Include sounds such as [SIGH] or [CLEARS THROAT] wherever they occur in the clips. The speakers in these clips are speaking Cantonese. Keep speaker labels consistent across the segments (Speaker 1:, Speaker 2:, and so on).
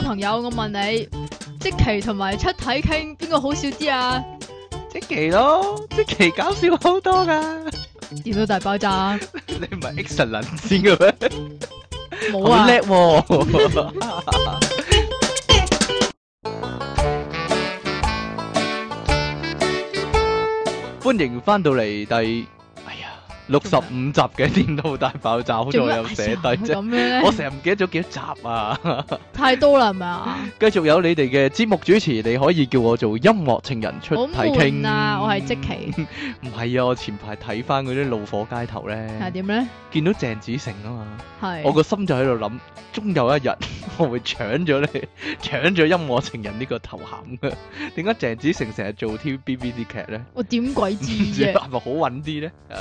Speaker 1: 問你，即期同埋出體傾邊個好笑啲啊？
Speaker 2: 即期咯，即期搞笑好多噶。
Speaker 1: 電腦大爆炸
Speaker 2: 你唔係 excellent 先嘅咩？
Speaker 1: 冇
Speaker 2: 好
Speaker 1: 啊！
Speaker 2: 叻喎！歡迎翻到嚟第哎呀六十五集嘅電腦大爆炸，好在
Speaker 1: 做
Speaker 2: 我
Speaker 1: 乜
Speaker 2: 有寫低
Speaker 1: 哎呀
Speaker 2: 啫。
Speaker 1: 咁樣
Speaker 2: 我
Speaker 1: 咧，
Speaker 2: 成日唔記得咗幾多集啊！
Speaker 1: 太多啦，係咪
Speaker 2: [LAUGHS]
Speaker 1: 啊？
Speaker 2: 繼續有你哋嘅節目主持，你可以叫我做音樂情人出
Speaker 1: 好
Speaker 2: 體傾
Speaker 1: 悶啊！我係即
Speaker 2: [LAUGHS]
Speaker 1: 期，
Speaker 2: 唔係啊！我前排睇翻嗰啲怒火街頭
Speaker 1: 係
Speaker 2: 咧，
Speaker 1: 點咧？
Speaker 2: 見到鄭子誠啊嘛，
Speaker 1: 係
Speaker 2: 我個心就喺度諗，終有一日 [LAUGHS] 我會搶咗你， [LAUGHS] 搶咗音樂情人呢個頭銜嘅。點解鄭子誠成日做 TVB 啲劇咧？
Speaker 1: 我點鬼知
Speaker 2: [LAUGHS] 唔知啊
Speaker 1: 啫？
Speaker 2: 係咪好揾啲咧？啊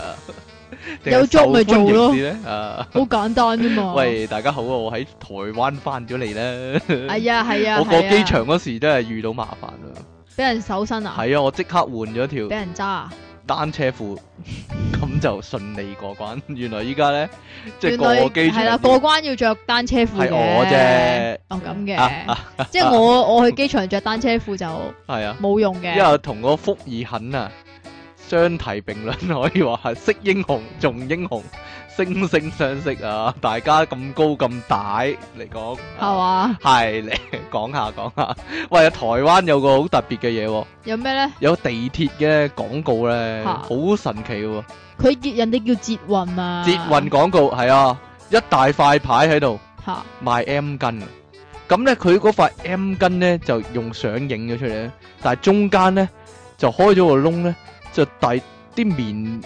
Speaker 2: 定係
Speaker 1: [LAUGHS] 有 job 咪做咯哦
Speaker 2: 受歡迎啲咧？啊！
Speaker 1: 好簡單啫嘛！，
Speaker 2: 喂，大家好啊！我喺台灣翻咗嚟咧。
Speaker 1: 係啊係啊，
Speaker 2: 我過
Speaker 1: 係啊
Speaker 2: 機場嗰時真係遇到麻煩啦。
Speaker 1: 俾人搜身啊，
Speaker 2: 係啊，我即刻換咗條
Speaker 1: 俾人揸啊，
Speaker 2: 單車
Speaker 1: [LAUGHS]
Speaker 2: 褲，咁就順利過關。原來依家咧，即係
Speaker 1: 原來
Speaker 2: 過機場
Speaker 1: 係啦，過關要着單車褲
Speaker 2: 係
Speaker 1: 嘅。
Speaker 2: 我啫，
Speaker 1: 哦咁
Speaker 2: 啊
Speaker 1: 嘅，即係我我去機場着單車褲就
Speaker 2: 係啊，
Speaker 1: 冇用
Speaker 2: 因為
Speaker 1: 嘅，
Speaker 2: 我同個福爾肯啊相提並論，可以話係識英雄重英雄，惺惺相惜啊！大家咁高咁大嚟講，
Speaker 1: 係？嘛？
Speaker 2: 係嚟講下講下，喂，台灣有個好特別嘅嘢喎。
Speaker 1: 有咩咧？
Speaker 2: 有地鐵嘅廣告咧，
Speaker 1: 嚇
Speaker 2: 好神奇喎！
Speaker 1: 佢叫人哋叫捷運啊，
Speaker 2: 捷運廣告係啊，一大塊牌喺度
Speaker 1: 吓
Speaker 2: 賣 M 巾啊，咁咧佢嗰塊 M 巾咧就用相影咗出嚟咧，但係中間咧就開咗個窿咧，就遞啲棉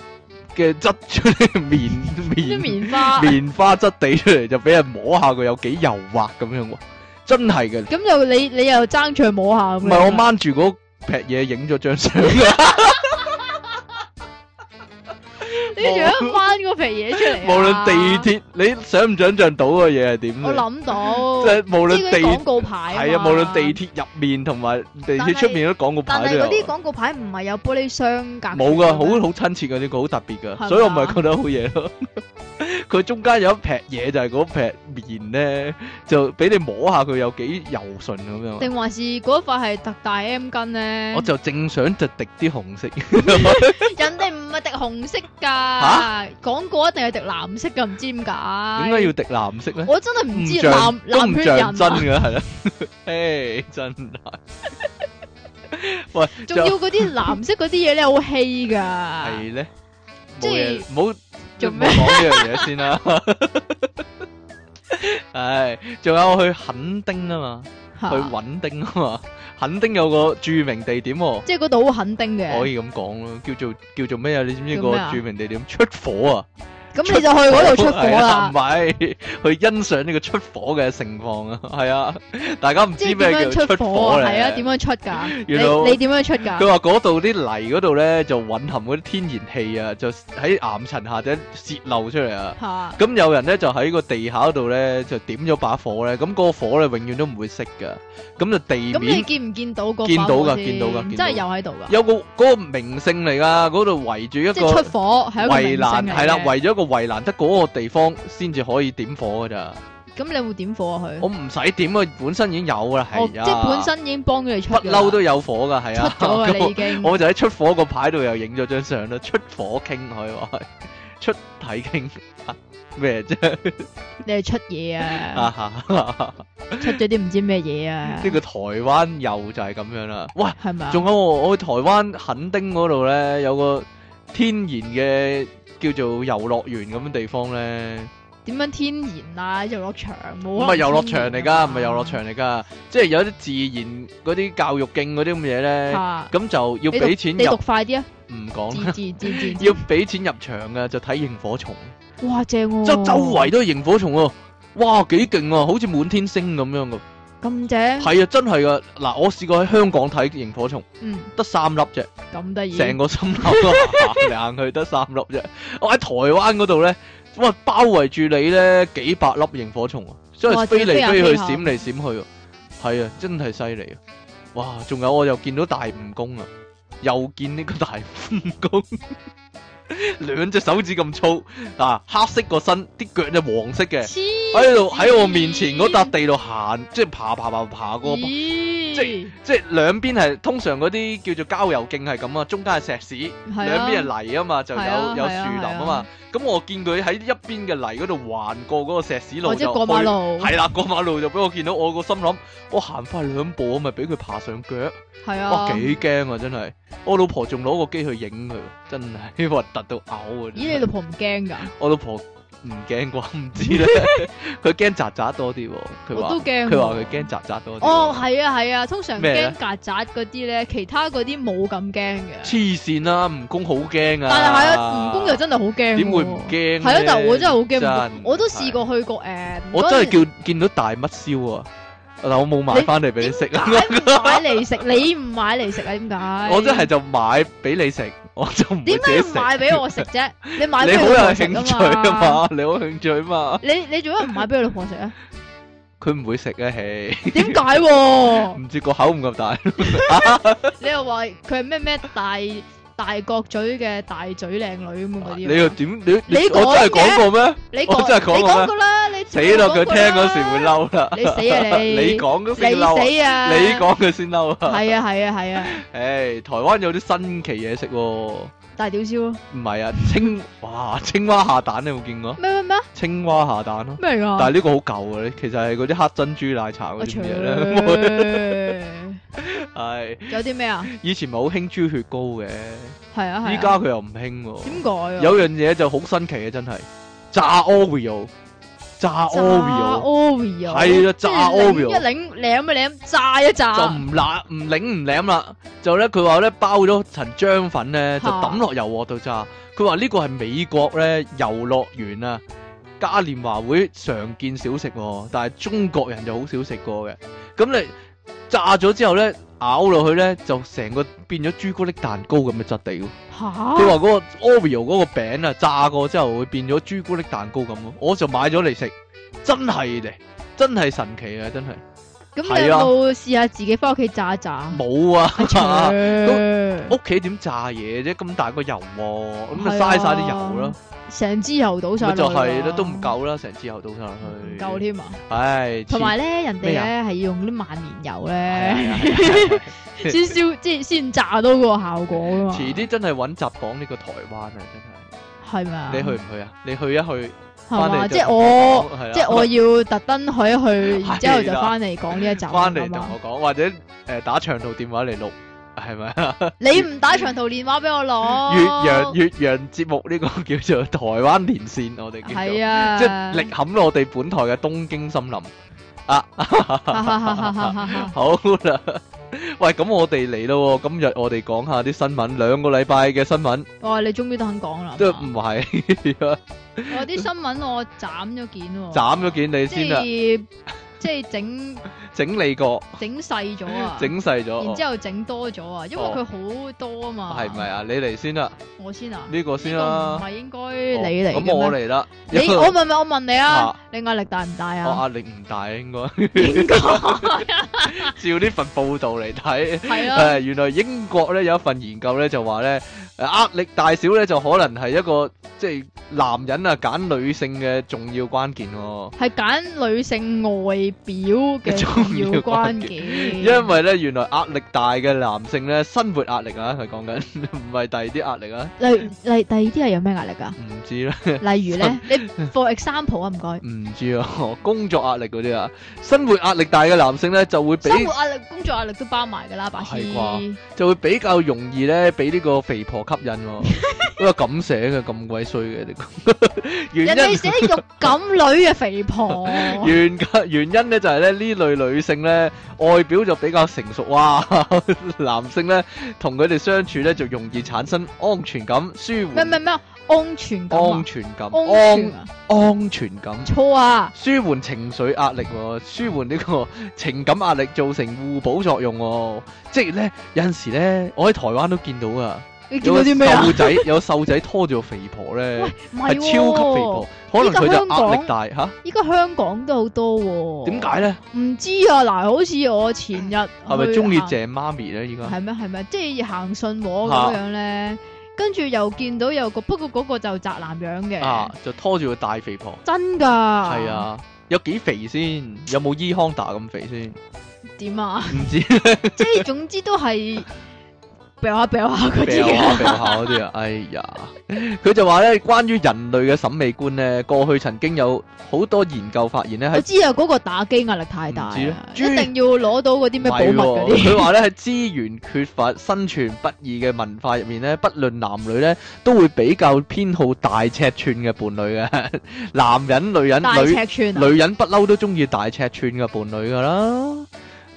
Speaker 2: 嘅質 [LAUGHS] 出嚟，棉
Speaker 1: 啲
Speaker 2: 棉 [LAUGHS]
Speaker 1: 棉花，
Speaker 2: 棉花質地出嚟，就俾人摸下佢有幾柔滑咁樣喎，真係嘅。
Speaker 1: 咁就你你又爭住摸下咁樣
Speaker 2: 唔
Speaker 1: 啊。
Speaker 2: 係我掹住嗰劈嘢影咗張相啊，
Speaker 1: 你仲要掹嗰皮嘢出嚟啊？
Speaker 2: 無論地鐵你想唔想象到嘅嘢係點
Speaker 1: 我
Speaker 2: [LAUGHS] 咧？
Speaker 1: 諗到，
Speaker 2: 即係無論
Speaker 1: 即係嗰啲廣
Speaker 2: 地
Speaker 1: 告牌
Speaker 2: 係啊，
Speaker 1: 嘛
Speaker 2: 無論地鐵入面同埋地
Speaker 1: 但係
Speaker 2: 鐵出面嗰啲廣告
Speaker 1: 但
Speaker 2: 牌
Speaker 1: 係
Speaker 2: 都
Speaker 1: 嗰啲
Speaker 2: 有。
Speaker 1: 廣告牌唔係有玻璃箱隔
Speaker 2: 冇噶，好
Speaker 1: 嘅咩
Speaker 2: 好親切噶，呢個好特別
Speaker 1: 係嘛
Speaker 2: 噶，所以我咪覺得好嘢咯。 [LAUGHS] 佢中間有一劈嘢就係嗰劈面咧，就俾你摸下佢有幾柔順咁樣。
Speaker 1: 定還是嗰塊係特大 M 巾咧？
Speaker 2: 我就正想就滴啲紅
Speaker 1: [LAUGHS]
Speaker 2: 色，
Speaker 1: 人哋唔係滴紅色
Speaker 2: 吓
Speaker 1: 㗎，廣告一定係滴藍色㗎，唔知點解。
Speaker 2: 點解要滴藍色咧？
Speaker 1: 我真係唔
Speaker 2: 唔
Speaker 1: 知
Speaker 2: 像
Speaker 1: 男
Speaker 2: 都
Speaker 1: 男
Speaker 2: 唔
Speaker 1: 血
Speaker 2: 像真
Speaker 1: 人
Speaker 2: 嘅係啦， [LAUGHS] 誒真係
Speaker 1: 啊，仲要嗰啲藍色嗰啲嘢咧好稀㗎，
Speaker 2: 係啊咧，
Speaker 1: 即係
Speaker 2: 冇嘢唔好
Speaker 1: 做
Speaker 2: 唔
Speaker 1: 咩
Speaker 2: 好講呢樣嘢先啦。 [LAUGHS] 唉，仲有我去墾丁啊嘛，
Speaker 1: 嚇
Speaker 2: 去穩丁啊嘛， [LAUGHS] 墾丁有個著名地點喎，
Speaker 1: 即係嗰度好肯定
Speaker 2: 可
Speaker 1: 嘅。
Speaker 2: 以咁講咯，叫做叫做咩啊？你知唔知
Speaker 1: 叫
Speaker 2: 個
Speaker 1: 咩啊
Speaker 2: 著名地點出火啊？
Speaker 1: 咁你就去
Speaker 2: [LAUGHS]
Speaker 1: 嗰度出火
Speaker 2: 係啊
Speaker 1: 啦
Speaker 2: 唔。係去欣賞呢個出火嘅盛況啊， [LAUGHS] 係啊，大家唔
Speaker 1: 即
Speaker 2: 知
Speaker 1: 係
Speaker 2: 咩
Speaker 1: 點樣
Speaker 2: 叫
Speaker 1: 出火
Speaker 2: 火
Speaker 1: 啊？
Speaker 2: 咧？
Speaker 1: 係啊，點樣出㗎？
Speaker 2: 原來
Speaker 1: 你你點樣出㗎？
Speaker 2: 佢話嗰度啲泥嗰度咧就混含嗰啲天然氣啊，就喺岩層下底泄漏出嚟啊。
Speaker 1: 嚇
Speaker 2: 咁有人咧就喺個地下度咧就點咗把火咧，咁、嗰個火咧永遠都唔會熄噶。咁就地
Speaker 1: 咁你
Speaker 2: 面
Speaker 1: 見唔見到個
Speaker 2: 見到㗎
Speaker 1: 㗎，
Speaker 2: 見到㗎見到㗎
Speaker 1: 真係有喺度㗎。
Speaker 2: 有個嗰、個名勝嚟噶，嗰度圍住一
Speaker 1: 即係
Speaker 2: 個
Speaker 1: 出火係一個
Speaker 2: 圍
Speaker 1: 明星
Speaker 2: 欄，
Speaker 1: 嚟
Speaker 2: 係啦，
Speaker 1: 嘅
Speaker 2: 圍咗一個圍欄，得嗰個地方先至可以點火噶咋。
Speaker 1: 咁你會點火啊佢？
Speaker 2: 我唔使點啊，本身已經有噶啦，
Speaker 1: 哦
Speaker 2: 係
Speaker 1: 即
Speaker 2: 啊，
Speaker 1: 係本身已經幫佢哋出
Speaker 2: 不
Speaker 1: 㗎啦
Speaker 2: 嬲都有火噶，係
Speaker 1: 出
Speaker 2: 啊。
Speaker 1: 咗啊！
Speaker 2: [LAUGHS] 咁我
Speaker 1: 你已經
Speaker 2: 我就喺出火個牌度又影咗張相啦，出火傾可以話係 [LAUGHS] 出體傾啊咩啫？
Speaker 1: 你係出嘢啊，
Speaker 2: [LAUGHS] 呢
Speaker 1: 出咗啲唔知咩嘢啊，
Speaker 2: 個台灣又就係咁樣啦。喂，
Speaker 1: 係咪啊？
Speaker 2: 仲有喎我去台灣墾丁嗰度咧，有個天然嘅叫做遊樂園咁嘅地方咧，
Speaker 1: 點樣天然啊？遊樂場冇
Speaker 2: 唔
Speaker 1: 啊
Speaker 2: 係遊樂場嚟㗎，唔係遊樂
Speaker 1: 天
Speaker 2: 場嚟㗎，即係有啲自然嗰啲教育徑嗰啲咁嘢
Speaker 1: 然
Speaker 2: 咧，
Speaker 1: 啊。
Speaker 2: 咁就要
Speaker 1: 你讀
Speaker 2: 俾錢
Speaker 1: 你
Speaker 2: 入
Speaker 1: 讀，快啲啊！
Speaker 2: 唔講
Speaker 1: 字
Speaker 2: 啦，
Speaker 1: 字字字字
Speaker 2: 要，俾錢入場㗎，就睇螢火蟲。啊
Speaker 1: 哇正喎！
Speaker 2: 周周圍都係螢火蟲喎、哇幾勁啊，好似滿天星咁樣噶，
Speaker 1: 咁正，
Speaker 2: 係啊真係噶，嗱我試過喺香港睇螢火蟲，
Speaker 1: 嗯，
Speaker 2: 得三粒啫，
Speaker 1: 咁得意，
Speaker 2: 成個心口都行嚟行去得三粒啫， [LAUGHS] 我喺台灣嗰度咧，哇包圍住你咧幾百粒螢火蟲啊，所以
Speaker 1: 哇
Speaker 2: 飛嚟
Speaker 1: 飛下
Speaker 2: 飛去
Speaker 1: 飛下
Speaker 2: 閃嚟閃去啊，係啊真係犀利啊，哇仲有我又見到大蜈蚣啊，又見呢個大蜈蚣。 [LAUGHS] 兩隻手指咁粗，啊黑色個身，啲腳就黃色嘅，
Speaker 1: 喺
Speaker 2: 喺度喺我面前嗰笪地度行，即係爬爬爬爬過，
Speaker 1: 咦，
Speaker 2: 即即係兩邊係通常嗰啲叫做郊遊徑係咁啊，中間係石屎，
Speaker 1: 係啊
Speaker 2: 兩邊係泥啊嘛，就有
Speaker 1: 係啊
Speaker 2: 有
Speaker 1: 係啊
Speaker 2: 樹林啊
Speaker 1: 係
Speaker 2: 嘛
Speaker 1: 啊，
Speaker 2: 咁我見佢喺一邊嘅泥嗰度橫過嗰個石屎路
Speaker 1: 或者
Speaker 2: 就
Speaker 1: 過馬
Speaker 2: 去
Speaker 1: 路，
Speaker 2: 係啦，過馬路就俾我見到，我個心諗，我行快兩步，啊我咪俾佢爬上腳，
Speaker 1: 係啊
Speaker 2: 哇，幾驚啊！真係，我老婆仲攞個機去影佢，真係 [LAUGHS] 核突到嘔啊！
Speaker 1: 咦，你老婆唔驚㗎？
Speaker 2: 我老婆唔驚啩，唔知
Speaker 1: [LAUGHS]
Speaker 2: 咧，佢驚曱甴多啲喎，佢
Speaker 1: 我
Speaker 2: 話
Speaker 1: 都驚喎
Speaker 2: 佢話佢驚曱甴多啲喎，
Speaker 1: 哦，係啊，係啊，通常
Speaker 2: 咩咧
Speaker 1: 驚曱甴嗰啲咧，其他嗰啲冇咁驚嘅。
Speaker 2: 黐線啦，蜈蚣好驚啊，
Speaker 1: 但係係啊，蜈蚣又真係好驚。
Speaker 2: 點會唔？驚？
Speaker 1: 係啊，但係我真係好驚蜈蚣
Speaker 2: 真，
Speaker 1: 我都試過去過誒。
Speaker 2: 我真係叫見到大乜燒啊！嗱，我冇買翻嚟俾你食啊！
Speaker 1: 叫買嚟食，你唔買嚟食啊？點解？
Speaker 2: 我真係就買俾你食，我就唔會
Speaker 1: 點
Speaker 2: 自
Speaker 1: 解
Speaker 2: 己
Speaker 1: 要
Speaker 2: 食。
Speaker 1: 買俾我食
Speaker 2: [LAUGHS]
Speaker 1: 啫？你買
Speaker 2: 你
Speaker 1: 俾
Speaker 2: 好
Speaker 1: 我
Speaker 2: 有
Speaker 1: 老婆食
Speaker 2: 興趣啊
Speaker 1: 啊嘛？
Speaker 2: 嘛，你好興趣嘛，
Speaker 1: 你你做乜唔買俾我老婆食
Speaker 2: [LAUGHS]
Speaker 1: 啊？
Speaker 2: 佢唔會食啊，嘿，
Speaker 1: 點解喎？
Speaker 2: 唔知個口唔夠大，啊
Speaker 1: 你又話佢係咩咩大大角嘴嘅大嘴靚女咁嗰
Speaker 2: 你
Speaker 1: 啲？
Speaker 2: 又點？你
Speaker 1: 你
Speaker 2: 我真係
Speaker 1: 講嘅
Speaker 2: 講過咩？
Speaker 1: 你
Speaker 2: 我
Speaker 1: 講
Speaker 2: 真係講
Speaker 1: 你
Speaker 2: 過咩
Speaker 1: 講過啦，你
Speaker 2: 死啦！佢
Speaker 1: 講過
Speaker 2: 聽嗰時
Speaker 1: 啦
Speaker 2: 會，嬲啦，
Speaker 1: 你死
Speaker 2: [LAUGHS]
Speaker 1: 啊你！
Speaker 2: 你講嗰時
Speaker 1: 你
Speaker 2: 嬲啊，
Speaker 1: 死啊！
Speaker 2: 你講佢先嬲啊！
Speaker 1: 係啊係啊係啊，
Speaker 2: [LAUGHS] 唉，台灣有啲新奇嘢食喎，唔
Speaker 1: 大屌燒咯！
Speaker 2: 係啊，青哇青蛙下蛋你有冇見過？
Speaker 1: 咩咩咩
Speaker 2: 青蛙下蛋咯，
Speaker 1: 咩嚟㗎？
Speaker 2: 但係呢個好舊嘅，其實係嗰啲黑珍珠奶茶嗰
Speaker 1: 哦我
Speaker 2: 啲
Speaker 1: 除
Speaker 2: 嘢 [LAUGHS] 咧， [LAUGHS] 係
Speaker 1: 有啲咩啊？
Speaker 2: 以前咪好興豬血糕嘅，
Speaker 1: 係啊係啊。
Speaker 2: 依家佢又唔興喎。
Speaker 1: 點改啊？
Speaker 2: 有樣嘢就好新奇嘅，真係炸 Oreo，炸
Speaker 1: 炸
Speaker 2: Oreo
Speaker 1: Oreo
Speaker 2: 係啊炸
Speaker 1: 即係
Speaker 2: Oreo
Speaker 1: 擰一擰舐一舐，炸一炸，
Speaker 2: 就唔揦唔擰唔舐啦，就咧佢話咧包咗層漿粉咧就
Speaker 1: 嚇
Speaker 2: 抌落油鑊度炸，佢話呢個係美國咧遊樂園啊嘉年華會常見小食喎，但係中國人就好少食過嘅，咁你炸咗之後咧咬落去咧就成個變咗朱古力蛋糕咁嘅質地喎。
Speaker 1: 嚇
Speaker 2: 佢話嗰個 Oreo 嗰個餅啊，炸過之後會變咗朱古力蛋糕咁咯，我就買咗嚟食，真係嘅，真係神奇啊，真係
Speaker 1: 咁
Speaker 2: 係
Speaker 1: 你有
Speaker 2: 啊
Speaker 1: 冇試下自己翻屋企炸一炸？
Speaker 2: 冇啊，
Speaker 1: 咁
Speaker 2: 屋企點炸嘢啫？咁大個油喎，咁咪
Speaker 1: 係啊
Speaker 2: 嘥晒啲油咯，
Speaker 1: 成支油倒晒啊
Speaker 2: 咪就
Speaker 1: 係
Speaker 2: 係咯，都唔，夠啦，成支油倒晒落去，
Speaker 1: 唔夠，添啊！
Speaker 2: 唉，
Speaker 1: 同埋咧，人哋
Speaker 2: 咩
Speaker 1: 咧
Speaker 2: 啊
Speaker 1: 係要用啲萬年油
Speaker 2: à?
Speaker 1: [LAUGHS] 咧，
Speaker 2: 咧，
Speaker 1: 先燒即係先炸到嗰個效果啊噶嘛。
Speaker 2: 遲啲真係揾集講呢個台灣啊，真
Speaker 1: 係咪啊？
Speaker 2: 係，你去唔去啊？你去一去，
Speaker 1: 係
Speaker 2: 翻
Speaker 1: 嘛？
Speaker 2: 嚟
Speaker 1: 即係我，
Speaker 2: 係啦啊
Speaker 1: 即係我要特登去一去，然之後
Speaker 2: 係
Speaker 1: 就
Speaker 2: 啦
Speaker 1: 翻嚟講呢一集
Speaker 2: 翻嚟
Speaker 1: 啊
Speaker 2: 同
Speaker 1: 嘛。
Speaker 2: 我講，或者誒打長途電話嚟錄，係咪啊？
Speaker 1: 你唔打長途電話俾我攞，
Speaker 2: 越洋越洋節目呢個叫做台灣連線，我哋叫做，
Speaker 1: 係啊，
Speaker 2: 即係力冚我哋本台嘅東京森林。
Speaker 1: 哈哈哈哈哈哈
Speaker 2: [LAUGHS]
Speaker 1: 哈。
Speaker 2: 好啦，喂，咁我哋嚟咯喎，今日我哋講下啲新聞，兩個禮拜嘅新聞
Speaker 1: 哇！哦你終於都肯講啦，
Speaker 2: 都
Speaker 1: 係
Speaker 2: [LAUGHS] 唔
Speaker 1: 嘛
Speaker 2: 係
Speaker 1: 我啲新聞我斬咗件喎，
Speaker 2: 斬咗件你先啦，
Speaker 1: 即係即係
Speaker 2: [LAUGHS]
Speaker 1: 整
Speaker 2: 整理過，
Speaker 1: 整細咗啊，
Speaker 2: 整細
Speaker 1: 然之
Speaker 2: 咗，哦
Speaker 1: 後整多咗啊，因為佢好多啊嘛，
Speaker 2: 係咪？啊？你嚟先啦，
Speaker 1: 我先啊，
Speaker 2: 呢個
Speaker 1: 呢
Speaker 2: 先
Speaker 1: 個
Speaker 2: 啦哦
Speaker 1: 唔，係應該你嚟嘅
Speaker 2: 咁我
Speaker 1: 咩？
Speaker 2: 嚟啦，
Speaker 1: 你
Speaker 2: [LAUGHS] 因為
Speaker 1: 我問問我問你啊
Speaker 2: 啊，
Speaker 1: 你壓力大唔大
Speaker 2: 我
Speaker 1: 啊？
Speaker 2: 壓力唔大應該。
Speaker 1: 應該
Speaker 2: [LAUGHS] 照呢份報道嚟睇，
Speaker 1: 係
Speaker 2: 誒、
Speaker 1: 啊，
Speaker 2: 原來英國咧有一份研究咧就話咧，誒壓力大小咧就可能係一個即係男人啊揀女性嘅重要關鍵喎、
Speaker 1: 係揀女性外表嘅重要關鍵，
Speaker 2: 因為咧原來壓力大嘅男性咧生活壓力啊，佢講緊唔係第二啲壓力啊，
Speaker 1: 例例第二啲係有咩壓力㗎？
Speaker 2: [LAUGHS] 唔知啦，
Speaker 1: [LAUGHS] 例如咧，你 for example 啊，唔該。
Speaker 2: 唔知啊， [LAUGHS] 工作壓力嗰啲啊，生活壓力大嘅男性咧就會比
Speaker 1: 生活壓力、工作壓力都包埋㗎啦，白痴。
Speaker 2: 啊係啩就會比較容易咧俾呢個肥婆吸引喎、
Speaker 1: [LAUGHS]
Speaker 2: 因為咁寫嘅咁鬼衰嘅，你講 [LAUGHS] 原
Speaker 1: 人哋。
Speaker 2: 因
Speaker 1: 寫肉咁女嘅肥婆，
Speaker 2: [LAUGHS] 原嘅原因咧就係咧呢類女性咧外表就比較成熟哇， [LAUGHS] 男性咧同佢哋相處咧就容易產生安全感、舒
Speaker 1: 咩
Speaker 2: 緩
Speaker 1: 咩咩安全感啊
Speaker 2: 安，全感、
Speaker 1: 安
Speaker 2: 安
Speaker 1: 全啊，
Speaker 2: 安全感，
Speaker 1: 錯啊，
Speaker 2: 舒緩情緒壓力喎，舒緩呢個情感壓力，造成互補作用喎。即係咧有陣時咧，我喺台灣都見到啊，
Speaker 1: 你見
Speaker 2: 有
Speaker 1: 到
Speaker 2: 個
Speaker 1: 啲咩 [LAUGHS] 啊
Speaker 2: 瘦？仔 [LAUGHS] 有個瘦仔拖住個肥婆咧，
Speaker 1: 唔
Speaker 2: 係
Speaker 1: 係
Speaker 2: 超級肥婆
Speaker 1: 喎，，
Speaker 2: 可能
Speaker 1: 依家
Speaker 2: 佢就
Speaker 1: 香港哦
Speaker 2: 壓力大吓，
Speaker 1: 依家香港都好多喎。
Speaker 2: 點解咧？
Speaker 1: 唔知啊，嗱，好似我前日
Speaker 2: [LAUGHS] 係
Speaker 1: 係
Speaker 2: 啊咪中意鄭媽咪咧？依家？
Speaker 1: 係咩係咩？即係行信和咁樣咧，跟住又見到有個，不過嗰個就宅男樣嘅，
Speaker 2: 啊，就拖住個大肥婆，
Speaker 1: 真㗎，係
Speaker 2: 係，啊，有幾肥先？有冇伊康達咁肥先？
Speaker 1: 點啊？
Speaker 2: 唔知
Speaker 1: 即係總之都係
Speaker 2: [LAUGHS]
Speaker 1: 掉下掉下嗰啲
Speaker 2: 掉
Speaker 1: 嘅，
Speaker 2: 下掉下嗰啲啊！哎呀，佢就話咧，關於人類嘅審美觀咧，過去曾經有好多研究發現咧，
Speaker 1: 我
Speaker 2: 喺
Speaker 1: 知啊，嗰個打機壓力太大啊
Speaker 2: 唔知咧，
Speaker 1: 一定要攞到嗰啲咩寶物嗰
Speaker 2: 唔係喎
Speaker 1: 啲，
Speaker 2: 佢話咧喺資源缺乏、生存不易嘅文化入面咧，不論男女咧，都會比較偏好大尺寸嘅 [LAUGHS] 伴侶嘅。男人、女人、
Speaker 1: 大
Speaker 2: 女
Speaker 1: 尺寸啊，
Speaker 2: 女人不嬲都中意大尺寸嘅伴侶噶啦，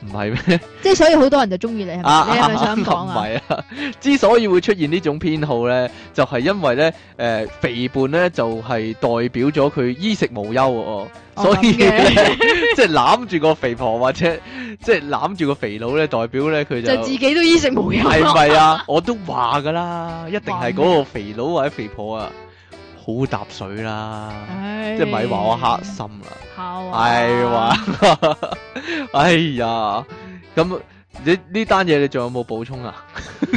Speaker 2: 唔係咩？
Speaker 1: 即係所以好多人就中意你，係咪？你係咪想講
Speaker 2: 啊唔
Speaker 1: 啊？
Speaker 2: 係啊，之所以會出現呢種偏好咧，就係、因為咧，誒、肥胖咧就係、代表咗佢衣食無憂喎，
Speaker 1: 哦
Speaker 2: 所以
Speaker 1: 咁嘅
Speaker 2: [LAUGHS] 即係攬住個肥婆或者即係攬住個肥佬咧，代表咧佢就
Speaker 1: 就自己都衣食無憂
Speaker 2: 係
Speaker 1: 啊，
Speaker 2: 咪啊？我都話噶啦，一定係嗰個肥佬或者肥婆啊，好搭水啦，
Speaker 1: 唉
Speaker 2: 即係咪話我黑心啦？
Speaker 1: 嚇啊
Speaker 2: 係話，哎呀，咁你呢單嘢你仲有冇補充啊？ [LAUGHS]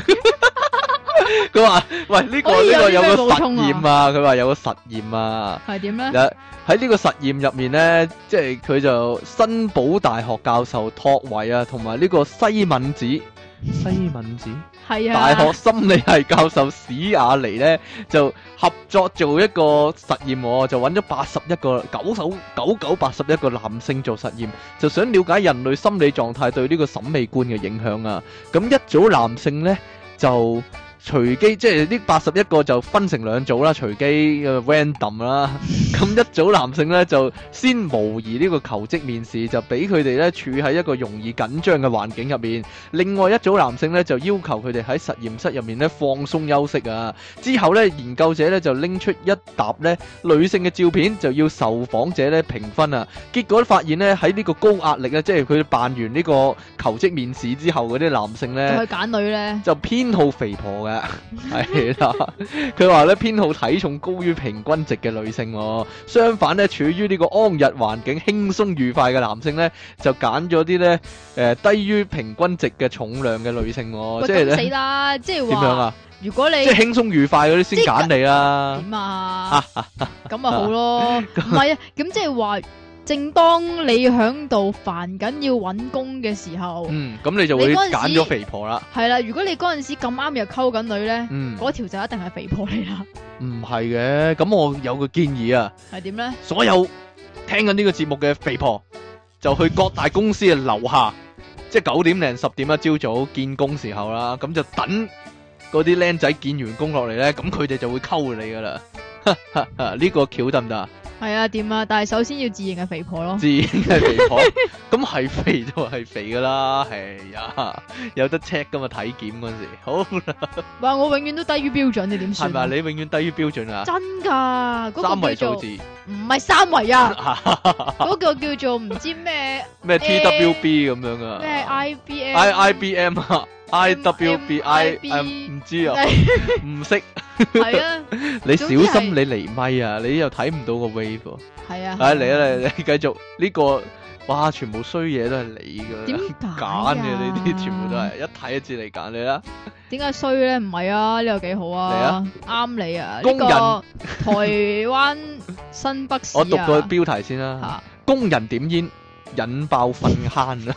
Speaker 2: 佢話：喂，呢、個
Speaker 1: 可以
Speaker 2: 呢、
Speaker 1: 有啲
Speaker 2: 個
Speaker 1: 咩
Speaker 2: 個
Speaker 1: 補
Speaker 2: 實
Speaker 1: 充啊
Speaker 2: 驗啊！佢話有個實驗啊！
Speaker 1: 係點咧？
Speaker 2: 嗱喺呢個實驗入面咧，即係佢就新堡大學教授托維啊，同埋呢個西敏子西敏子。
Speaker 1: 係啊，
Speaker 2: 大學心理系教授史亞尼咧就合作做一個實驗喎，就揾咗八十一個九九九九八十一個男性做實驗，就想了解人類心理狀態對呢個審美觀嘅影響啊。咁一組男性咧就隨機，即係呢八十一個就分成兩組啦，隨機呃 random 啦。咁一組男性咧就先模擬呢個求職面試，就俾佢哋咧處喺一個容易緊張嘅環境入面。另外一組男性咧就要求佢哋喺實驗室入面咧放鬆休息啊。之後咧，研究者咧就拎出一沓咧女性嘅照片，就要受訪者咧評分啊。結果發現咧喺呢個高壓力咧，即係佢哋辦完呢個求職面試之後嗰啲男性咧。
Speaker 1: 再揀女咧，
Speaker 2: 就偏好肥婆嘅， [LAUGHS] 係啦。佢話咧偏好體重高於平均值嘅女性、喎，相反咧處於呢個安逸環境、輕鬆愉快嘅男性咧，就揀咗啲咧誒低於平均值嘅重量嘅女性、喎。
Speaker 1: 喂
Speaker 2: 哦即係
Speaker 1: 咁
Speaker 2: 咧
Speaker 1: 死啦！即係
Speaker 2: 點樣
Speaker 1: 話，
Speaker 2: 啊？
Speaker 1: 如果你
Speaker 2: 即係輕鬆愉快嗰啲先
Speaker 1: 即係
Speaker 2: 揀你啦。
Speaker 1: 點
Speaker 2: [LAUGHS]
Speaker 1: 啊？咁咪好咯，唔係啊，咁即係話，正當你響度煩緊要揾工嘅時候，
Speaker 2: 嗯，咁你就
Speaker 1: 你
Speaker 2: 會
Speaker 1: 嗰陣
Speaker 2: 揀
Speaker 1: 時
Speaker 2: 咗肥婆啦。
Speaker 1: 係啦，如果你嗰陣時咁啱又溝緊女咧，
Speaker 2: 嗯，
Speaker 1: 嗰條就一定係肥婆嚟啦， [LAUGHS]
Speaker 2: 唔係嘅，咁我有個建議啊。
Speaker 1: 係點咧？
Speaker 2: 所有聽緊呢個節目嘅肥婆，就去各大公司嘅樓下，即係九點零十點一朝早見工時候啦，咁就等嗰啲僆仔見完工落嚟咧，咁佢哋就會溝你噶啦。 [LAUGHS] 呢個橋得唔得啊？
Speaker 1: [LAUGHS] 係啊，點啊？但係首先要自認係肥婆咯，
Speaker 2: 自然係肥婆，咁係肥就係肥噶啦，係呀，有得 check 噶嘛，體檢嗰陣時，好
Speaker 1: 話我永遠都低於標準，你點
Speaker 2: 係
Speaker 1: 算
Speaker 2: 咪
Speaker 1: 啊？
Speaker 2: 你永遠低於標準啊？
Speaker 1: 真㗎，嗰
Speaker 2: 三
Speaker 1: 個
Speaker 2: 位
Speaker 1: 叫
Speaker 2: 數
Speaker 1: 做
Speaker 2: 字
Speaker 1: 唔係三圍啊，
Speaker 2: [LAUGHS]
Speaker 1: 嗰個叫做唔知咩
Speaker 2: 咩 TWB 咁樣
Speaker 1: 咩
Speaker 2: 啊？
Speaker 1: I B M
Speaker 2: I I B M 啊，I W B I
Speaker 1: M- 哎
Speaker 2: M 唔知啊，唔識。
Speaker 1: [LAUGHS] 係啊，
Speaker 2: 你小
Speaker 1: 總之係
Speaker 2: 心你離咪啊，你又睇唔到個 wave 喎。
Speaker 1: 係啊，
Speaker 2: 唉，嚟啦嚟啦，你繼續呢個，哇，全部衰嘢都係你 [LAUGHS]
Speaker 1: 點
Speaker 2: 噶，
Speaker 1: 解啊
Speaker 2: 揀嘅呢啲全部都
Speaker 1: 係。
Speaker 2: 係一睇就知你揀你啦。
Speaker 1: 點解衰咧？唔係啊，呢個幾好啊，啱你啊！呢
Speaker 2: 工人
Speaker 1: 個台灣新北市啊，
Speaker 2: 我讀個標題先啦，
Speaker 1: 嚇
Speaker 2: 工人點煙引爆瞓
Speaker 1: [LAUGHS]
Speaker 2: 坑啊！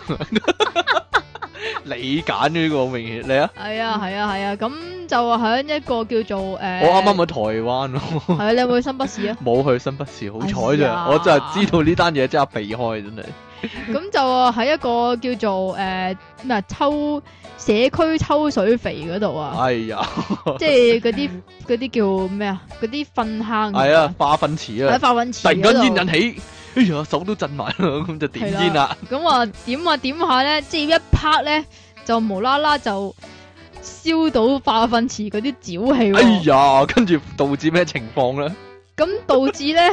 Speaker 2: 你揀呢個明顯，你啊，
Speaker 1: 係啊係啊係啊，咁就喺一個叫做誒，
Speaker 2: 我啱啱喺台灣喎。
Speaker 1: 係啊，你有冇去新北
Speaker 2: [LAUGHS]
Speaker 1: 市啊？
Speaker 2: 冇去新北市，好彩
Speaker 1: 哎
Speaker 2: 咋！
Speaker 1: 呀
Speaker 2: 我真係知道呢單嘢，即刻避開真係。
Speaker 1: 咁就喺一個叫做誒咩啊抽社區抽水肥嗰度啊，
Speaker 2: 哎呀，
Speaker 1: 即係嗰啲嗰啲叫咩啊？嗰啲糞坑
Speaker 2: 係啊，，化糞池啊
Speaker 1: 喺，化糞池
Speaker 2: 突然
Speaker 1: 嗰
Speaker 2: 間
Speaker 1: 度
Speaker 2: 煙引起，哎呀，手都震埋啦， [LAUGHS] 咁就點煙啦。
Speaker 1: 咁啊點啊點下咧，即係一拍咧就無啦啦就燒到化糞池嗰啲沼氣
Speaker 2: 哎
Speaker 1: 喎，
Speaker 2: 呀，跟住導致咩情況咧？
Speaker 1: 咁、導致咧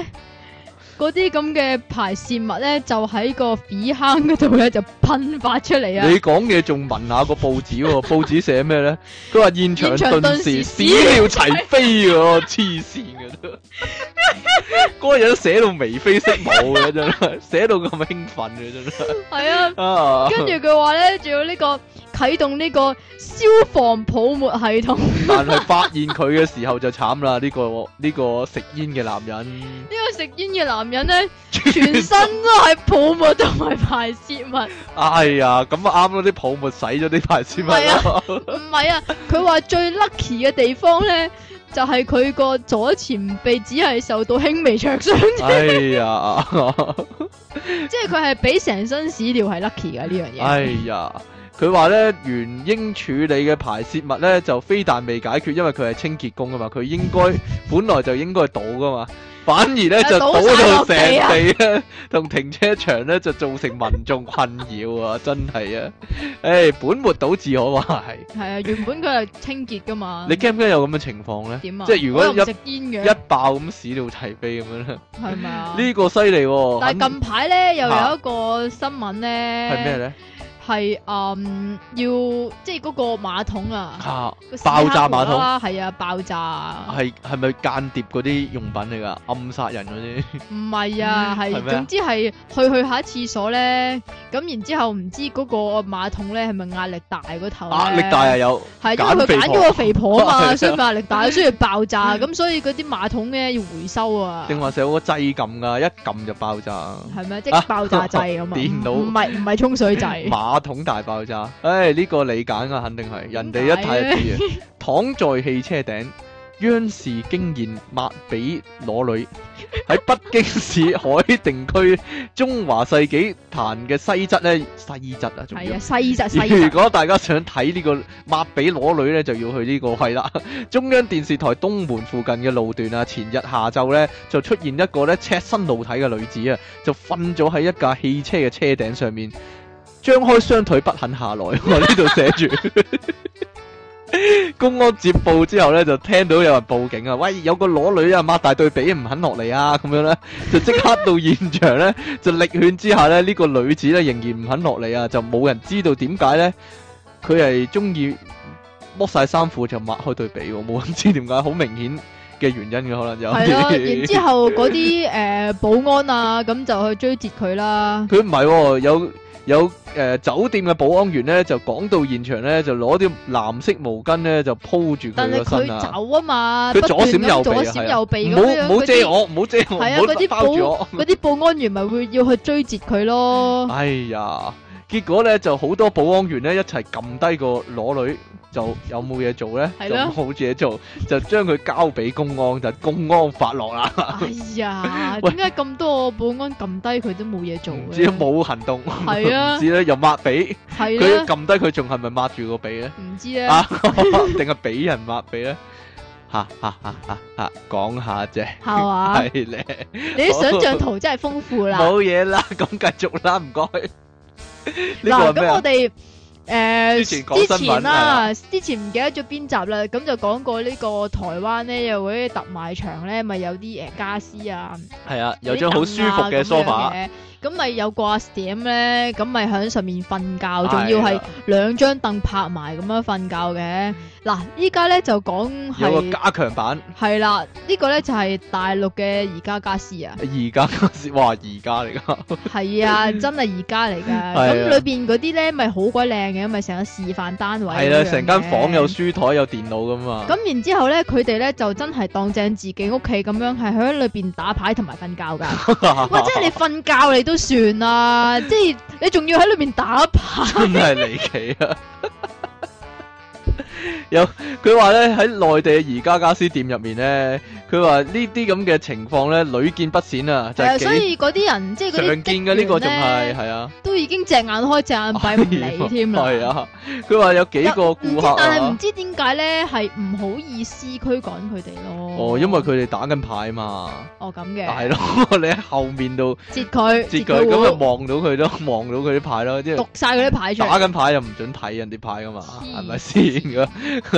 Speaker 1: 嗰啲咁嘅排泄物咧就喺個屎坑嗰度咧就噴發出嚟啊！
Speaker 2: 你講嘢仲聞下個報
Speaker 1: [LAUGHS]
Speaker 2: 紙喎，報紙寫咩咧？佢話現
Speaker 1: 現
Speaker 2: 場
Speaker 1: 場
Speaker 2: 頓
Speaker 1: 頓時
Speaker 2: 時屎尿齊飛喎，黐線嘅都。嗰個人都寫到眉飛色舞啊嘅真係，寫到咁興奮嘅真係
Speaker 1: 係啊，
Speaker 2: 啊！
Speaker 1: 跟住佢話咧，仲有呢個及啟動呢個消防泡沫系統。
Speaker 2: 但係發現佢嘅時候就慘啦，呢、個呢、個食煙嘅男人
Speaker 1: 呢個食煙嘅男人咧，全身都係泡沫同埋排泄物。
Speaker 2: 哎呀，咁啊啱咯，啲泡沫洗咗啲排泄物
Speaker 1: 啊
Speaker 2: 咯，
Speaker 1: 唔係啊，佢話最 lucky 嘅地方咧，就係佢個左前臂只係受到輕微灼傷， [LAUGHS]
Speaker 2: 哎呀，
Speaker 1: 即係佢係俾成身屎尿係 lucky 嘅呢樣嘢。
Speaker 2: 哎呀，佢話咧原應處理嘅排泄物咧就非但未解決，因為佢係清潔工啊嘛，佢應該本來就應該倒噶嘛，反而咧
Speaker 1: 啊
Speaker 2: 就倒
Speaker 1: 倒晒
Speaker 2: 到
Speaker 1: 落
Speaker 2: 成
Speaker 1: 地啊
Speaker 2: 地咧，同停車場咧就造成民眾困擾啊，真係啊，诶、本末倒置可話係，
Speaker 1: 係啊，原本佢係清潔噶嘛。
Speaker 2: 你驚唔驚有咁嘅情況咧？
Speaker 1: 點啊？
Speaker 2: 即係如
Speaker 1: 我
Speaker 2: 果
Speaker 1: 又唔
Speaker 2: 一
Speaker 1: 食煙
Speaker 2: 一
Speaker 1: 嘅，
Speaker 2: 爆咁屎尿齊飛咁樣咧，
Speaker 1: 係咪啊？
Speaker 2: 呢個犀利喎，
Speaker 1: 但係
Speaker 2: 肯
Speaker 1: 近排咧又
Speaker 2: 嚇
Speaker 1: 有一個新聞咧，
Speaker 2: 係咩咧？
Speaker 1: 係嗯要即係嗰個馬桶啊，
Speaker 2: 嚇！
Speaker 1: 個屎
Speaker 2: 爆炸
Speaker 1: 坑
Speaker 2: 馬桶
Speaker 1: 無啦啦係啊，爆炸。
Speaker 2: 係係咪間諜嗰啲用品嚟㗎？暗殺人嗰啲
Speaker 1: 唔係啊，係
Speaker 2: 係咩啊
Speaker 1: 總之係去去下廁所咧，咁然之後唔知嗰個馬桶咧係咪壓力大嗰頭
Speaker 2: 壓力
Speaker 1: 呢
Speaker 2: 大啊有，
Speaker 1: 係因為
Speaker 2: 揀肥
Speaker 1: 佢揀咗個肥婆啊
Speaker 2: [LAUGHS] 係啊
Speaker 1: 嘛，所以咪壓力大，所以爆炸，咁所以嗰啲馬桶咧要回收啊，
Speaker 2: 定話成有個掣撳㗎，一撳就爆炸。
Speaker 1: 係咪即係爆炸掣咁啊？
Speaker 2: 啊 [LAUGHS] 電腦
Speaker 1: 唔係唔係沖水掣，
Speaker 2: [LAUGHS] 馬桶大爆炸，唉呢個你揀啊，肯定係人哋一睇就知啊。躺在汽車頂，央視驚現抹比裸女喺北京市海定區中華世紀壇嘅西側咧，西側啊，仲
Speaker 1: 係
Speaker 2: 要
Speaker 1: 啊，。細
Speaker 2: [LAUGHS]
Speaker 1: 窒細
Speaker 2: 如
Speaker 1: 窒，
Speaker 2: 果大家想睇呢個抹比裸女咧，就要去呢個位啦。中央電視台東門附近嘅路段啊，前日下晝咧就出現一個咧赤身露體嘅女子啊，就瞓咗喺一架汽車嘅車頂上面，張開雙腿不肯下來。 [LAUGHS] 我呢度寫住。 [LAUGHS] 公安接報之後咧，就聽到有人報警啊！喂，有個裸女啊，擘大對比唔肯落嚟啊，咁樣咧，就即刻到現場咧，就力勸之下咧，呢、個女子咧仍然唔肯落嚟啊，就冇人知道點解咧，佢係中意剝晒衫褲就抹開對比喎，冇人知點解，好明顯嘅原因嘅可能有
Speaker 1: 係咯，然之
Speaker 2: 啲。
Speaker 1: 後嗰啲诶保安啊，咁就去追截佢啦，
Speaker 2: [LAUGHS] 佢唔啊係喎，有有诶、呃酒店嘅保安員咧，就趕到現場咧，就攞啲藍色毛巾咧就鋪住
Speaker 1: 但
Speaker 2: 佢
Speaker 1: 係
Speaker 2: 個
Speaker 1: 佢
Speaker 2: 身啊。
Speaker 1: 走啊嘛，
Speaker 2: 佢左
Speaker 1: 不斷
Speaker 2: 閃
Speaker 1: 咁
Speaker 2: 右
Speaker 1: 左
Speaker 2: 避啊，
Speaker 1: 閃
Speaker 2: 係啊
Speaker 1: 右避
Speaker 2: 唔
Speaker 1: 咁
Speaker 2: 好
Speaker 1: 樣
Speaker 2: 唔好
Speaker 1: 嗰
Speaker 2: 遮
Speaker 1: 啲
Speaker 2: 我，唔好遮我，
Speaker 1: 係啊
Speaker 2: 唔好
Speaker 1: 嗰啲
Speaker 2: 包住我。
Speaker 1: 嗰啲保安員咪會要去追截佢
Speaker 2: [LAUGHS]
Speaker 1: 咯。
Speaker 2: 哎呀，結果咧就好多保安員咧一齊撳低個裸女，就有冇嘢做咧？
Speaker 1: 係
Speaker 2: 就
Speaker 1: 咯
Speaker 2: 冇嘢做， [LAUGHS] 就將佢交俾公安，就公安發落啦。
Speaker 1: 哎呀，
Speaker 2: 喂
Speaker 1: 點解咁多保安撳低佢都冇嘢做
Speaker 2: 唔知
Speaker 1: 嘅？
Speaker 2: 冇行動，
Speaker 1: 係啊
Speaker 2: [LAUGHS] 唔知咧又抹髀，
Speaker 1: 係
Speaker 2: 佢
Speaker 1: 啦，
Speaker 2: 撳低佢仲係咪抹住個髀咧？
Speaker 1: 唔知咧。
Speaker 2: 啊， [LAUGHS] 定係俾人抹髀咧？嚇嚇嚇嚇嚇，講下啫，
Speaker 1: 係嘛
Speaker 2: 係咧。
Speaker 1: 你啲想像圖真係豐富啦。
Speaker 2: 冇嘢啦， [LAUGHS] 咁繼續啦，唔該。呢個
Speaker 1: 嗱，
Speaker 2: 係咩
Speaker 1: 咁我
Speaker 2: 啊？
Speaker 1: 哋
Speaker 2: 之
Speaker 1: 誒
Speaker 2: 前講新聞
Speaker 1: 之前啦，之前唔記得咗邊集啦，咁就講過呢個台灣咧有嗰啲特賣場咧，咪有啲誒家私啊，
Speaker 2: 係啊，有張好舒服嘅
Speaker 1: 啲凳
Speaker 2: sofa，
Speaker 1: 啊咁樣嘅，咁咪有個阿 Sam 咧，咁咪喺上面瞓覺，仲要
Speaker 2: 係
Speaker 1: 係
Speaker 2: 啊。
Speaker 1: 兩張凳拍埋咁樣瞓覺嘅。嗱，依家咧就講
Speaker 2: 有個
Speaker 1: 係
Speaker 2: 加強版，，
Speaker 1: 係啦，呢個咧就係大陸嘅而家家私啊
Speaker 2: [LAUGHS] 而家嗰時哇，而家嚟噶，
Speaker 1: 係啊，真係而家
Speaker 2: [LAUGHS]
Speaker 1: 嚟㗎。
Speaker 2: 啊
Speaker 1: 咁裏邊嗰啲咧咪好鬼靚嘅，咪成個示範單位
Speaker 2: 係
Speaker 1: 咁
Speaker 2: 啦，
Speaker 1: 樣
Speaker 2: 成間房有
Speaker 1: 嘅。
Speaker 2: 書台有電腦噶
Speaker 1: [LAUGHS]
Speaker 2: 嘛，
Speaker 1: 咁然之後咧，佢哋咧就真係當正自己屋企咁樣，係喺裏邊打牌同埋瞓覺㗎。
Speaker 2: [LAUGHS]
Speaker 1: 喂，即係你瞓覺你都算啦，即係你仲要喺裏邊打牌。
Speaker 2: 真係離奇啊！ [LAUGHS] 有佢話咧喺內地嘅宜家家私店入面咧，佢話呢啲咁嘅情況咧屢見不鮮啊，就
Speaker 1: 係啊，
Speaker 2: 係
Speaker 1: 所
Speaker 2: 幾
Speaker 1: 以嗰啲人即係嗰啲
Speaker 2: 常見嘅呢個仲
Speaker 1: 職員
Speaker 2: 係
Speaker 1: 咧
Speaker 2: 係啊，
Speaker 1: 都已經隻眼開隻眼
Speaker 2: [LAUGHS]
Speaker 1: 閉唔理添啦。
Speaker 2: 係啊，佢話有幾個
Speaker 1: 唔
Speaker 2: 顧
Speaker 1: 知
Speaker 2: 客，
Speaker 1: 但係
Speaker 2: 啊
Speaker 1: 唔。知點解咧，係唔好意思驅趕佢哋咯。
Speaker 2: 哦，因為佢哋打緊牌嘛，
Speaker 1: 哦咁
Speaker 2: 係
Speaker 1: 嘅，
Speaker 2: 咯， [LAUGHS] 你喺後面度
Speaker 1: 截佢，
Speaker 2: 截
Speaker 1: 截
Speaker 2: 佢，咁就
Speaker 1: 會
Speaker 2: 望到佢咯，望到佢啲牌咯，即係
Speaker 1: 讀晒嗰啲牌出
Speaker 2: 打
Speaker 1: 嚟。
Speaker 2: 緊牌又唔准睇人啲牌噶嘛，
Speaker 1: 黐
Speaker 2: 係咪先咁？ [LAUGHS]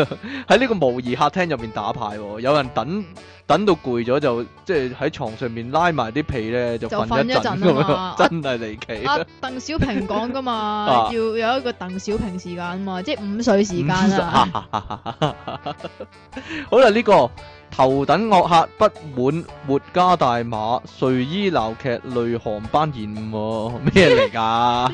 Speaker 2: 喺呢個模擬客廳入面打牌喎，有人等等到攰咗就即係喺床上面拉埋啲被咧就
Speaker 1: 就
Speaker 2: 瞓一
Speaker 1: 瞓一
Speaker 2: 陣
Speaker 1: 陣
Speaker 2: 咁
Speaker 1: 啊嘛
Speaker 2: 樣，真係離奇
Speaker 1: 阿
Speaker 2: 啊！
Speaker 1: 鄧小平講噶
Speaker 2: [LAUGHS] 啊
Speaker 1: 嘛，要有一個鄧小平時間嘛，即係午睡時間啊。
Speaker 2: [LAUGHS] 好啦，呢、個頭等惡客不滿沒加大碼，睡衣鬧劇淚航班延誤喎，咩嚟㗎？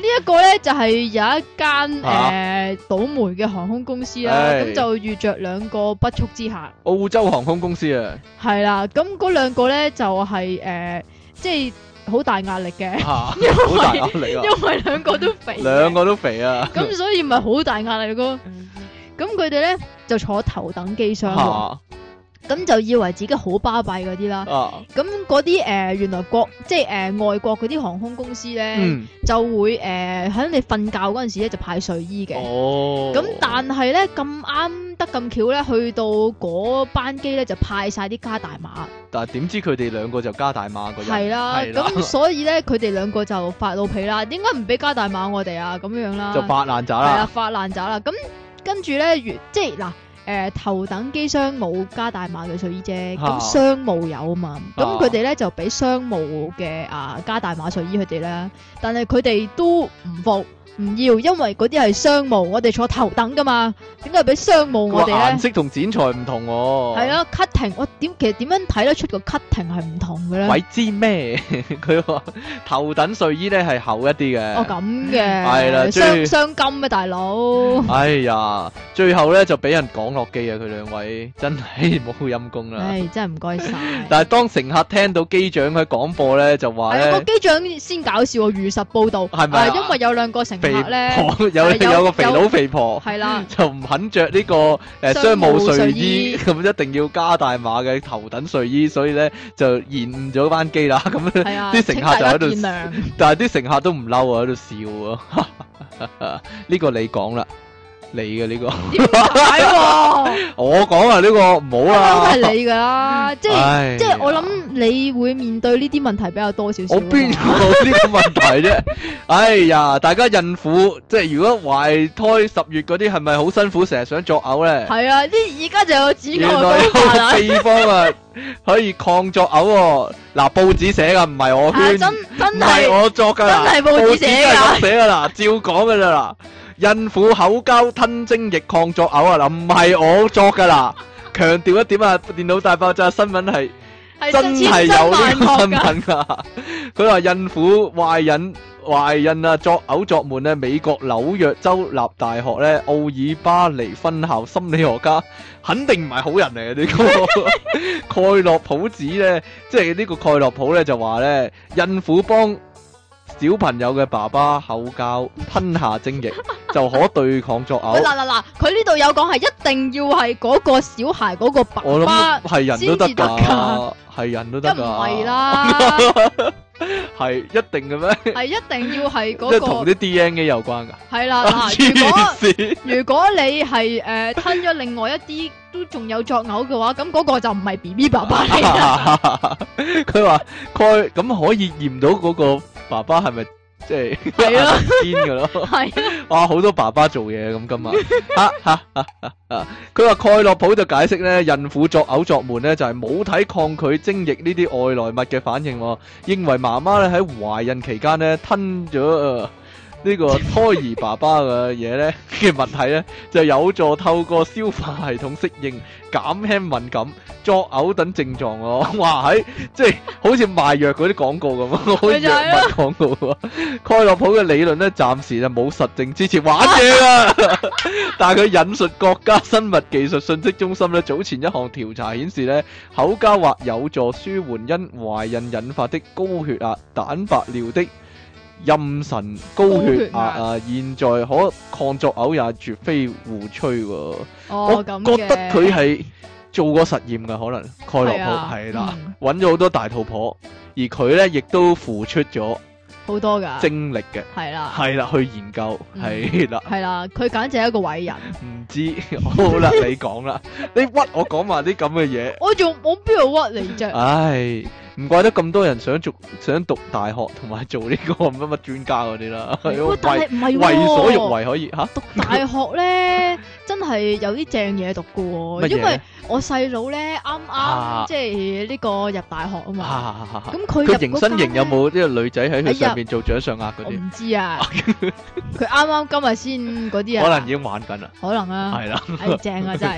Speaker 1: [LAUGHS] 呢一個咧就係有一間
Speaker 2: 啊
Speaker 1: 诶倒霉嘅航空公司啦，
Speaker 2: 唉
Speaker 1: 咁就遇着兩個不速之客，
Speaker 2: 澳洲航空公
Speaker 1: [LAUGHS]
Speaker 2: 司啊，
Speaker 1: 係啦，咁嗰兩個咧就係诶即係好大壓力嘅，
Speaker 2: 啊
Speaker 1: 因為
Speaker 2: 好大壓力啊，
Speaker 1: 因為兩個都肥嘅，
Speaker 2: 兩個都肥啊，
Speaker 1: 咁所以咪好大壓力咯。咁佢哋咧就坐頭等機廂喎，
Speaker 2: 嚇
Speaker 1: 咁就以為自己好巴閉嗰啲啦。
Speaker 2: 啊，
Speaker 1: 咁嗰啲誒原來國即係誒、呃外國嗰啲航空公司咧，
Speaker 2: 嗯，
Speaker 1: 就會呃誒喺、你瞓覺嗰陣時咧就派睡衣嘅。
Speaker 2: 哦，
Speaker 1: 咁、但係咧咁啱得咁巧咧，去到嗰班機咧就派晒啲加大碼，
Speaker 2: 但係點知佢哋兩個就加大碼嗰
Speaker 1: 係
Speaker 2: 人，
Speaker 1: 啦。
Speaker 2: 係啦
Speaker 1: 咁所以咧佢哋兩個就發老脾啦，點解唔俾加大碼我哋啊？咁樣啦，
Speaker 2: [LAUGHS] [LAUGHS] 就發爛渣
Speaker 1: 係啦，
Speaker 2: 啦，
Speaker 1: 發爛啊渣啦。咁跟住咧，如即係嗱。誒、頭等機商冇加大碼嘅睡衣啫，咁、
Speaker 2: 啊
Speaker 1: 商務有啊嘛，咁
Speaker 2: 啊
Speaker 1: 佢哋咧就俾商務嘅啊加大碼睡衣佢哋啦，但係佢哋都唔服唔要，因為嗰啲係商務，我哋坐頭等噶嘛，點解俾商務
Speaker 2: 個
Speaker 1: 我哋
Speaker 2: 顏
Speaker 1: 咧？
Speaker 2: 色同剪裁唔同喎，
Speaker 1: 係。啊，cutting，我點其實點樣睇得出個 cutting 係唔同嘅咧？
Speaker 2: 鬼知咩？ [LAUGHS] 佢話頭等睡衣咧係厚一啲嘅。
Speaker 1: 哦咁嘅，
Speaker 2: 係
Speaker 1: 雙
Speaker 2: 啦最
Speaker 1: 雙金啊大佬，
Speaker 2: 哎呀，最後咧就俾人講落機啊！佢兩位真係 [LAUGHS] 冇陰功啦。
Speaker 1: 唉真係唔該
Speaker 2: [LAUGHS]
Speaker 1: 晒。
Speaker 2: 但係當乘客聽到機長佢廣播咧，就話
Speaker 1: 係啊，個
Speaker 2: 咧
Speaker 1: 機長先搞笑喎，如實報導，
Speaker 2: 係咪啊
Speaker 1: 因為有啊兩個乘客
Speaker 2: 肥
Speaker 1: 咧，
Speaker 2: 婆有
Speaker 1: 係有
Speaker 2: 有個肥佬
Speaker 1: 有
Speaker 2: 肥婆
Speaker 1: 係啦，
Speaker 2: 就唔肯着呢個誒
Speaker 1: 商
Speaker 2: 商務
Speaker 1: 務
Speaker 2: 睡
Speaker 1: 睡
Speaker 2: 衣，
Speaker 1: 衣
Speaker 2: [LAUGHS] 咁一定要加大碼嘅頭等睡衣，所以咧就延誤咗班機啦。 [LAUGHS] 咁
Speaker 1: 係啊，
Speaker 2: 啲乘
Speaker 1: 請
Speaker 2: 客
Speaker 1: 大
Speaker 2: 就
Speaker 1: 家
Speaker 2: 喺度
Speaker 1: 見諒，
Speaker 2: 但係啲乘客都唔嬲啊，喺度笑啊！ [LAUGHS] 呢個你講啦，你嘅呢個。 [LAUGHS]
Speaker 1: 點解喎？
Speaker 2: 我講啊，呢、個唔好
Speaker 1: 都
Speaker 2: [LAUGHS] 啦，
Speaker 1: 係你㗎啦，即係
Speaker 2: 唉
Speaker 1: 即係我諗你會面對呢啲問題比較多少少
Speaker 2: 我
Speaker 1: 啊嘛。
Speaker 2: 邊有呢個問題啫？ [LAUGHS] 哎呀，大家孕婦即係如果懷胎十月嗰啲，係咪好辛苦，成日想作嘔咧？
Speaker 1: 係啊，啲而家就有指
Speaker 2: 原
Speaker 1: 教
Speaker 2: 來有
Speaker 1: 嘅方法啦。
Speaker 2: 地方啊，可以抗作嘔喎。嗱，報紙寫噶，唔係我
Speaker 1: 係啊
Speaker 2: 圈，
Speaker 1: 真真
Speaker 2: 唔係
Speaker 1: 係
Speaker 2: 我作噶啦，
Speaker 1: 真係報紙寫㗎
Speaker 2: 報紙真係咁寫噶啦，照講噶啦。孕婦口交吞精液抗作嘔啊！嗱，唔係我作噶啦，強調一點啊，電腦大爆炸新聞係。
Speaker 1: 係
Speaker 2: 真
Speaker 1: 千
Speaker 2: 係
Speaker 1: 真萬
Speaker 2: 有呢個
Speaker 1: 確
Speaker 2: 新
Speaker 1: 㗎。
Speaker 2: 聞啊！ [LAUGHS] 佢話孕婦懷孕懷孕啊，作嘔作悶咧，美國紐約州立大學咧奧爾巴尼分校心理學家肯定唔係好人嚟嘅呢
Speaker 1: [LAUGHS]
Speaker 2: 個蓋洛普子咧，即係呢個蓋洛普咧就話咧，孕婦幫小朋友嘅爸爸口交吞下
Speaker 1: [LAUGHS]
Speaker 2: 精液就可對抗作
Speaker 1: 喂
Speaker 2: 嘔。
Speaker 1: 嗱嗱嗱，佢呢度有講係一定要係嗰個小孩嗰個爸
Speaker 2: 我
Speaker 1: 爸
Speaker 2: 諗，係人都得
Speaker 1: 先至得
Speaker 2: 㗎
Speaker 1: 㗎，
Speaker 2: 係人都
Speaker 1: 一
Speaker 2: 得㗎。
Speaker 1: 唔係，
Speaker 2: [LAUGHS]
Speaker 1: 啦，
Speaker 2: 係一定嘅咩？ [LAUGHS]
Speaker 1: 係一定要係
Speaker 2: 即
Speaker 1: 嗰
Speaker 2: 係同
Speaker 1: 個
Speaker 2: 啲 DNA 有關㗎。
Speaker 1: 係
Speaker 2: [LAUGHS]
Speaker 1: 啦嗱，如果
Speaker 2: 黐線，
Speaker 1: 如果你係誒、呃吞咗另外一啲都仲有作嘔嘅話，咁嗰個就唔係 B B 爸爸
Speaker 2: [LAUGHS]
Speaker 1: 嚟啦。
Speaker 2: 佢話佢咁可以驗到嗰個爸爸係咪即係
Speaker 1: 係啊 [LAUGHS]
Speaker 2: 堅嘅咯？
Speaker 1: 係啊
Speaker 2: 哇，好多爸爸做嘢咁 [LAUGHS] 今日嚇嚇嚇嚇佢話蓋洛普就解釋咧，孕婦作嘔作悶咧就係母體抗拒精液呢啲外來物嘅反應喎，認為媽媽咧喺懷孕期間咧吞咗。呃呢個胎兒爸爸嘅嘢咧 [LAUGHS] 嘅物體咧，就有助透過消化系統適應、減輕敏感、作嘔等症狀咯。 [LAUGHS] 哇！喺即係好似賣藥嗰啲廣告咁啊，好似
Speaker 1: 咪就
Speaker 2: 藥
Speaker 1: 係
Speaker 2: 物廣告啊。蓋洛普嘅理論咧，暫時就冇實證支持，玩
Speaker 1: [LAUGHS]
Speaker 2: 嘢啊！但係佢引述國家生物技術信息中心咧早前一項調查顯示咧，口交或有助舒緩因懷孕引發的高血壓、蛋白尿的妊娠高血壓啊，現在可抗作嘔也絕非胡吹喎。
Speaker 1: 哦
Speaker 2: 我
Speaker 1: 咁
Speaker 2: 覺得
Speaker 1: 嘅
Speaker 2: 佢係做過實驗嘅，可能蓋洛
Speaker 1: 係
Speaker 2: 普
Speaker 1: 啊
Speaker 2: 係啦，
Speaker 1: 嗯
Speaker 2: 揾咗好多大肚婆，而佢咧亦都付出咗
Speaker 1: 好多㗎，
Speaker 2: 精力嘅，
Speaker 1: 係啦
Speaker 2: 係啦去研究，
Speaker 1: 啊嗯
Speaker 2: 係啦。
Speaker 1: 係啦，佢簡直係一個偉人。
Speaker 2: 唔知，好
Speaker 1: [LAUGHS]
Speaker 2: 啦，你講啦，你屈我講埋啲咁嘅嘢，
Speaker 1: [LAUGHS] 我仲我邊度屈你啫？
Speaker 2: 唉，唔唔怪得咁多人想讀想讀大學同埋做呢個 [LAUGHS] 乜乜專家嗰啲啦， [LAUGHS] 係咯
Speaker 1: 喂，但
Speaker 2: 為
Speaker 1: 係唔係
Speaker 2: 為所欲
Speaker 1: 喎
Speaker 2: 為可以吓，
Speaker 1: 讀大學咧，真係有啲正嘢讀噶
Speaker 2: 乜
Speaker 1: 喎，
Speaker 2: 嘢
Speaker 1: 因為
Speaker 2: 咧
Speaker 1: 我細佬咧啱
Speaker 2: 啊
Speaker 1: 啱即係呢個入大學啊嘛，
Speaker 2: 啊
Speaker 1: 咁佢入
Speaker 2: 佢形身形
Speaker 1: 嗰間
Speaker 2: 有
Speaker 1: 呢？
Speaker 2: 冇呢個女仔喺
Speaker 1: 哎
Speaker 2: 佢
Speaker 1: 呀
Speaker 2: 上面做掌上壓嗰
Speaker 1: 我
Speaker 2: 啲？
Speaker 1: 唔知
Speaker 2: [LAUGHS]
Speaker 1: 啊，佢啱啱今日先嗰啲啊，
Speaker 2: 可能已經玩緊啦，
Speaker 1: 可能啊，
Speaker 2: 係
Speaker 1: [LAUGHS]
Speaker 2: 啦，
Speaker 1: 係正啊真係，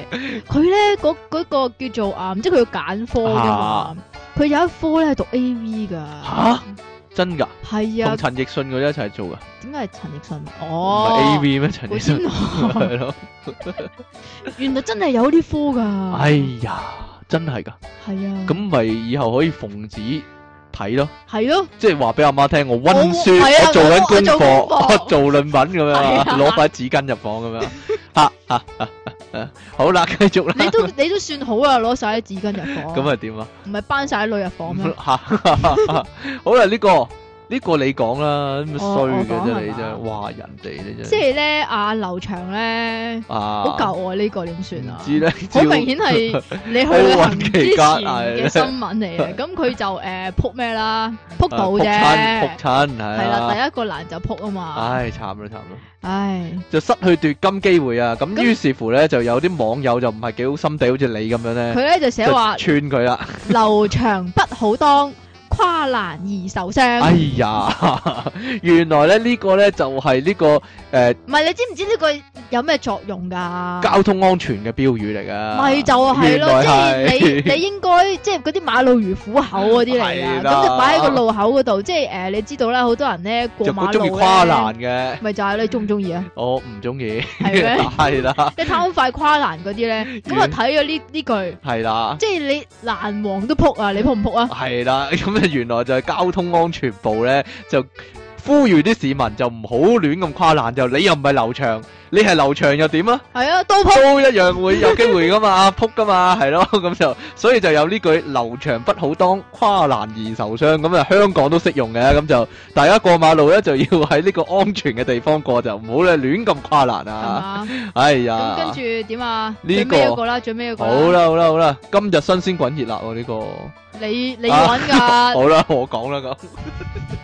Speaker 1: 佢咧嗰嗰個叫做啊，唔知佢要揀科噶
Speaker 2: 啊
Speaker 1: 嘛，佢有一科咧係讀 A V 噶，
Speaker 2: 吓真㗎，
Speaker 1: 係
Speaker 2: 同
Speaker 1: 啊，
Speaker 2: 陳奕迅嗰啲一齊做㗎，
Speaker 1: 點解係陳奕迅？
Speaker 2: 唔
Speaker 1: 哦
Speaker 2: 係 A V 咩？陳
Speaker 1: 我
Speaker 2: 奕迅 [LAUGHS]
Speaker 1: 先
Speaker 2: 係咯，
Speaker 1: 原來真係有呢科噶，
Speaker 2: 哎呀，真係㗎，
Speaker 1: 係啊，
Speaker 2: 咁咪以後可以奉旨睇咯。
Speaker 1: 係咯。
Speaker 2: 即係話俾阿媽聽，我温書，
Speaker 1: 我係啊
Speaker 2: 我做緊功課，
Speaker 1: 我我
Speaker 2: 我
Speaker 1: 做
Speaker 2: 做論文咁
Speaker 1: 係
Speaker 2: 樣啊，
Speaker 1: 啊
Speaker 2: 攞塊紙巾入房
Speaker 1: [LAUGHS]
Speaker 2: 咁樣。啊啊啊啊！好啦，繼續啦。
Speaker 1: 你都 [LAUGHS] 你都算好啊，攞晒啲紙巾入房，
Speaker 2: 咁啊點啊？
Speaker 1: 唔係班晒啲女入
Speaker 2: [LAUGHS]
Speaker 1: 房咩？
Speaker 2: 吓，好啦，呢個呢個你講啦，咁
Speaker 1: 我
Speaker 2: 衰嘅
Speaker 1: 我講
Speaker 2: 啫，
Speaker 1: 係
Speaker 2: 你
Speaker 1: 嘛
Speaker 2: 真係，哇人哋你真
Speaker 1: 即
Speaker 2: 係
Speaker 1: 係咧，阿劉翔咧
Speaker 2: 啊，
Speaker 1: 好舊啊，呢個點算
Speaker 2: 唔
Speaker 1: 啊？
Speaker 2: 知
Speaker 1: [LAUGHS]
Speaker 2: 咧，
Speaker 1: 好
Speaker 2: 照
Speaker 1: 明顯
Speaker 2: [LAUGHS]
Speaker 1: 係你去旅行之前嘅新聞嚟
Speaker 2: 係 [LAUGHS]
Speaker 1: 嘅，咁佢就誒撲咩啦，撲到
Speaker 2: 啊仆親
Speaker 1: 啫
Speaker 2: 仆，親係
Speaker 1: 係啦，
Speaker 2: 啦，
Speaker 1: 第一個難就撲啊嘛，
Speaker 2: 唉慘啦慘啦。
Speaker 1: 唉，
Speaker 2: 就失去奪金機會啊！咁
Speaker 1: 咁
Speaker 2: 於是乎咧，就有啲網友就唔係幾好心地，好似你咁樣咧，
Speaker 1: 佢咧就寫
Speaker 2: [LAUGHS] 就
Speaker 1: 話
Speaker 2: 串佢啦。
Speaker 1: 劉翔不好當，跨欄而受
Speaker 2: 哎
Speaker 1: 傷，
Speaker 2: 呀， [LAUGHS] 原來咧呢個咧就係呢個誒
Speaker 1: 唔係你知唔知呢個有咩作用㗎？
Speaker 2: 交通安全嘅標語嚟噶。
Speaker 1: 啊咪就係
Speaker 2: 原
Speaker 1: 咯，即
Speaker 2: 來
Speaker 1: 係
Speaker 2: 係
Speaker 1: 你你應該即係嗰啲馬路如虎口嗰啲
Speaker 2: 係
Speaker 1: 嚟
Speaker 2: 啦
Speaker 1: 噶，咁就擺喺個路口嗰度，即係誒你知道啦，好多人咧過
Speaker 2: [LAUGHS] 就
Speaker 1: 馬
Speaker 2: 佢
Speaker 1: 路
Speaker 2: 中意
Speaker 1: 咧
Speaker 2: 跨欄嘅，
Speaker 1: 咪就係你中唔中意
Speaker 2: [LAUGHS]
Speaker 1: 啊？
Speaker 2: 我唔中意。
Speaker 1: 係
Speaker 2: [LAUGHS]
Speaker 1: 咩？
Speaker 2: 係啦，
Speaker 1: 你貪快跨欄嗰啲咧，咁啊
Speaker 2: 遠
Speaker 1: 睇咗呢呢句，
Speaker 2: 係啦，
Speaker 1: 即係你欄王都撲啊，你撲唔撲啊？
Speaker 2: 係啦。咁啊，原來就係交通安全部咧就。呼籲啲市民就唔好亂咁跨欄，就你又唔係劉翔，你係劉翔又點啊？
Speaker 1: 係啊，都撲
Speaker 2: 都一樣會有機會噶嘛， [LAUGHS] 撲噶嘛，係咯， [LAUGHS] 咁就所以就有呢句流長不好當，跨欄而受傷，咁啊香港都適用嘅，咁就大家過馬路咧就要喺呢個安全嘅地方過，就唔好咧亂咁跨欄
Speaker 1: 係
Speaker 2: 啊！
Speaker 1: 嘛？
Speaker 2: 哎
Speaker 1: 咁跟
Speaker 2: 呀，
Speaker 1: 住啊點啊？
Speaker 2: 呢
Speaker 1: 最
Speaker 2: 個
Speaker 1: 尾一個啦，最尾一個
Speaker 2: 好，啦好啦好啦，今日新鮮滾熱辣喎呢個，
Speaker 1: 你你要揾㗎，
Speaker 2: 好啦我講啦咁，
Speaker 1: [LAUGHS]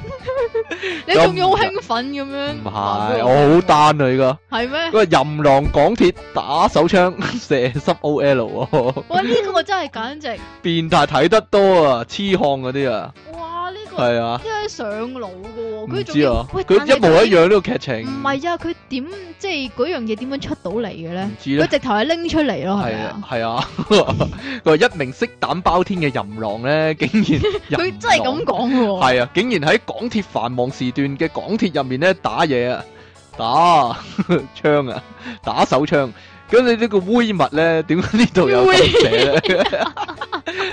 Speaker 1: 你仲要好興奮咁樣？
Speaker 2: 唔係我好單啊依家，
Speaker 1: 係咩
Speaker 2: 嗰？個淫狼港鐵打手槍 [LAUGHS] 射濕 O L 喎， [LAUGHS]
Speaker 1: 哇！呢個真係簡直，
Speaker 2: 變態睇得多啊，痴漢嗰啲啊，
Speaker 1: 哇！呢個。
Speaker 2: 係啊。
Speaker 1: 因為上腦噶喎，
Speaker 2: 唔
Speaker 1: 佢仲
Speaker 2: 知
Speaker 1: 要
Speaker 2: 啊，
Speaker 1: 喂
Speaker 2: 佢一模一。樣呢個劇
Speaker 1: 但係佢
Speaker 2: 情。
Speaker 1: 唔係啊，佢點即係嗰樣嘢點樣出到嚟嘅咧
Speaker 2: 唔？知
Speaker 1: 佢
Speaker 2: 咧，
Speaker 1: 直頭係拎出嚟咯，係
Speaker 2: 嗯係
Speaker 1: 咪
Speaker 2: 啊
Speaker 1: 啊？
Speaker 2: [LAUGHS] 係啊，佢話一名色膽包天嘅淫狼咧， [LAUGHS] 竟
Speaker 1: [LAUGHS]
Speaker 2: 然
Speaker 1: 佢真係咁講喎，
Speaker 2: 係啊，竟然喺港鐵繁忙時段嘅港鐵入面咧打嘢啊，打 [LAUGHS] 槍啊，打手槍。咁你呢個猥物咧，點解呢 [LAUGHS] 度有咁寫咧？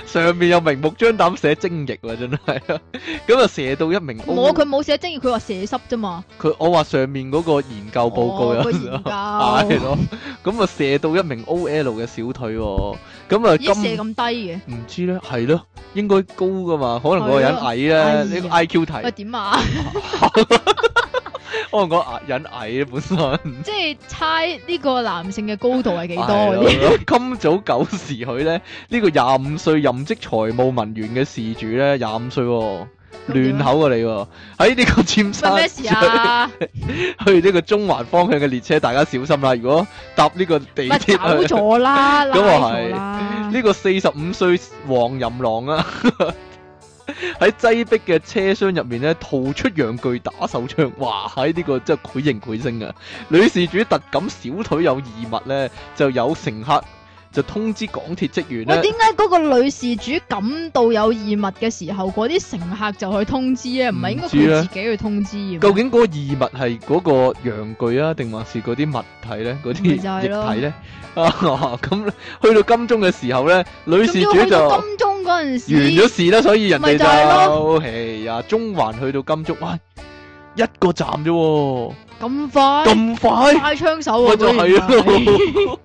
Speaker 2: 上面有明目張膽寫精液喎，真係啊！咁啊射到一名
Speaker 1: 冇佢冇寫精液，佢話寫濕啫嘛。
Speaker 2: 佢我話上面嗰個研究報告
Speaker 1: 哦
Speaker 2: 有
Speaker 1: 個研
Speaker 2: 時候 [LAUGHS] 啊係
Speaker 1: 究，
Speaker 2: 咯，咁啊射到一名 O.L. 嘅小腿喎，咁啊
Speaker 1: 咦射
Speaker 2: 今
Speaker 1: 咁低嘅，
Speaker 2: 唔知咧，係咯，應該高噶嘛，可能嗰個人矮咧，呢個
Speaker 1: 哎
Speaker 2: I.Q 題，
Speaker 1: 喂點啊？ [LAUGHS]
Speaker 2: 可能嗰個人矮咧本身
Speaker 1: 即係猜呢個男性嘅高度係幾多
Speaker 2: 係
Speaker 1: 嗰
Speaker 2: 咯
Speaker 1: 啲？
Speaker 2: [LAUGHS] 今早九時許咧，呢個廿五歲任職財務文員嘅事主咧，廿五歲喎，
Speaker 1: 咁點啊
Speaker 2: 亂口過你喎，喺呢個
Speaker 1: [LAUGHS]
Speaker 2: 尖
Speaker 1: 喂
Speaker 2: 沙
Speaker 1: 咩事啊？
Speaker 2: [LAUGHS] 去呢個中環方向嘅列車，大家小心啦！如果搭呢個地
Speaker 1: 咪走
Speaker 2: 鐵去。
Speaker 1: 咗啦，拉
Speaker 2: [LAUGHS] 咁啊係
Speaker 1: 咗啦。
Speaker 2: 呢個四十五歲黃淫狼啊， [LAUGHS] 喺擠迫嘅車廂入面咧，吐出陽具打手槍，哇！喺呢個真係繪形繪聲啊！女事主特感小腿有異物咧，就有乘客就通知港鐵職員
Speaker 1: 喂，
Speaker 2: 咧。
Speaker 1: 點解嗰個女事主感到有異物嘅時候，嗰啲乘客就去通知啊咧？唔係應該
Speaker 2: 唔知咧
Speaker 1: 佢自己去通知啊嘅咩？
Speaker 2: 究竟嗰個異物係嗰個陽具啊，定還是嗰啲物體咧？嗰啲
Speaker 1: 咪就係咯
Speaker 2: 液體咧？啊，咁去到金鐘嘅時候咧，女
Speaker 1: 仲
Speaker 2: 事
Speaker 1: 要
Speaker 2: 主
Speaker 1: 去
Speaker 2: 就
Speaker 1: 到金鐘嗰陣時，
Speaker 2: 完咗事啦，所以人哋
Speaker 1: 咪就係
Speaker 2: 就唉呀，中環去到金鐘，哇，一個站啫喎，
Speaker 1: 咁快
Speaker 2: 咁快，
Speaker 1: [LAUGHS] 快槍手喎，
Speaker 2: 我就
Speaker 1: 嗰啲人係
Speaker 2: 係咯。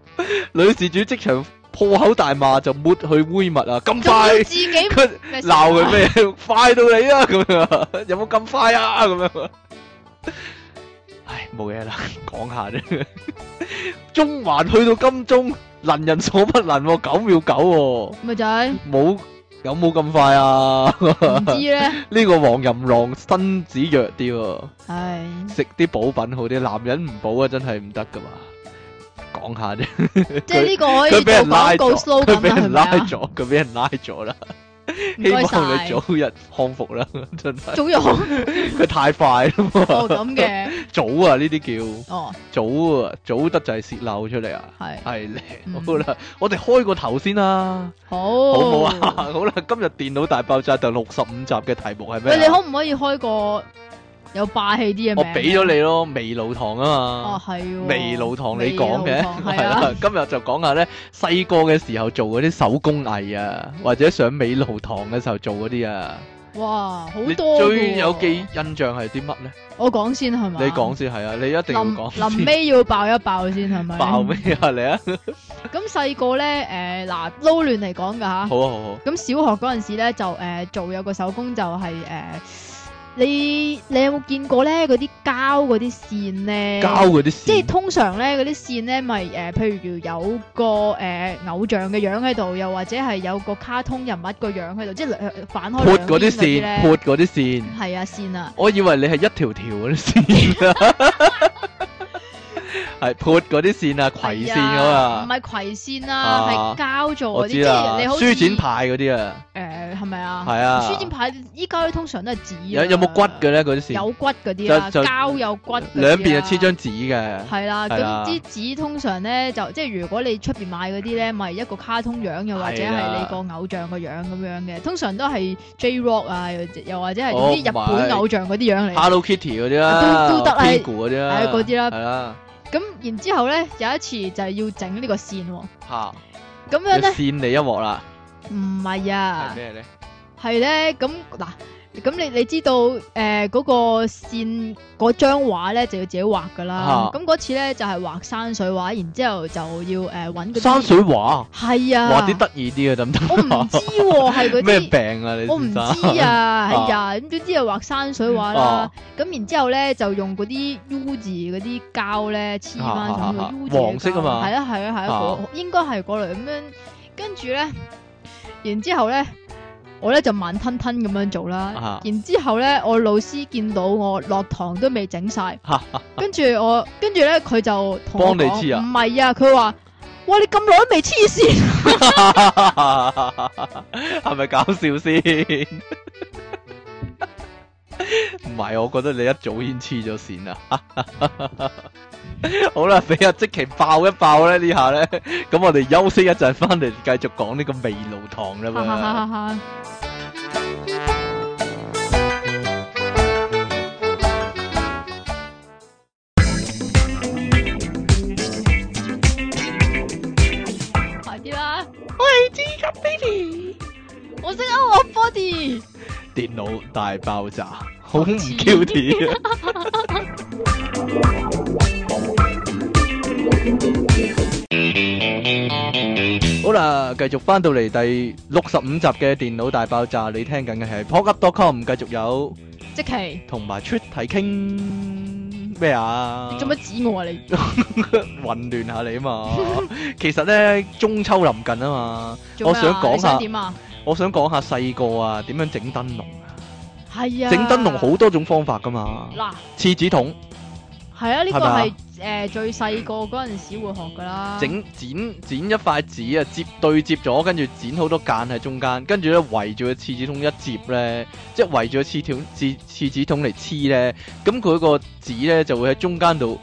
Speaker 2: 女事主即場破口大罵，就抹去猥物啊，咁
Speaker 1: 仲要
Speaker 2: 快
Speaker 1: 自，己
Speaker 2: 佢
Speaker 1: 咩事啊
Speaker 2: [LAUGHS] 鬧佢咩？快到你啊，咁樣啊，有冇咁快啊？咁樣啊，唉，冇嘢啦，講下啫。中環去到金鐘，能人所不能喎，九秒九喎。
Speaker 1: 咪就係
Speaker 2: 冇有冇咁快啊？
Speaker 1: 唔知咧，
Speaker 2: 呢個黃任郎身子弱啲喎。
Speaker 1: 唉，
Speaker 2: 食啲補品好啲，男人唔補啊，真係唔得噶嘛。講下啫，
Speaker 1: 即係呢個可以
Speaker 2: 佢
Speaker 1: 做
Speaker 2: 俾人拉
Speaker 1: 廣告
Speaker 2: 咗，佢
Speaker 1: slogan
Speaker 2: 俾
Speaker 1: 啦，係咪
Speaker 2: 人拉
Speaker 1: 啊？
Speaker 2: 咗，佢俾人拉咗啦。
Speaker 1: 唔
Speaker 2: 希
Speaker 1: 該
Speaker 2: 望
Speaker 1: 晒
Speaker 2: 你，早日康復啦， [LAUGHS] 真係。
Speaker 1: 仲有哦
Speaker 2: 佢太快啦
Speaker 1: [LAUGHS]
Speaker 2: 嘛，
Speaker 1: 咁
Speaker 2: [LAUGHS]
Speaker 1: 嘅，
Speaker 2: 早啊呢啲
Speaker 1: 哦
Speaker 2: 叫早啊，早得就係泄漏出嚟啊。
Speaker 1: 係
Speaker 2: 係咧，
Speaker 1: 嗯哦
Speaker 2: 好啦，我哋開個頭先啦，
Speaker 1: 好，
Speaker 2: 好唔好啊？？ [LAUGHS] 好啦，今日電腦大爆炸第六十五集嘅題目係咩
Speaker 1: [LAUGHS] 喂，你
Speaker 2: 啊？
Speaker 1: 可唔可以開個有霸氣啲嘅
Speaker 2: 我
Speaker 1: 名啊
Speaker 2: 俾咗你咯，微露堂啊嘛。
Speaker 1: 哦，係喎
Speaker 2: 微露堂你講嘅
Speaker 1: 微露堂
Speaker 2: 係
Speaker 1: 係啊
Speaker 2: 啦，，今日就講下咧細個嘅時候做嗰啲手工藝啊，或者上美露堂嘅時候做嗰啲啊，
Speaker 1: 哇，好
Speaker 2: 你
Speaker 1: 多
Speaker 2: 最
Speaker 1: 㗎
Speaker 2: 有記
Speaker 1: 喎
Speaker 2: 印象係啲乜咧？
Speaker 1: 我講先係嘛？
Speaker 2: 你講先係啊，你一定要
Speaker 1: 臨
Speaker 2: 講
Speaker 1: 臨
Speaker 2: 先。
Speaker 1: 尾要爆一爆先係咪？
Speaker 2: 爆咩
Speaker 1: [LAUGHS]
Speaker 2: 啊？你啊，
Speaker 1: 咁細個咧，誒嗱撈亂嚟講㗎吓。
Speaker 2: 好啊好啊，
Speaker 1: 咁小學嗰陣時咧，就誒、呃做有個手工就係、呃你你有冇見過咧嗰啲膠嗰啲線咧？
Speaker 2: 交嗰啲
Speaker 1: 即係
Speaker 2: 線
Speaker 1: 通常咧嗰啲線咧，咪誒、呃譬如有個誒、呃偶像嘅樣喺度，又或者係有個卡通人物個樣喺度，即係兩反開
Speaker 2: 潑
Speaker 1: 兩
Speaker 2: 嗰啲
Speaker 1: 邊
Speaker 2: 線，
Speaker 1: 咧
Speaker 2: 潑嗰啲線，
Speaker 1: 係啊線啊，
Speaker 2: 我以為你係一條條嗰啲
Speaker 1: [LAUGHS]
Speaker 2: 線啊，係潑嗰啲線啊，葵線咁
Speaker 1: 係啊唔，
Speaker 2: 啊
Speaker 1: 係葵線
Speaker 2: 啊
Speaker 1: 啊，係膠做
Speaker 2: 我
Speaker 1: 嗰啲，
Speaker 2: 知
Speaker 1: 即
Speaker 2: 啦
Speaker 1: 係你，好似
Speaker 2: 書展牌嗰啲啊，
Speaker 1: 誒係咪啊？
Speaker 2: 係啊
Speaker 1: 書展牌依家通常都係紙啊，
Speaker 2: 有有冇骨嘅咧嗰啲線？
Speaker 1: 有骨嗰啲啊，
Speaker 2: 就就
Speaker 1: 膠有骨嗰啲啊，
Speaker 2: 兩邊係黐張紙嘅，
Speaker 1: 係啦，
Speaker 2: 係啦
Speaker 1: 咁啲紙通常咧就即係如果你出邊買嗰啲咧，咪一個卡通樣，又或者
Speaker 2: 係啦
Speaker 1: 係你個偶像個樣咁樣嘅，通常都係 J Rock 啊，又又或者係
Speaker 2: 哦
Speaker 1: 啲日本偶像嗰啲樣嚟。
Speaker 2: Hello Kitty 嗰啲啦，
Speaker 1: [LAUGHS] 都都得啦
Speaker 2: Pig 嗰啲啦，
Speaker 1: 係嗰啲啦
Speaker 2: 係啦，
Speaker 1: 咁然之後咧有一次就係要整呢個線喎，
Speaker 2: 嚇，
Speaker 1: 咁樣
Speaker 2: 你
Speaker 1: 咧
Speaker 2: 跣你一鑊啦，
Speaker 1: 唔係
Speaker 2: 係
Speaker 1: 啊，
Speaker 2: 咩咧？
Speaker 1: 係咧咁嗱。咁你你知道呃誒嗰、個線嗰張畫咧就要自己畫噶啦，
Speaker 2: 啊
Speaker 1: 咁嗰、次咧就係、畫山水畫，然之後就要誒揾嗰啲
Speaker 2: 山水畫，
Speaker 1: 係啊，
Speaker 2: 畫啲得意啲嘅得唔
Speaker 1: 我唔知
Speaker 2: 得
Speaker 1: 喎，係嗰
Speaker 2: [LAUGHS] 啊？咩
Speaker 1: 啲。
Speaker 2: 病啊你？
Speaker 1: 我唔
Speaker 2: [LAUGHS]
Speaker 1: 知啊，哎呀，咁總之就畫山水畫啦
Speaker 2: 啊，
Speaker 1: 咁然之後咧就用嗰啲 U 字嗰啲膠咧黐翻上去
Speaker 2: 啊啊啊
Speaker 1: U 字嘅膠
Speaker 2: 黃色啊嘛
Speaker 1: 係啊係啊係啊
Speaker 2: 啊，
Speaker 1: 嗰應該係嗰類咁樣，跟住咧，然之後咧，先我咧就慢吞吞咁樣做啦
Speaker 2: 啊，
Speaker 1: 然之後咧我老師見到我落堂都未整
Speaker 2: [LAUGHS]
Speaker 1: 晒，跟住我跟住咧佢就同我
Speaker 2: 幫你
Speaker 1: 講
Speaker 2: 黐啊
Speaker 1: 唔係啊，佢話哇你咁耐都未黐線。
Speaker 2: 係咪搞笑先？ [LAUGHS] 唔係，我覺得你一早已經黐咗線啦。 [LAUGHS] 好啦，俾阿即奇爆一爆咧，呢下咧，咁我哋休息一陣，翻嚟繼續講呢個味露堂啦
Speaker 1: 哈哈 [LAUGHS] 哈哈
Speaker 2: 嘛。
Speaker 1: 哈！快啲啦！我係 G 級 baby，我識勾我 body。
Speaker 2: 電腦大爆炸，好唔 Q
Speaker 1: [LAUGHS]
Speaker 2: T 啊！好啦，繼續翻到嚟第六十五集嘅電腦大爆炸，你聽緊嘅係 p o c k u p c o m 繼續有
Speaker 1: 即奇，
Speaker 2: 同埋出體傾咩啊？
Speaker 1: 做乜指我啊你？
Speaker 2: [LAUGHS] 混亂
Speaker 1: [LAUGHS]
Speaker 2: 下你啊嘛？其實呢，中秋臨近啊嘛，
Speaker 1: 做咩啊
Speaker 2: 我想講下
Speaker 1: 你想點啊？
Speaker 2: 我想講下細個啊點樣整燈籠啊？
Speaker 1: 係啊，
Speaker 2: 整燈籠好多種方法噶嘛，
Speaker 1: 嗱，
Speaker 2: 廁紙筒。
Speaker 1: 係啊，呢個
Speaker 2: 係咪
Speaker 1: 係誒最細個嗰陣時會學噶啦。
Speaker 2: 整剪剪一塊紙啊，接對接咗，跟住剪好多間喺中間，跟住咧圍住個廁紙筒一接咧，即係圍住個廁筒廁廁紙筒嚟黐咧，咁佢個紙咧就會喺中間度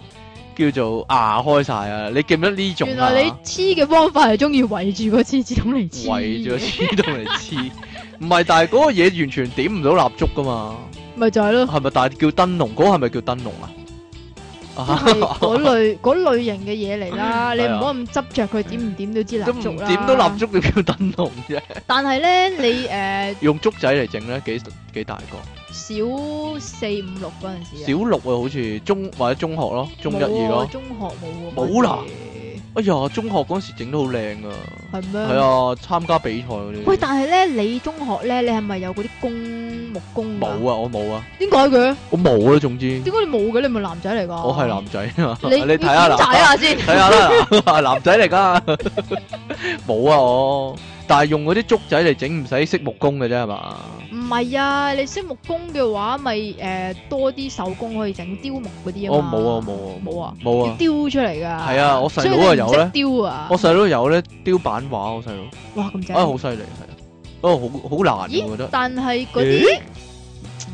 Speaker 2: 叫做牙開晒啊！你記唔記得呢種
Speaker 1: 原
Speaker 2: 啊？
Speaker 1: 來你黐嘅方法係中意圍住個廁紙筒嚟黐嘅，
Speaker 2: 圍住個廁筒嚟黐， [LAUGHS] 唔係，但係嗰個嘢完全點唔到蠟燭噶嘛，
Speaker 1: 咪就係
Speaker 2: [LAUGHS]
Speaker 1: 咯，
Speaker 2: 係咪？但係叫燈籠，嗰個係咪叫燈籠啊？
Speaker 1: 都係嗰類嗰類型嘅嘢嚟啦。你
Speaker 2: 係
Speaker 1: 唔
Speaker 2: 啊
Speaker 1: 好
Speaker 2: [LAUGHS]
Speaker 1: 咁執着佢點唔點到支蠟
Speaker 2: 啊都唔
Speaker 1: 燭啦。
Speaker 2: 點到蠟。燭就叫燈籠啫，
Speaker 1: 但係咧，你誒
Speaker 2: 用竹仔嚟整咧，幾幾大個？
Speaker 1: 小四五六嗰陣時啊，
Speaker 2: 小六啊，好似中或者中學咯，中一二
Speaker 1: 冇啊
Speaker 2: 咯。
Speaker 1: 中學冇喎。
Speaker 2: 冇啦
Speaker 1: 嗰時，
Speaker 2: 哎呀，中學嗰時整得好靚啊，
Speaker 1: 係咩？
Speaker 2: 係。啊，參加比賽嗰啲。
Speaker 1: 喂，但係咧，你中學咧，你係咪有嗰啲公木工
Speaker 2: 冇
Speaker 1: 㗎？
Speaker 2: 啊，我冇啊，
Speaker 1: 點解嘅？
Speaker 2: 我冇啊，總之
Speaker 1: 點解你冇嘅？你咪男仔嚟㗎？
Speaker 2: 我係。男仔啊嘛，
Speaker 1: 你
Speaker 2: [LAUGHS] 你睇下
Speaker 1: 你
Speaker 2: 啦 [LAUGHS]
Speaker 1: 檢查，一下先。
Speaker 2: 睇下啦，男仔嚟噶，冇啊我，但係用嗰啲竹仔嚟整，唔使識木工嘅啫，係嘛？
Speaker 1: 唔係啊，你識木工嘅話，咪诶多啲手工可以整雕木嗰啲
Speaker 2: 我
Speaker 1: 啊
Speaker 2: 冇
Speaker 1: 嘛。
Speaker 2: 啊，冇啊，
Speaker 1: 冇啊，
Speaker 2: 冇
Speaker 1: 要
Speaker 2: 啊！
Speaker 1: 雕出嚟㗎。
Speaker 2: 係啊我細佬啊
Speaker 1: 所以你唔
Speaker 2: 有
Speaker 1: 識
Speaker 2: 咧
Speaker 1: 雕啊。
Speaker 2: 我細佬有咧雕版畫，我細佬
Speaker 1: 哇咁正。
Speaker 2: 啊好犀利，係啊，哦好好難啊，我覺
Speaker 1: 咦
Speaker 2: 得？
Speaker 1: 但係嗰啲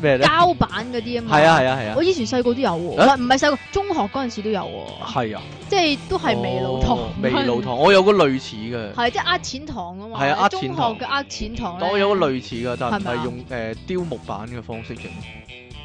Speaker 2: 咩咧？
Speaker 1: 膠板嗰啲啊嘛。
Speaker 2: 係啊係啊係啊
Speaker 1: 我以前細個都有喎，唔
Speaker 2: 啊
Speaker 1: 係唔係細個，中學嗰陣時都有喎，
Speaker 2: 係啊，
Speaker 1: 即係都係微露堂
Speaker 2: 哦，微露，堂，我有個類似
Speaker 1: [LAUGHS]
Speaker 2: 嘅，
Speaker 1: 係即係呃錢堂啊嘛，
Speaker 2: 係啊呃
Speaker 1: 中
Speaker 2: 錢
Speaker 1: 學
Speaker 2: 堂
Speaker 1: 嘅呃錢堂咧，
Speaker 2: 但我有個類似嘅，但
Speaker 1: 係咪
Speaker 2: 係
Speaker 1: 啊
Speaker 2: 用誒雕木板嘅方式整，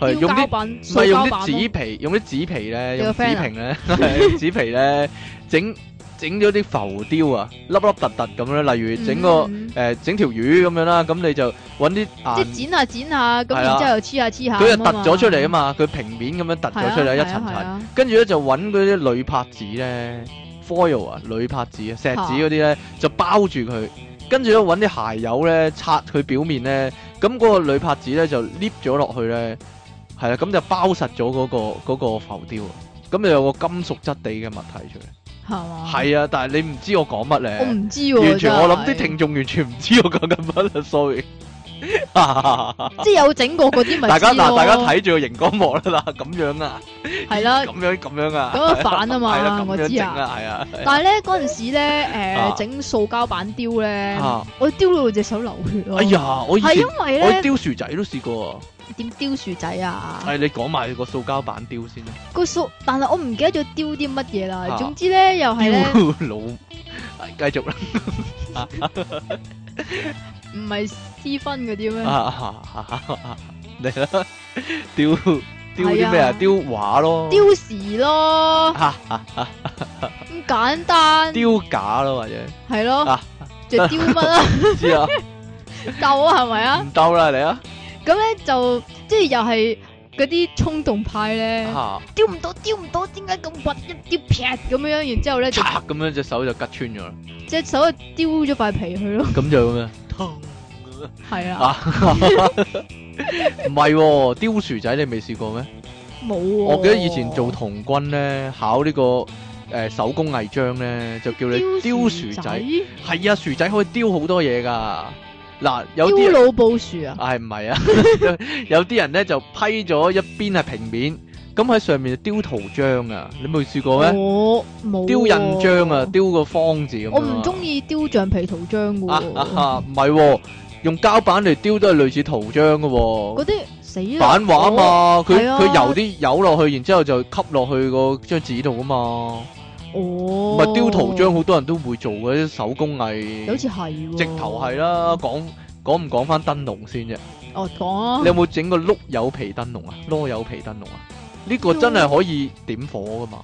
Speaker 2: 係
Speaker 1: 雕
Speaker 2: 用啲
Speaker 1: 膠板、
Speaker 2: 唔
Speaker 1: 塑
Speaker 2: 係用
Speaker 1: 膠
Speaker 2: 啲
Speaker 1: 板咯
Speaker 2: 紙皮，用啲紙皮咧，
Speaker 1: 你個
Speaker 2: 用
Speaker 1: friend
Speaker 2: 紙
Speaker 1: 啊
Speaker 2: 皮咧， [LAUGHS] 係紙皮咧，整整咗啲浮雕啊，粒粒突突咁樣，例如整個
Speaker 1: 嗯
Speaker 2: 誒整條魚咁樣啦，咁你就揾啲
Speaker 1: 即
Speaker 2: 顏
Speaker 1: 係。剪下剪下，咁
Speaker 2: 係啊
Speaker 1: 然之後又黐下黐下，
Speaker 2: 佢就突咗出嚟啊，嘛，佢平面咁樣突
Speaker 1: 係
Speaker 2: 咗
Speaker 1: 啊
Speaker 2: 出嚟一
Speaker 1: 係啊係
Speaker 2: 層層，
Speaker 1: 啊
Speaker 2: 跟住咧就揾嗰啲鋁拍紙咧，foil 啊，鋁拍紙啊，石
Speaker 1: 嚇
Speaker 2: 紙嗰啲咧就包住佢，跟住咧揾啲鞋油咧擦佢表面咧，咁嗰個鋁拍紙咧就 lift 咗落去咧，係啦，咁就包實咗嗰、個嗰個浮雕啊，咁就有個金屬質地嘅物體出嚟，
Speaker 1: 係嘛？
Speaker 2: 係啊，但係你唔知我講乜咧，
Speaker 1: 我唔知喎，
Speaker 2: 完全
Speaker 1: 真
Speaker 2: 我
Speaker 1: 係
Speaker 2: 諗啲聽眾完全唔知我講緊乜啦，sorry。
Speaker 1: 即係有整過嗰啲咪
Speaker 2: 大家
Speaker 1: 知咯
Speaker 2: 嗱，大家睇住個熒光幕啦，嗱咁樣啊，
Speaker 1: 係啦，
Speaker 2: 咁樣咁樣啊，
Speaker 1: 咁樣反啊
Speaker 2: 係啦，
Speaker 1: 嘛，
Speaker 2: 咁
Speaker 1: 我
Speaker 2: 樣
Speaker 1: 知
Speaker 2: 整
Speaker 1: 啊。
Speaker 2: 啊，係啊，
Speaker 1: 但係咧嗰陣時咧，
Speaker 2: 啊
Speaker 1: 誒整塑膠板雕咧
Speaker 2: 啊，
Speaker 1: 我雕到隻手流血咯。
Speaker 2: 哎，呀，我以
Speaker 1: 係
Speaker 2: 前
Speaker 1: 因為
Speaker 2: 我
Speaker 1: 咧
Speaker 2: 雕薯仔都試過啊，
Speaker 1: 點雕樹仔啊？
Speaker 2: 係你講埋個塑膠板雕先啦，
Speaker 1: 個數，但係我唔記得咗丟啲乜嘢啦
Speaker 2: 啊。
Speaker 1: 總之咧，又係
Speaker 2: 雕
Speaker 1: 咧，
Speaker 2: 老， [LAUGHS] 繼續啦
Speaker 1: 唔係私分嗰啲咩？
Speaker 2: 啊， [LAUGHS] 嚟啦，雕雕啲
Speaker 1: 係
Speaker 2: 咩啊？
Speaker 1: 啊
Speaker 2: 雕畫咯，
Speaker 1: 丟時咯，
Speaker 2: 啊
Speaker 1: 咁簡單，
Speaker 2: 雕架咯，
Speaker 1: [LAUGHS]
Speaker 2: 或者
Speaker 1: 係咯
Speaker 2: 啊，
Speaker 1: 就丟乜
Speaker 2: [LAUGHS]
Speaker 1: 啦，
Speaker 2: 唔知啊，
Speaker 1: 鬥啊，係咪啊？
Speaker 2: 唔兜啦，你啊，
Speaker 1: 咁咧就即係又係嗰啲衝動派咧，
Speaker 2: 嚇，
Speaker 1: 丟唔到，丟唔到，點解咁核一丟劈咁樣？然之後咧就
Speaker 2: 嚓咁樣隻手就吉穿咗啦，
Speaker 1: 隻手就丟咗塊皮去
Speaker 2: [LAUGHS]
Speaker 1: 咯，
Speaker 2: 咁就咁樣，痛
Speaker 1: 係
Speaker 2: 啊
Speaker 1: 啊，
Speaker 2: 唔係喎，雕薯仔你未試過咩？
Speaker 1: 冇喎。
Speaker 2: 我記得以前做童軍咧，考呢、個誒、手工藝章咧，就叫你雕薯
Speaker 1: 仔，
Speaker 2: 仔。係啊，薯仔可以雕好多嘢㗎。嗱，有啲
Speaker 1: 雕
Speaker 2: 人
Speaker 1: 老布樹啊，
Speaker 2: 唉唔係啊， [LAUGHS] 有啲人咧就批咗一邊係平面，咁喺上面就雕圖章啊。你冇試過咩？
Speaker 1: 我冇
Speaker 2: 雕印章啊，
Speaker 1: 喎。
Speaker 2: 雕個方字咁樣啊。
Speaker 1: 我唔中意雕橡皮圖章嘅
Speaker 2: 啊啊
Speaker 1: 喎，
Speaker 2: 啊唔係喎，用膠板嚟雕都係類似圖章嘅喎。
Speaker 1: 嗰啲死啦
Speaker 2: 版畫啊嘛，佢
Speaker 1: 係啊
Speaker 2: 佢油啲油落去，然之後就吸落去個張紙度啊嘛，
Speaker 1: 我，
Speaker 2: 唔
Speaker 1: 哦，
Speaker 2: 係雕圖章，好多人都會做嘅啲手工藝，
Speaker 1: 好似係喎，
Speaker 2: 直頭係啦。講講唔講翻燈籠先啫？
Speaker 1: 哦，講啊
Speaker 2: 你，有冇整個碌柚皮燈籠啊？箩柚皮燈籠啊？呢個真係可以點火噶嘛？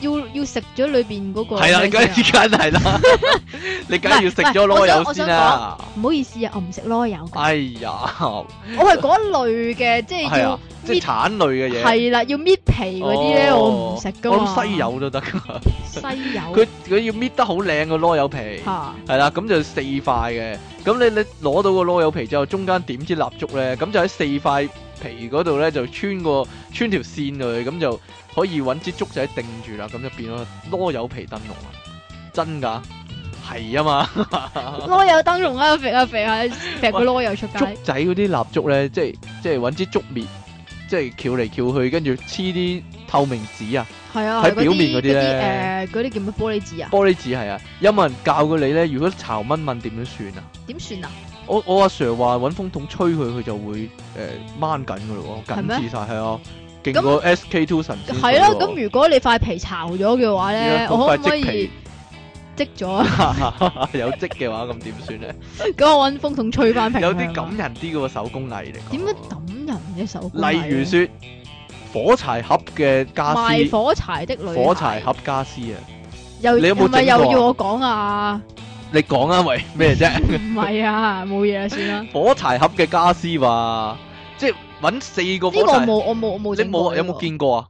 Speaker 1: 要要食咗裏邊嗰個，啊
Speaker 2: 係啦，你梗
Speaker 1: 係
Speaker 2: 係梗係
Speaker 1: [LAUGHS]
Speaker 2: 啦，你梗係要食咗
Speaker 1: 唔係唔係我
Speaker 2: 箩
Speaker 1: 想
Speaker 2: 柚先啦。
Speaker 1: 唔好意思啊，我唔食螺柚㗎，
Speaker 2: 哎呀，
Speaker 1: [LAUGHS] 我係嗰類嘅，即係
Speaker 2: 係
Speaker 1: 要
Speaker 2: 啊，即係橙類嘅嘢。
Speaker 1: 係啦，要搣皮嗰啲咧，
Speaker 2: 哦
Speaker 1: 我唔食噶
Speaker 2: 我
Speaker 1: 嘛，
Speaker 2: 諗西，柚都得㗎，
Speaker 1: 西柚，
Speaker 2: 佢佢要搣得好靚個箩柚皮。
Speaker 1: 嚇
Speaker 2: 係啦，咁就四塊嘅。咁你你攞到個螺柚皮之後，中間點支蠟燭咧，咁就喺四塊皮嗰度咧就穿個穿條線落去，咁就可以揾支竹仔定住啦，咁就變咗螺柚皮燈籠啦。真㗎，係啊嘛，
Speaker 1: 螺柚燈籠啊，肥啊肥
Speaker 2: [LAUGHS]
Speaker 1: 啊，肥個螺柚出
Speaker 2: 竹
Speaker 1: 街，
Speaker 2: 仔嗰啲蠟燭咧，即係即係揾支竹滅，即係翹嚟翹去，跟住黐啲透明紙啊，
Speaker 1: 係啊，
Speaker 2: 喺
Speaker 1: 係嗰
Speaker 2: 表面嗰啲
Speaker 1: 嗰
Speaker 2: 咧
Speaker 1: 誒嗰啲叫咩玻璃紙啊？
Speaker 2: 玻璃紙係啊。有冇人教過你咧？如果巢蚊蚊點樣算啊？
Speaker 1: 點算啊？
Speaker 2: 我我阿 Sir 話揾風筒吹佢，佢就會誒掹緊噶咯喎，
Speaker 1: 係
Speaker 2: 緊
Speaker 1: 咩
Speaker 2: 致晒係啊，勁
Speaker 1: 咁
Speaker 2: 過 SK Two 神仙
Speaker 1: 係啦，
Speaker 2: 水喎
Speaker 1: 咁如果你塊皮巢咗嘅話咧，
Speaker 2: 如
Speaker 1: 我
Speaker 2: 果
Speaker 1: 可
Speaker 2: 塊
Speaker 1: 唔可
Speaker 2: 積
Speaker 1: 以
Speaker 2: 皮
Speaker 1: 積咗 [LAUGHS] 啊？
Speaker 2: [LAUGHS] 有積嘅話，咁點算咧？
Speaker 1: 咁我揾風筒吹翻平佢
Speaker 2: 有啲
Speaker 1: 係嘛
Speaker 2: 感人啲嘅喎手工藝嚟講。
Speaker 1: 點解抌人嘅手工藝啊
Speaker 2: 例
Speaker 1: 咧？
Speaker 2: 如説火柴盒嘅家
Speaker 1: 賣
Speaker 2: 私，
Speaker 1: 火柴的女孩
Speaker 2: 火柴盒家私啊！
Speaker 1: 又
Speaker 2: 你有冇
Speaker 1: 係咪
Speaker 2: 整過
Speaker 1: 又
Speaker 2: 啊
Speaker 1: 要我講啊？
Speaker 2: 你講啊，喂 [LAUGHS]
Speaker 1: [LAUGHS]
Speaker 2: 咩啫？
Speaker 1: 唔係啊，冇嘢啦，算啦。呢
Speaker 2: 火柴盒嘅家私話，即係揾四個
Speaker 1: 個
Speaker 2: 火
Speaker 1: 我
Speaker 2: 柴
Speaker 1: 冇，，我冇，我冇
Speaker 2: 你
Speaker 1: 整過
Speaker 2: 冇
Speaker 1: 呢
Speaker 2: 啊
Speaker 1: 個。
Speaker 2: 有冇見過啊？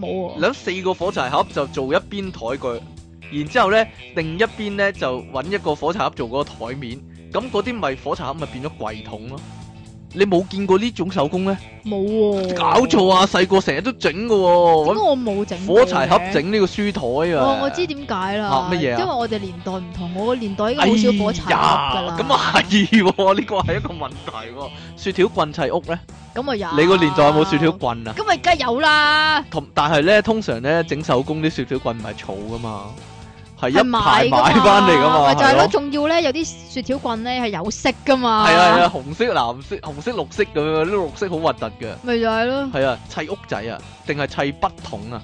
Speaker 1: 冇喎。
Speaker 2: 攞四個火柴盒就做一邊台腳，然之後咧另一邊咧就揾一個火柴盒做嗰個台面，咁嗰啲咪火柴盒咪變咗櫃桶咯，你冇見過呢種手工咧？
Speaker 1: 冇喎。
Speaker 2: 搞錯啊！細個成日都整
Speaker 1: 點
Speaker 2: 噶喎，
Speaker 1: 解
Speaker 2: 搵
Speaker 1: 我冇整過嘅
Speaker 2: 火柴盒。整呢個書台啊！
Speaker 1: 哦，我知點解啦
Speaker 2: 啊，乜嘢啊
Speaker 1: 因為我哋年代唔同，我個年代已
Speaker 2: 哎呀，
Speaker 1: 經好少火柴盒㗎啦。
Speaker 2: 咁啊係喎，呢個係一個問題喎。雪條棍砌屋咧，
Speaker 1: 咁啊有。
Speaker 2: 你個年代有冇雪條？棍啊？
Speaker 1: 咁咪梗係有啦，
Speaker 2: 同但係咧，通常咧整手工啲雪條棍唔係儲噶嘛，係一
Speaker 1: 係
Speaker 2: 排
Speaker 1: 買㗎嘛
Speaker 2: 買翻嚟噶嘛，
Speaker 1: 咪就係咯，
Speaker 2: 係咯。
Speaker 1: 仲要咧有啲雪條棍咧係有色㗎嘛。
Speaker 2: 係啊係啊，紅色、藍色、紅色、綠色咁樣，呢綠色好核突嘅。
Speaker 1: 咪就係咯，
Speaker 2: 係啊，砌屋仔啊，定係砌筆筒啊？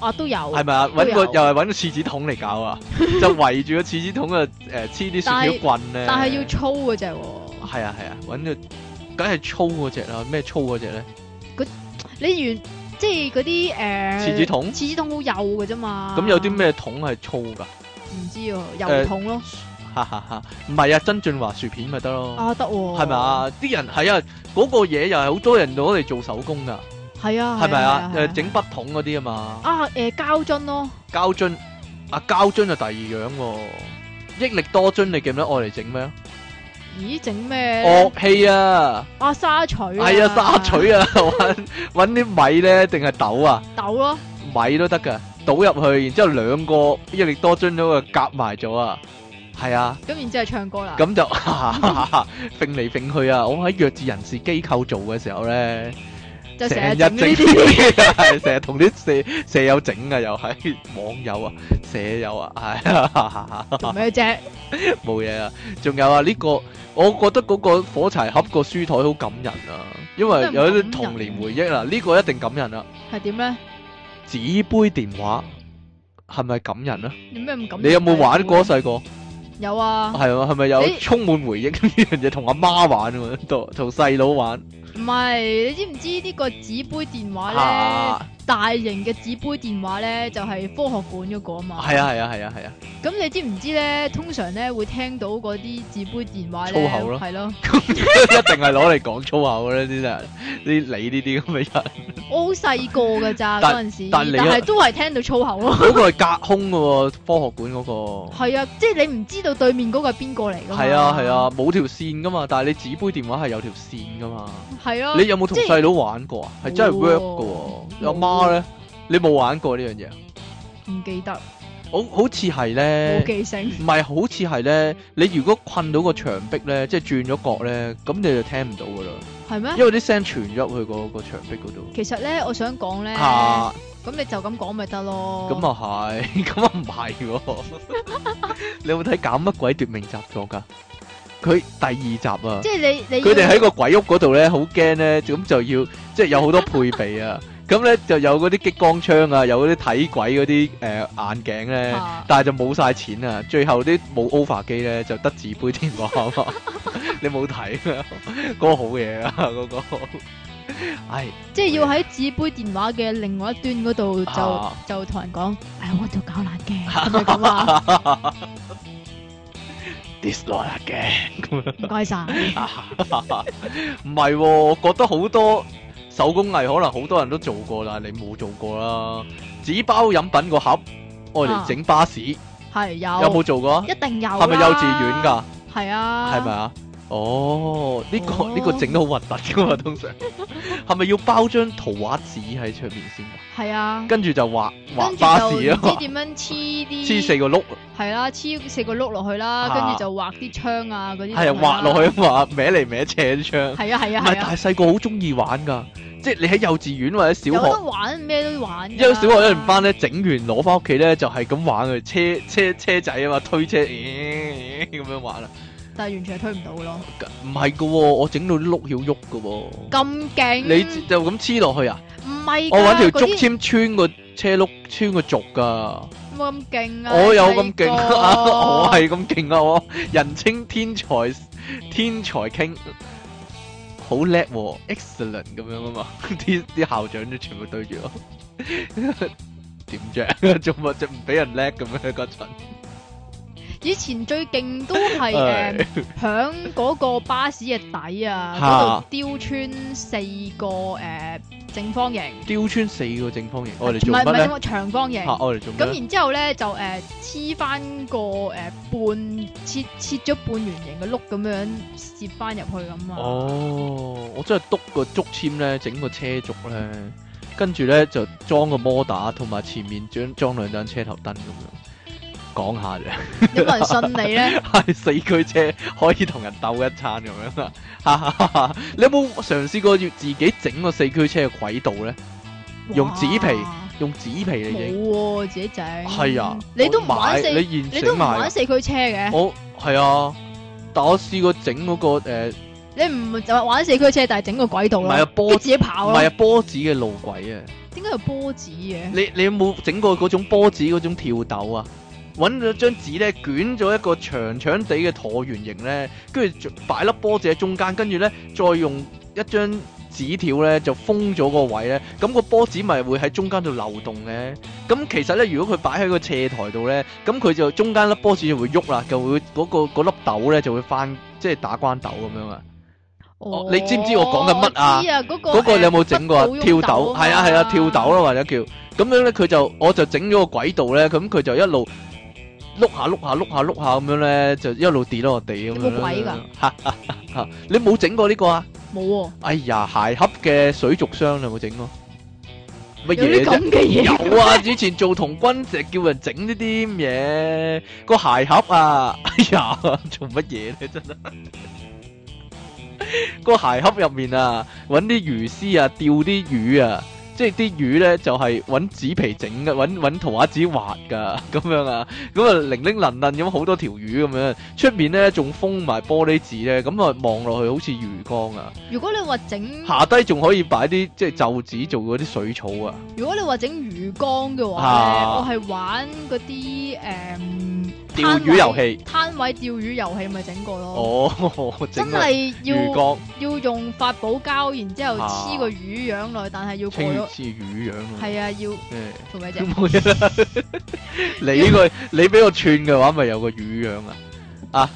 Speaker 1: 啊都有。
Speaker 2: 係咪啊？揾個
Speaker 1: 都有
Speaker 2: 又係揾個廁紙筒嚟搞
Speaker 1: [LAUGHS]
Speaker 2: 啊，就圍住個廁紙筒啊，誒黐啲
Speaker 1: 但
Speaker 2: 雪條
Speaker 1: 係
Speaker 2: 棍咧。
Speaker 1: 但係要粗嗰只喎，
Speaker 2: 係啊係啊，揾個梗係粗嗰只啦，咩粗嗰只咧？
Speaker 1: 你原即係嗰啲誒
Speaker 2: 廁紙
Speaker 1: 廁
Speaker 2: 筒
Speaker 1: 紙筒好幼嘅啫嘛。
Speaker 2: 咁有啲？咩桶係粗㗎？
Speaker 1: 唔知喎，油桶咯。
Speaker 2: 哈哈哈！唔係啊，曾俊華薯片咪得咯，
Speaker 1: 啊得喎。
Speaker 2: 呃係咪？啊？啲人係啊，嗰個嘢又係好多人攞嚟做手工㗎，
Speaker 1: 係啊。
Speaker 2: 係咪啊？
Speaker 1: 係
Speaker 2: 誒，整筆筒嗰啲啊嘛，
Speaker 1: 啊誒膠樽咯，
Speaker 2: 膠樽啊，膠樽就第二樣喎，益力多樽你記唔記得愛嚟整咩啊？
Speaker 1: 咦整咩咧？
Speaker 2: 樂器啊，
Speaker 1: 啊沙錘。
Speaker 2: 哦係啊，沙。錘啊， [LAUGHS] 揾揾啲米咧定係豆啊？
Speaker 1: 豆咯，
Speaker 2: 米都得噶，倒入去，然之後兩個益力多樽嗰個夾埋咗啊，係啊，
Speaker 1: 咁然之後唱歌啦。
Speaker 2: 咁就 [LAUGHS] 揈嚟揈去啊！我喺弱智人士機構做嘅時候咧，
Speaker 1: 就
Speaker 2: 成
Speaker 1: 成日
Speaker 2: 日
Speaker 1: 整
Speaker 2: 整
Speaker 1: 呢啲。
Speaker 2: 係成日同啲舍舍友整啊，又係網友啊，舍友啊，係啊，
Speaker 1: [LAUGHS] 做咩啫？
Speaker 2: 冇嘢啊，仲有啊呢個，我覺得嗰個火柴盒個書台好感人啊，因為有啲童年回憶啊啦，呢個一定感人啦，
Speaker 1: 係點咧？
Speaker 2: 紙杯電話係咪感人啊？
Speaker 1: 你咩咁感？
Speaker 2: 你有冇玩過？啊細個？
Speaker 1: 有啊，
Speaker 2: 係啊，係咪有
Speaker 1: 你
Speaker 2: 充滿回憶呢樣嘢？同阿媽玩喎，同同細佬玩
Speaker 1: 唔係你知唔知呢個紙杯電話咧？
Speaker 2: 啊，
Speaker 1: 大型嘅紙杯電話咧，就係科學館嗰個啊嘛。
Speaker 2: 係啊，係啊，係啊，係啊， [LAUGHS]
Speaker 1: 咁你知唔知咧？通常咧會聽到嗰啲紙杯電話
Speaker 2: 粗
Speaker 1: 咧，
Speaker 2: 口咯
Speaker 1: 係咯。
Speaker 2: 一定係攞嚟講粗口嘅呢啲人，你你呢啲咁嘅人，
Speaker 1: 我好細個㗎咋
Speaker 2: 但
Speaker 1: 嗰陣時，但
Speaker 2: 但你啊
Speaker 1: 係都係聽到粗口咯。
Speaker 2: 嗰個係隔空嘅喎，科學館嗰個，
Speaker 1: 係啊，即係你唔知道對面嗰個係邊個嚟㗎嘛。
Speaker 2: 係啊係啊，，冇條線噶嘛，但係你紙杯電話係有條線噶嘛，
Speaker 1: 係啊咯。
Speaker 2: 你有冇同
Speaker 1: 即係哦
Speaker 2: 細佬玩過啊？係真係
Speaker 1: 冇
Speaker 2: work
Speaker 1: 喎
Speaker 2: 嘅喎，你阿媽咧，你冇玩過呢樣嘢啊？
Speaker 1: 唔記得，
Speaker 2: 好好似係咧
Speaker 1: 冇。記性。
Speaker 2: 唔係，好似係咧，你如果困到個牆壁咧，即係轉咗角咧，咁你就聽唔到噶啦，
Speaker 1: 係咩？
Speaker 2: 因為啲聲傳咗入去個個牆壁嗰度。
Speaker 1: 其實咧，我想講咧，咁
Speaker 2: 嚇，
Speaker 1: 你就咁講咪得咯。
Speaker 2: 咁啊係， [LAUGHS] 咁啊唔係喎。
Speaker 1: [LAUGHS]
Speaker 2: 你有冇睇《搞乜鬼奪命習作》㗎？佢第二集啊
Speaker 1: 即，係你你
Speaker 2: 佢哋
Speaker 1: 要
Speaker 2: 喺個鬼屋嗰度咧，好驚咧，咁就要即係有好多配備啊。咁咧就有嗰啲激光槍啊，有嗰啲睇鬼嗰啲誒眼鏡咧。
Speaker 1: 嚇
Speaker 2: 但係就冇晒錢啊！最後啲冇 over 機咧，就得紙杯電話啊嘛！你冇睇啊？嗰、個好嘢啊！嗰、個，唉，
Speaker 1: 即係要喺紙杯電話嘅另外一端嗰度就
Speaker 2: 啊
Speaker 1: 就同人講，哎我度搞爛嘅，係咪咁啊？
Speaker 2: dislike 嘅，
Speaker 1: 唔該晒。
Speaker 2: 唔係喎，我覺得好多手工藝可能好多人都做過啦，你冇做過啦。紙包飲品個盒，愛嚟整巴士，
Speaker 1: 係有。
Speaker 2: 有冇做過啊？
Speaker 1: 一定有。
Speaker 2: 係咪幼稚園？㗎？
Speaker 1: 係啊。
Speaker 2: 係咪？啊？哦，呢、個
Speaker 1: 哦
Speaker 2: 呢、個整得好核突噶
Speaker 1: [LAUGHS]
Speaker 2: 嘛，通常係咪要包張圖畫紙喺出面先㗎？
Speaker 1: 係啊。
Speaker 2: 跟住就畫
Speaker 1: 跟
Speaker 2: 畫
Speaker 1: 住
Speaker 2: 巴
Speaker 1: 就
Speaker 2: 士啊
Speaker 1: 唔
Speaker 2: 嘛
Speaker 1: 知，點樣黐啲。
Speaker 2: 黐四個碌，
Speaker 1: 係啦，黐四個碌落去啦，
Speaker 2: 啊
Speaker 1: 跟住就畫啲窗啊嗰啲。
Speaker 2: 係啊畫落去。啊嘛，歪嚟歪斜啲窗。
Speaker 1: 係啊係
Speaker 2: 唔
Speaker 1: 啊
Speaker 2: 係，
Speaker 1: 係
Speaker 2: 但
Speaker 1: 啊。
Speaker 2: 係細個好中意玩㗎，即係你喺幼稚園或者
Speaker 1: 有
Speaker 2: 小
Speaker 1: 得
Speaker 2: 學，
Speaker 1: 玩咩都玩㗎。
Speaker 2: 因為小學一年班咧整完攞翻屋企咧就係咁玩嘅，車車車仔啊嘛，推車咦咁樣玩啦。啊
Speaker 1: 但係完全係推唔到咯。
Speaker 2: 唔係㗎喎，我整到啲碌曉喐㗎喎，
Speaker 1: 咁勁。啊
Speaker 2: 你就咁黐落去啊？
Speaker 1: 唔係㗎。
Speaker 2: 我揾條
Speaker 1: 嗰
Speaker 2: 竹
Speaker 1: 啲
Speaker 2: 籤穿個車轆，穿個軸噶。
Speaker 1: 冇咁勁啊！
Speaker 2: 我有咁勁 [LAUGHS] 啊！我
Speaker 1: 係
Speaker 2: 係咁勁啊！我人稱天才天才傾，好叻喎，excellent 咁樣啊嘛！啲啲校長都全部對住我， [LAUGHS] 點啫？做乜就唔俾人叻咁樣嗰陣？
Speaker 1: 以前最勁都係
Speaker 2: 唉
Speaker 1: 誒，響嗰個巴士嘅底啊，
Speaker 2: 嚇
Speaker 1: 嗰度雕穿四個誒正方形，
Speaker 2: 雕穿四個正方形，我哋
Speaker 1: 唔
Speaker 2: 做
Speaker 1: 係唔
Speaker 2: 乜
Speaker 1: 係
Speaker 2: 咧
Speaker 1: 正？方長方形。
Speaker 2: 嚇，我哋做
Speaker 1: 咁
Speaker 2: 乜呢？
Speaker 1: 然之後咧就誒黐翻個誒半切切咗半圓形嘅碌咁樣摺翻入去咁啊！
Speaker 2: 哦，我真係篤個竹籤咧，整個車軸咧，跟住咧就裝個摩打，同埋前面裝裝兩盞車頭燈咁樣。講下啫， [LAUGHS]
Speaker 1: 有冇人信你咧？
Speaker 2: 係四驅車可以同人鬥一餐咁樣啦 [LAUGHS] 哈哈哈哈。你有冇嘗試過要自己整個四驅車嘅軌道咧？ [LAUGHS] 用紙皮
Speaker 1: 哇
Speaker 2: 用紙皮嚟影，
Speaker 1: 冇喎，自己整。
Speaker 2: 係啊，
Speaker 1: 你都
Speaker 2: 我
Speaker 1: 唔
Speaker 2: 買
Speaker 1: 玩四，你
Speaker 2: 你現
Speaker 1: 都
Speaker 2: 成
Speaker 1: 唔
Speaker 2: 買
Speaker 1: 玩
Speaker 2: 啊，
Speaker 1: 四驅車嘅，
Speaker 2: 我係啊，但我試過整嗰個誒，
Speaker 1: 你唔就係玩四驅車，但係整個軌道
Speaker 2: 唔係啊
Speaker 1: 咯，
Speaker 2: 波
Speaker 1: 跟住自己
Speaker 2: 唔
Speaker 1: 跑
Speaker 2: 係
Speaker 1: 咯
Speaker 2: 啊。波子嘅路軌啊。
Speaker 1: 點解有波子嘅？
Speaker 2: 你你有冇整過嗰種波子嗰種跳豆啊？揾咗張紙咧，捲咗一個長長地嘅橢圓形咧，跟住就擺粒波子喺中間，跟住咧再用一張紙條咧就封咗個位咧，咁、個波子咪會喺中間度漏洞嘅。咁其實咧，如果佢擺喺個斜台度咧，咁佢就中間粒波子就會喐啦，就會嗰、個嗰粒豆咧就會翻，即係打關豆咁樣啊。
Speaker 1: 哦
Speaker 2: 你知唔知我講緊乜啊
Speaker 1: 我知啊，嗰個
Speaker 2: 嗰個你有冇
Speaker 1: 誒
Speaker 2: 整過啊？
Speaker 1: 北
Speaker 2: 跳
Speaker 1: 島
Speaker 2: 豆
Speaker 1: 喐
Speaker 2: 係啊係啊，跳豆啦或者叫咁樣咧，佢就我就整咗個軌道咧，咁佢就一路碌下碌下碌下碌下咁樣咧，就一路跌落地咁樣
Speaker 1: 有冇鬼㗎
Speaker 2: 啦。嚇嚇嚇 [LAUGHS] 你冇整過呢個啊？
Speaker 1: 冇
Speaker 2: 哎呀，鞋盒嘅水族箱你有冇整過？
Speaker 1: 喎，
Speaker 2: 乜
Speaker 1: 有啲
Speaker 2: 嘢
Speaker 1: 咁
Speaker 2: 啫？
Speaker 1: 嘅嘢。
Speaker 2: 有啊！以前做童軍就叫人整呢啲咁嘢，個鞋盒啊， [LAUGHS] 哎呀，做乜嘢咧？真係個鞋盒入面啊，揾啲魚絲啊，釣啲魚啊，即係啲魚咧就係揾紙皮整嘅，揾揾圖畫紙畫噶 [LAUGHS] 咁樣啊，咁啊零零能能咁好多條魚咁樣，出面咧仲封埋玻璃紙咧，咁啊望落去好似魚缸啊，
Speaker 1: 如果你話整，
Speaker 2: 下低仲可以擺啲即係就紙做嗰啲水草啊。
Speaker 1: 如果你話整魚缸嘅
Speaker 2: 啊
Speaker 1: 話咧，我係玩嗰啲誒
Speaker 2: 釣魚遊戲
Speaker 1: 攤位釣魚遊戲咪整過咯。
Speaker 2: 哦，
Speaker 1: 真
Speaker 2: 整個
Speaker 1: 係
Speaker 2: 魚
Speaker 1: 要
Speaker 2: 缸
Speaker 1: 要用發泡膠，然之後
Speaker 2: 啊
Speaker 1: 黐個魚樣落去，但係要過
Speaker 2: 清
Speaker 1: 咗，
Speaker 2: 似魚樣啊，
Speaker 1: 係啊，要
Speaker 2: 誒
Speaker 1: 做咩啫？
Speaker 2: 冇嘢啦。 [LAUGHS] 你呢個你俾我串嘅話，咪有個魚樣啊？ [LAUGHS] 啊，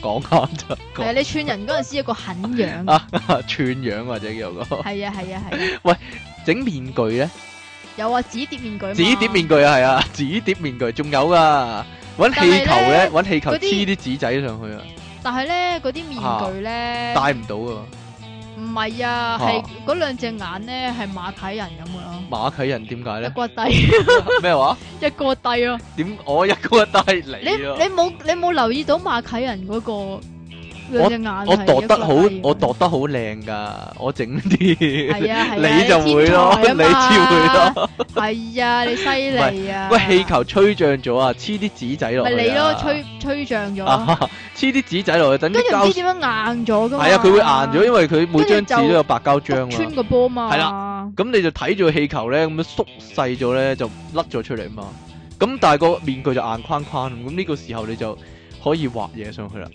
Speaker 2: 講下就
Speaker 1: 係啊，你串人嗰陣時有個狠樣，
Speaker 2: 啊串樣或者有個
Speaker 1: 係啊係啊係啊，
Speaker 2: 整面具咧，
Speaker 1: 有啊紙碟面具嘛，
Speaker 2: 紙碟面具啊，係啊，紙碟面具仲有噶，揾
Speaker 1: 但係
Speaker 2: 氣球咧，
Speaker 1: 咧
Speaker 2: 揾氣球
Speaker 1: 嗰啲
Speaker 2: 黐啲紙仔上去啊，
Speaker 1: 但係咧嗰啲面具咧，
Speaker 2: 戴唔到啊，
Speaker 1: 唔係啊，
Speaker 2: 嚇
Speaker 1: 係嗰兩隻眼咧係馬啟人咁噶咯，
Speaker 2: 馬啟仁點解
Speaker 1: 一
Speaker 2: [LAUGHS] 咧？
Speaker 1: 個低
Speaker 2: 咩話？
Speaker 1: 一個低咯，
Speaker 2: 點我一個一戴
Speaker 1: 你
Speaker 2: 你啊？
Speaker 1: 你冇你冇留意到馬啟人嗰個兩隻眼係
Speaker 2: 我度得好
Speaker 1: 一個低，
Speaker 2: 我度得好靚噶，我整啲。
Speaker 1: 係啊係啊，
Speaker 2: 你就會咯， [LAUGHS] 你
Speaker 1: 天
Speaker 2: 就
Speaker 1: 才啊嘛
Speaker 2: 會咯。
Speaker 1: 係啊，你犀利啊！
Speaker 2: 喂，氣球吹脹咗啊，黐啲紙仔落
Speaker 1: 咪
Speaker 2: 去啊。
Speaker 1: 你咯，吹吹脹咗，
Speaker 2: 啊， [LAUGHS] 黐啲紙仔落去，等
Speaker 1: 跟
Speaker 2: 啲
Speaker 1: 住唔知
Speaker 2: 膠。
Speaker 1: 點樣硬咗噶嘛？
Speaker 2: 係啊，佢會硬咗，因為佢每
Speaker 1: 跟
Speaker 2: 張
Speaker 1: 住就
Speaker 2: 紙都有白膠張
Speaker 1: 篤穿
Speaker 2: 啊。
Speaker 1: 個波嘛。
Speaker 2: 係
Speaker 1: 啦，
Speaker 2: 咁你就睇住個氣球咧，咁樣縮細咗咧，就甩咗出嚟嘛。咁但係個面具就硬框框，咁呢個時候你就可以畫嘢上去啦。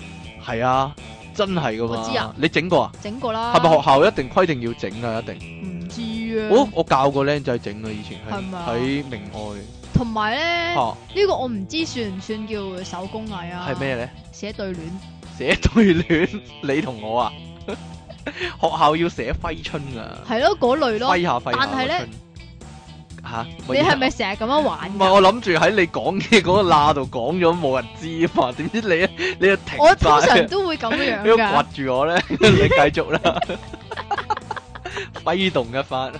Speaker 2: 係啊，真係噶
Speaker 1: 我知
Speaker 2: 嘛
Speaker 1: 啊。
Speaker 2: 你整過啊？
Speaker 1: 整過啦。
Speaker 2: 係咪學校一定規定要整啊？一定。
Speaker 1: 唔知
Speaker 2: 我
Speaker 1: 啊。
Speaker 2: 我教過僆仔整啊，以前係
Speaker 1: 係咪啊
Speaker 2: 喺明愛
Speaker 1: 同埋咧，
Speaker 2: 嚇，
Speaker 1: 呢個我唔知算唔算叫手工藝啊？
Speaker 2: 係咩？咧？
Speaker 1: 寫對聯，
Speaker 2: 寫對聯， [LAUGHS] 你同我啊，學校要寫揮春啊，
Speaker 1: 係咯嗰類咯
Speaker 2: 揮。下揮下。
Speaker 1: 但係呢，
Speaker 2: 吓
Speaker 1: 你係咪成日咁樣玩
Speaker 2: 唔
Speaker 1: 㗎？
Speaker 2: 係我諗住喺你講嘢嗰個罅度講咗冇人知啊嘛，點 [LAUGHS] 知你你就停
Speaker 1: 我通
Speaker 2: 晒
Speaker 1: 常，都會咁樣
Speaker 2: 你都
Speaker 1: 㗎，
Speaker 2: 掘住我咧， [LAUGHS] 你繼續啦， [LAUGHS] 揮動一番，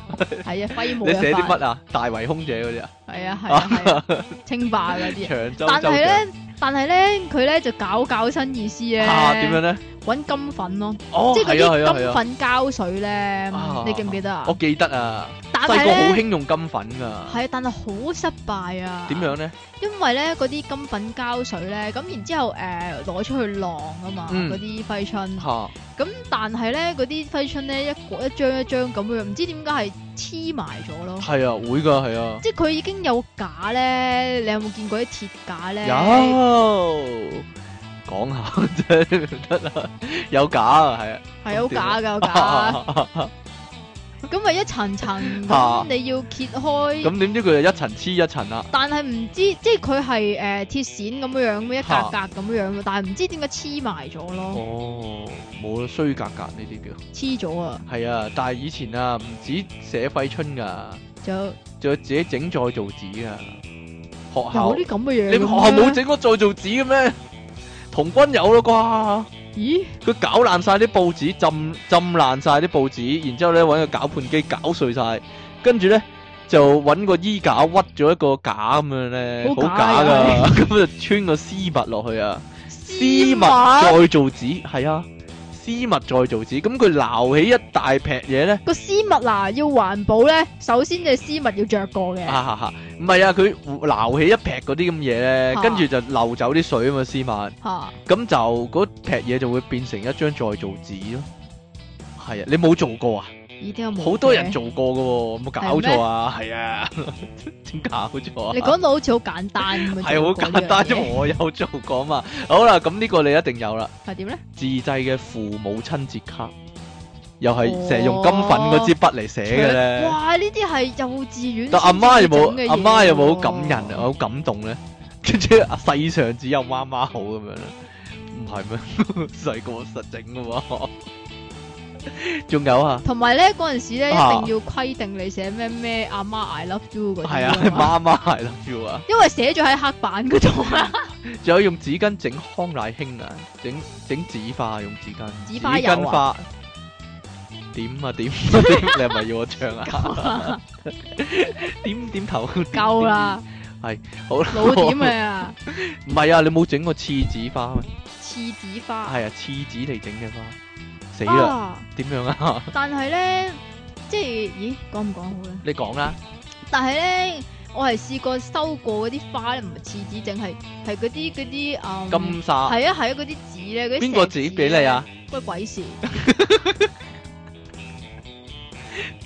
Speaker 1: 係啊，揮舞
Speaker 2: 你寫
Speaker 1: 一
Speaker 2: 啲
Speaker 1: 番，
Speaker 2: 乜啊？大圍空姐嗰啲啊，
Speaker 1: 係啊係啊係啊，清霸
Speaker 2: [LAUGHS]
Speaker 1: 嗰啲啊。
Speaker 2: 長洲
Speaker 1: 但
Speaker 2: 州
Speaker 1: 係
Speaker 2: 長
Speaker 1: 咧，但係咧，佢咧就搞搞新意思咧，
Speaker 2: 啊點樣咧？
Speaker 1: 揾金粉咯。
Speaker 2: 哦，
Speaker 1: 即係
Speaker 2: 係啊
Speaker 1: 嗰
Speaker 2: 係
Speaker 1: 啲
Speaker 2: 啊係
Speaker 1: 金
Speaker 2: 啊，
Speaker 1: 粉膠水咧
Speaker 2: 啊，
Speaker 1: 你記唔記得啊
Speaker 2: 我？記得啊，
Speaker 1: 但
Speaker 2: 細
Speaker 1: 係
Speaker 2: 個好
Speaker 1: 咧，
Speaker 2: 興用金粉噶，
Speaker 1: 係啊，但係好失敗啊！
Speaker 2: 點？樣咧？
Speaker 1: 因為咧嗰啲金粉膠水咧，咁然之後誒攞出去晾啊嘛，
Speaker 2: 嗯
Speaker 1: 嗰啲揮春。
Speaker 2: 嚇
Speaker 1: 咁但係咧嗰啲揮春咧，一個一張一張咁樣，唔知點解係黐埋咗咯。
Speaker 2: 係啊，會噶係啊。
Speaker 1: 即係佢已經有架咧，你有冇見過啲鐵架咧？
Speaker 2: 有講下啫，得啦，有假啊，係啊，
Speaker 1: 係有架㗎，有架。
Speaker 2: [LAUGHS] 假
Speaker 1: 咁咪一層
Speaker 2: [LAUGHS]
Speaker 1: 層
Speaker 2: 嚇
Speaker 1: 咁你要揭開，
Speaker 2: [LAUGHS] 咁點知佢就一層黐一層啊啦，
Speaker 1: 但係唔知即係佢係诶鐵線咁樣樣，一
Speaker 2: 嚇
Speaker 1: 格格咁樣樣，但係唔知點解黐埋咗咯，
Speaker 2: 哦，冇啦，衰格格呢啲叫，
Speaker 1: 黐咗啊，
Speaker 2: 係啊，但係以前啊唔止寫揮春噶，
Speaker 1: 就
Speaker 2: 仲有自己整再造紙噶，學校
Speaker 1: 有啲咁嘅嘢。
Speaker 2: 你學校冇？整過再造紙嘅咩？童軍有啦啩。
Speaker 1: 咦，
Speaker 2: 佢搞爛晒啲報紙，浸浸爛晒啲報紙，然之後咧揾個攪拌機攪碎晒，跟住咧就揾個衣架屈咗一個架咁樣咧，好
Speaker 1: 好假
Speaker 2: 假
Speaker 1: 㗎
Speaker 2: 㗎，咁 [LAUGHS] 就穿個絲襪落去啊，絲
Speaker 1: 絲
Speaker 2: 襪再
Speaker 1: 襪
Speaker 2: 造紙，係啊，絲襪再造紙，咁佢撈起一大劈嘢咧，
Speaker 1: 個絲襪嗱要環保咧，首先隻絲襪要着過嘅，
Speaker 2: 啊哈哈，唔係啊，佢撈起一劈嗰啲咁嘢咧，
Speaker 1: 啊
Speaker 2: 跟住就漏走啲水啊嘛，絲襪。
Speaker 1: 嚇
Speaker 2: 咁就嗰劈嘢就會變成一張再造紙咯。係啊，你冇做過啊？
Speaker 1: 呢啲有冇
Speaker 2: 好多人
Speaker 1: 嘅。
Speaker 2: 做過噶喎，有冇搞錯啊？係啊， [LAUGHS] 點搞錯啊？
Speaker 1: 你講到好似好簡單咁樣，
Speaker 2: [LAUGHS] 係好簡單，因為我有做過嘛。好啦，咁呢個你一定有啦，
Speaker 1: 係點咧？
Speaker 2: 自製嘅父母親節卡，又係成日用金粉嗰支筆嚟寫嘅咧。
Speaker 1: 哦哇！呢啲係幼稚園，
Speaker 2: 但阿媽有冇
Speaker 1: 整嘅嘢
Speaker 2: 阿媽有冇
Speaker 1: 喎
Speaker 2: 好感人啊？好感動咧？ [LAUGHS] 跟住啊世上只有媽媽好咁樣咧，唔係咩？ [LAUGHS] 細個實整噶嘛。仲有啊，
Speaker 1: 同埋咧嗰陣時咧，一定
Speaker 2: 啊
Speaker 1: 要規定你寫咩咩阿媽 I love you 嗰啲
Speaker 2: 係啊，
Speaker 1: 㗎嘛，
Speaker 2: 媽媽係 love you 啊。
Speaker 1: 因為寫咗喺黑板嗰度
Speaker 2: [LAUGHS]
Speaker 1: 啊，
Speaker 2: 仲有用紙巾整康乃馨啊，整整紙花用紙巾，
Speaker 1: 紙花油啊
Speaker 2: 巾花。點啊點啊 [LAUGHS] 點你係咪要我唱啊？
Speaker 1: [LAUGHS]
Speaker 2: 點點頭
Speaker 1: 夠啦，
Speaker 2: 好啦，
Speaker 1: 老點你啊，
Speaker 2: 唔係啊，你冇整過廁紙花咩？
Speaker 1: 廁紙
Speaker 2: [LAUGHS]
Speaker 1: 花
Speaker 2: 係啊，廁紙嚟整嘅花，死啦！
Speaker 1: 啊，
Speaker 2: 點樣啊？ [LAUGHS]
Speaker 1: 但係咧，即係咦講唔講好咧？
Speaker 2: 你講啦，
Speaker 1: 但係咧，我係試過收過嗰啲花咧，唔係廁紙，淨係係嗰啲嗰啲嗯，
Speaker 2: 金沙
Speaker 1: 係啊係啊嗰啲紙咧，嗰啲
Speaker 2: 邊個
Speaker 1: 石
Speaker 2: 紙俾你啊？
Speaker 1: 咧？關鬼事！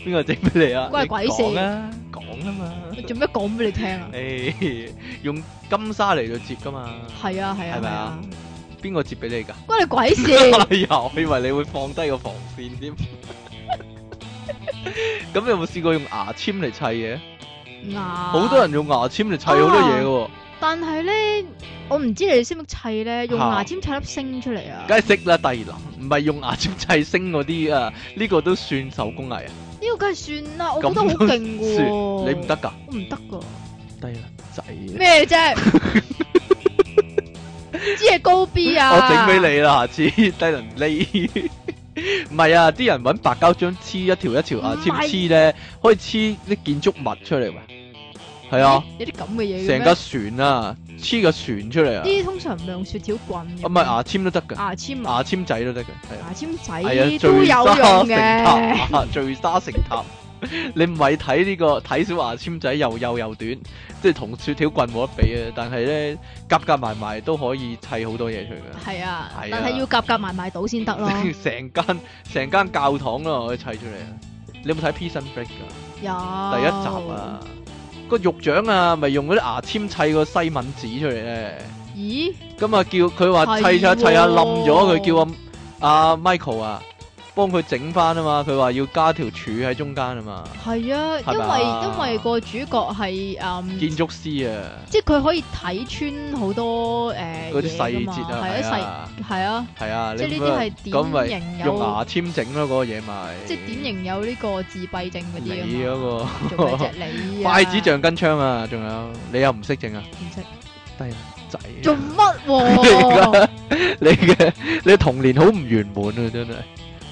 Speaker 2: 邊個整俾你啊？
Speaker 1: [LAUGHS] 關鬼事
Speaker 2: 你講啊，講啊嘛
Speaker 1: 我。做咩講俾你聽啊？
Speaker 2: 誒，用金沙嚟到接噶嘛？
Speaker 1: 係啊係啊
Speaker 2: 係
Speaker 1: 係
Speaker 2: 咪
Speaker 1: 啊
Speaker 2: 啊，邊個接俾你㗎？
Speaker 1: 關你
Speaker 2: [LAUGHS]
Speaker 1: 鬼事！
Speaker 2: 哎呀，我以為你會放低個防
Speaker 1: [LAUGHS]
Speaker 2: 線添。咁你有冇試過用牙籤嚟砌嘢？
Speaker 1: 牙
Speaker 2: 好多人用牙籤嚟砌好多嘢
Speaker 1: 啊
Speaker 2: 嘅
Speaker 1: 但係咧，我唔知你識唔識砌咧，用
Speaker 2: 嚇
Speaker 1: 牙籤砌粒星出嚟啊
Speaker 2: 喎，！梗係識啦，第二林唔係用牙籤砌星嗰啲啊，呢個都算手工藝啊，
Speaker 1: 呢個梗係算啦，我覺
Speaker 2: 咁
Speaker 1: 得好
Speaker 2: 都
Speaker 1: 勁嘅
Speaker 2: 算
Speaker 1: 喎。
Speaker 2: 你唔，得㗎，
Speaker 1: 我唔得噶。
Speaker 2: 低能仔啊，
Speaker 1: 哦咩啫？
Speaker 2: [LAUGHS]
Speaker 1: 知係高 B 啊！
Speaker 2: 我整俾你啦，下次 [LAUGHS] 低能呢？ [LAUGHS] 唔係啊，啲人揾白膠漿黐一條一條牙
Speaker 1: 唔
Speaker 2: 籤
Speaker 1: 係
Speaker 2: 黐咧，可以黐啲建築物出嚟喎，係啊，
Speaker 1: 咦，有啲咁嘅嘢
Speaker 2: 成
Speaker 1: 嘅
Speaker 2: 架
Speaker 1: 咩？
Speaker 2: 船啊，黐個船出嚟啊
Speaker 1: 呢。啲通常唔係用雪條棍嘅，
Speaker 2: 啊，唔係牙籤都得噶，
Speaker 1: 牙籤啊，
Speaker 2: 牙籤仔都得嘅，係啊，
Speaker 1: 牙籤
Speaker 2: 係
Speaker 1: 仔
Speaker 2: 啊，
Speaker 1: 都有
Speaker 2: 聚沙
Speaker 1: 用
Speaker 2: 成
Speaker 1: 嘅。
Speaker 2: 塔，啊聚沙成塔。 [LAUGHS] 你唔係睇呢個睇小牙籤仔又幼又短，即係同雪條棍冇得比啊！但係咧夾夾埋埋都可以砌好多嘢出嚟
Speaker 1: 係啊
Speaker 2: 係啊，
Speaker 1: 但係要夾夾埋埋到先
Speaker 2: [LAUGHS]
Speaker 1: 得咯。
Speaker 2: 嘅，成間成間教堂都可以砌出嚟啊！你有冇睇《Prison Break》㗎？
Speaker 1: 有
Speaker 2: 第一集啊，個獄長啊，咪用嗰啲牙籤砌個西敏紙出嚟咧。
Speaker 1: 咦？
Speaker 2: 咁啊叫佢話砌下砌下冧咗，佢叫阿阿 Michael 啊幫佢整翻啊嘛，佢話要加條柱喺中間啊嘛，
Speaker 1: 係啊，
Speaker 2: 係
Speaker 1: 因
Speaker 2: 咪
Speaker 1: 為
Speaker 2: 啊
Speaker 1: 因為個主角係嗯，
Speaker 2: 建築師啊
Speaker 1: 即係佢可以睇穿好多呃誒
Speaker 2: 嗰啲細節
Speaker 1: 節
Speaker 2: 啊，
Speaker 1: 係
Speaker 2: 係
Speaker 1: 啊
Speaker 2: 啊
Speaker 1: 細係啊，
Speaker 2: 係啊，
Speaker 1: 即係
Speaker 2: 你
Speaker 1: 呢
Speaker 2: 咁啊咁
Speaker 1: 啲
Speaker 2: 咪
Speaker 1: 係典型
Speaker 2: 用
Speaker 1: 有
Speaker 2: 牙籤整咯嗰個嘢咪，
Speaker 1: 即係典型有呢個自閉症嗰啲
Speaker 2: 你嗰
Speaker 1: 啊
Speaker 2: 個
Speaker 1: 嘛，做咩啫你啊
Speaker 2: 筷子橡筋槍啊，仲有你又唔識整啊，
Speaker 1: 唔
Speaker 2: [LAUGHS]
Speaker 1: 識
Speaker 2: 低能仔啊，
Speaker 1: 做乜
Speaker 2: 你
Speaker 1: 喎？
Speaker 2: [LAUGHS] 你嘅你童年好唔圓滿啊，真係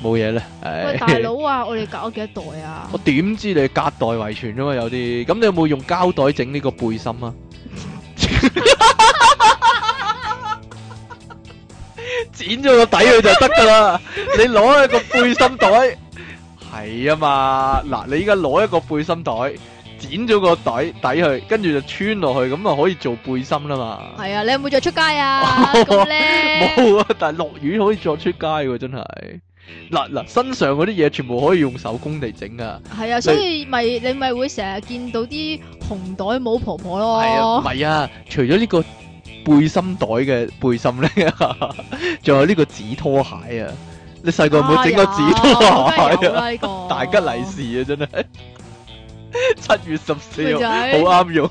Speaker 2: 冇嘢啦，
Speaker 1: 喂
Speaker 2: 唉
Speaker 1: 大佬啊，我哋搞咗幾多代啊
Speaker 2: 我？點知你隔代遺傳啫嘛？有啲咁你有冇用膠袋整呢個背心啊？剪咗個底佢就得噶啦，你攞一個背心袋係啊嘛？嗱，你依家攞一個背心袋，剪咗個底底去，跟住就穿落去，咁啊可以做背心啦嘛。
Speaker 1: 係啊，你有冇着出街啊？
Speaker 2: [LAUGHS]
Speaker 1: 咁咧
Speaker 2: 冇啊，但係落雨可以作出街喎，真係。嗱嗱，身上嗰啲嘢全部可以用手工嚟整噶。
Speaker 1: 係啊，所以咪你咪會成日見到啲紅袋帽婆婆
Speaker 2: 係啊，唔
Speaker 1: 咯，
Speaker 2: 係啊，除咗呢個 [LAUGHS] 背心袋嘅背心咧，仲有呢個紙拖鞋啊，你細個有冇整個紙拖
Speaker 1: 啊
Speaker 2: 鞋
Speaker 1: 哦有梗係有
Speaker 2: 啊？
Speaker 1: 啦呢個
Speaker 2: 大吉利是啊，真係 [LAUGHS] 七月十
Speaker 1: 咪
Speaker 2: 四
Speaker 1: 就
Speaker 2: 號
Speaker 1: 係
Speaker 2: 好啱啊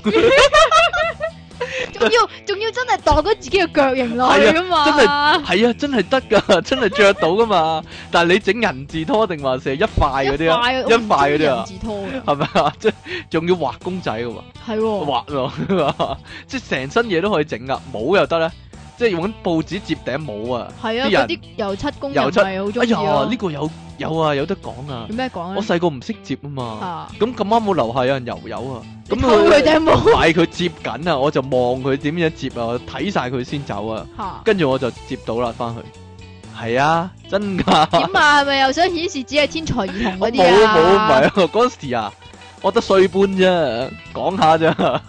Speaker 1: 仲
Speaker 2: 用，
Speaker 1: 要仲要真係度咗自己嘅腳型落去
Speaker 2: 係
Speaker 1: 噶嘛？
Speaker 2: 真係啊，真係得噶，真係着到噶嘛。但係你整人字拖定還是係一塊嗰啲啊？
Speaker 1: 一
Speaker 2: 一塊嗰啲啊
Speaker 1: 字拖嘅，
Speaker 2: 係咪啊？即係仲要畫公仔嘅喎。
Speaker 1: 係喎，
Speaker 2: 畫咯， [LAUGHS] 即係成身嘢都可以整噶，帽又得啦，即係用緊報紙接頂帽啊！
Speaker 1: 係啊，
Speaker 2: 啲人
Speaker 1: 嗰啲油漆工人
Speaker 2: 油漆
Speaker 1: 咪好中
Speaker 2: 哎
Speaker 1: 意
Speaker 2: 呀，
Speaker 1: 咯
Speaker 2: 呢。個有有啊，有得講啊！
Speaker 1: 有咩講
Speaker 2: 我
Speaker 1: 咧？
Speaker 2: 細個唔識接啊嘛，
Speaker 1: 啊，
Speaker 2: 咁咁啱我樓下有人油油啊，咁
Speaker 1: 咁佢哋冇
Speaker 2: [LAUGHS] 買佢接緊啊，我就望佢點樣接啊，我睇晒佢先走啊，
Speaker 1: 嚇
Speaker 2: 跟住我就接到啦，翻去係啊，真㗎，
Speaker 1: 點啊？係咪又想顯示只係天才兒童
Speaker 2: 我
Speaker 1: 嗰
Speaker 2: [LAUGHS] 冇
Speaker 1: 啲
Speaker 2: 冇唔
Speaker 1: 啊？
Speaker 2: 係啊，嗰時啊，我得歲半啫，講下啫。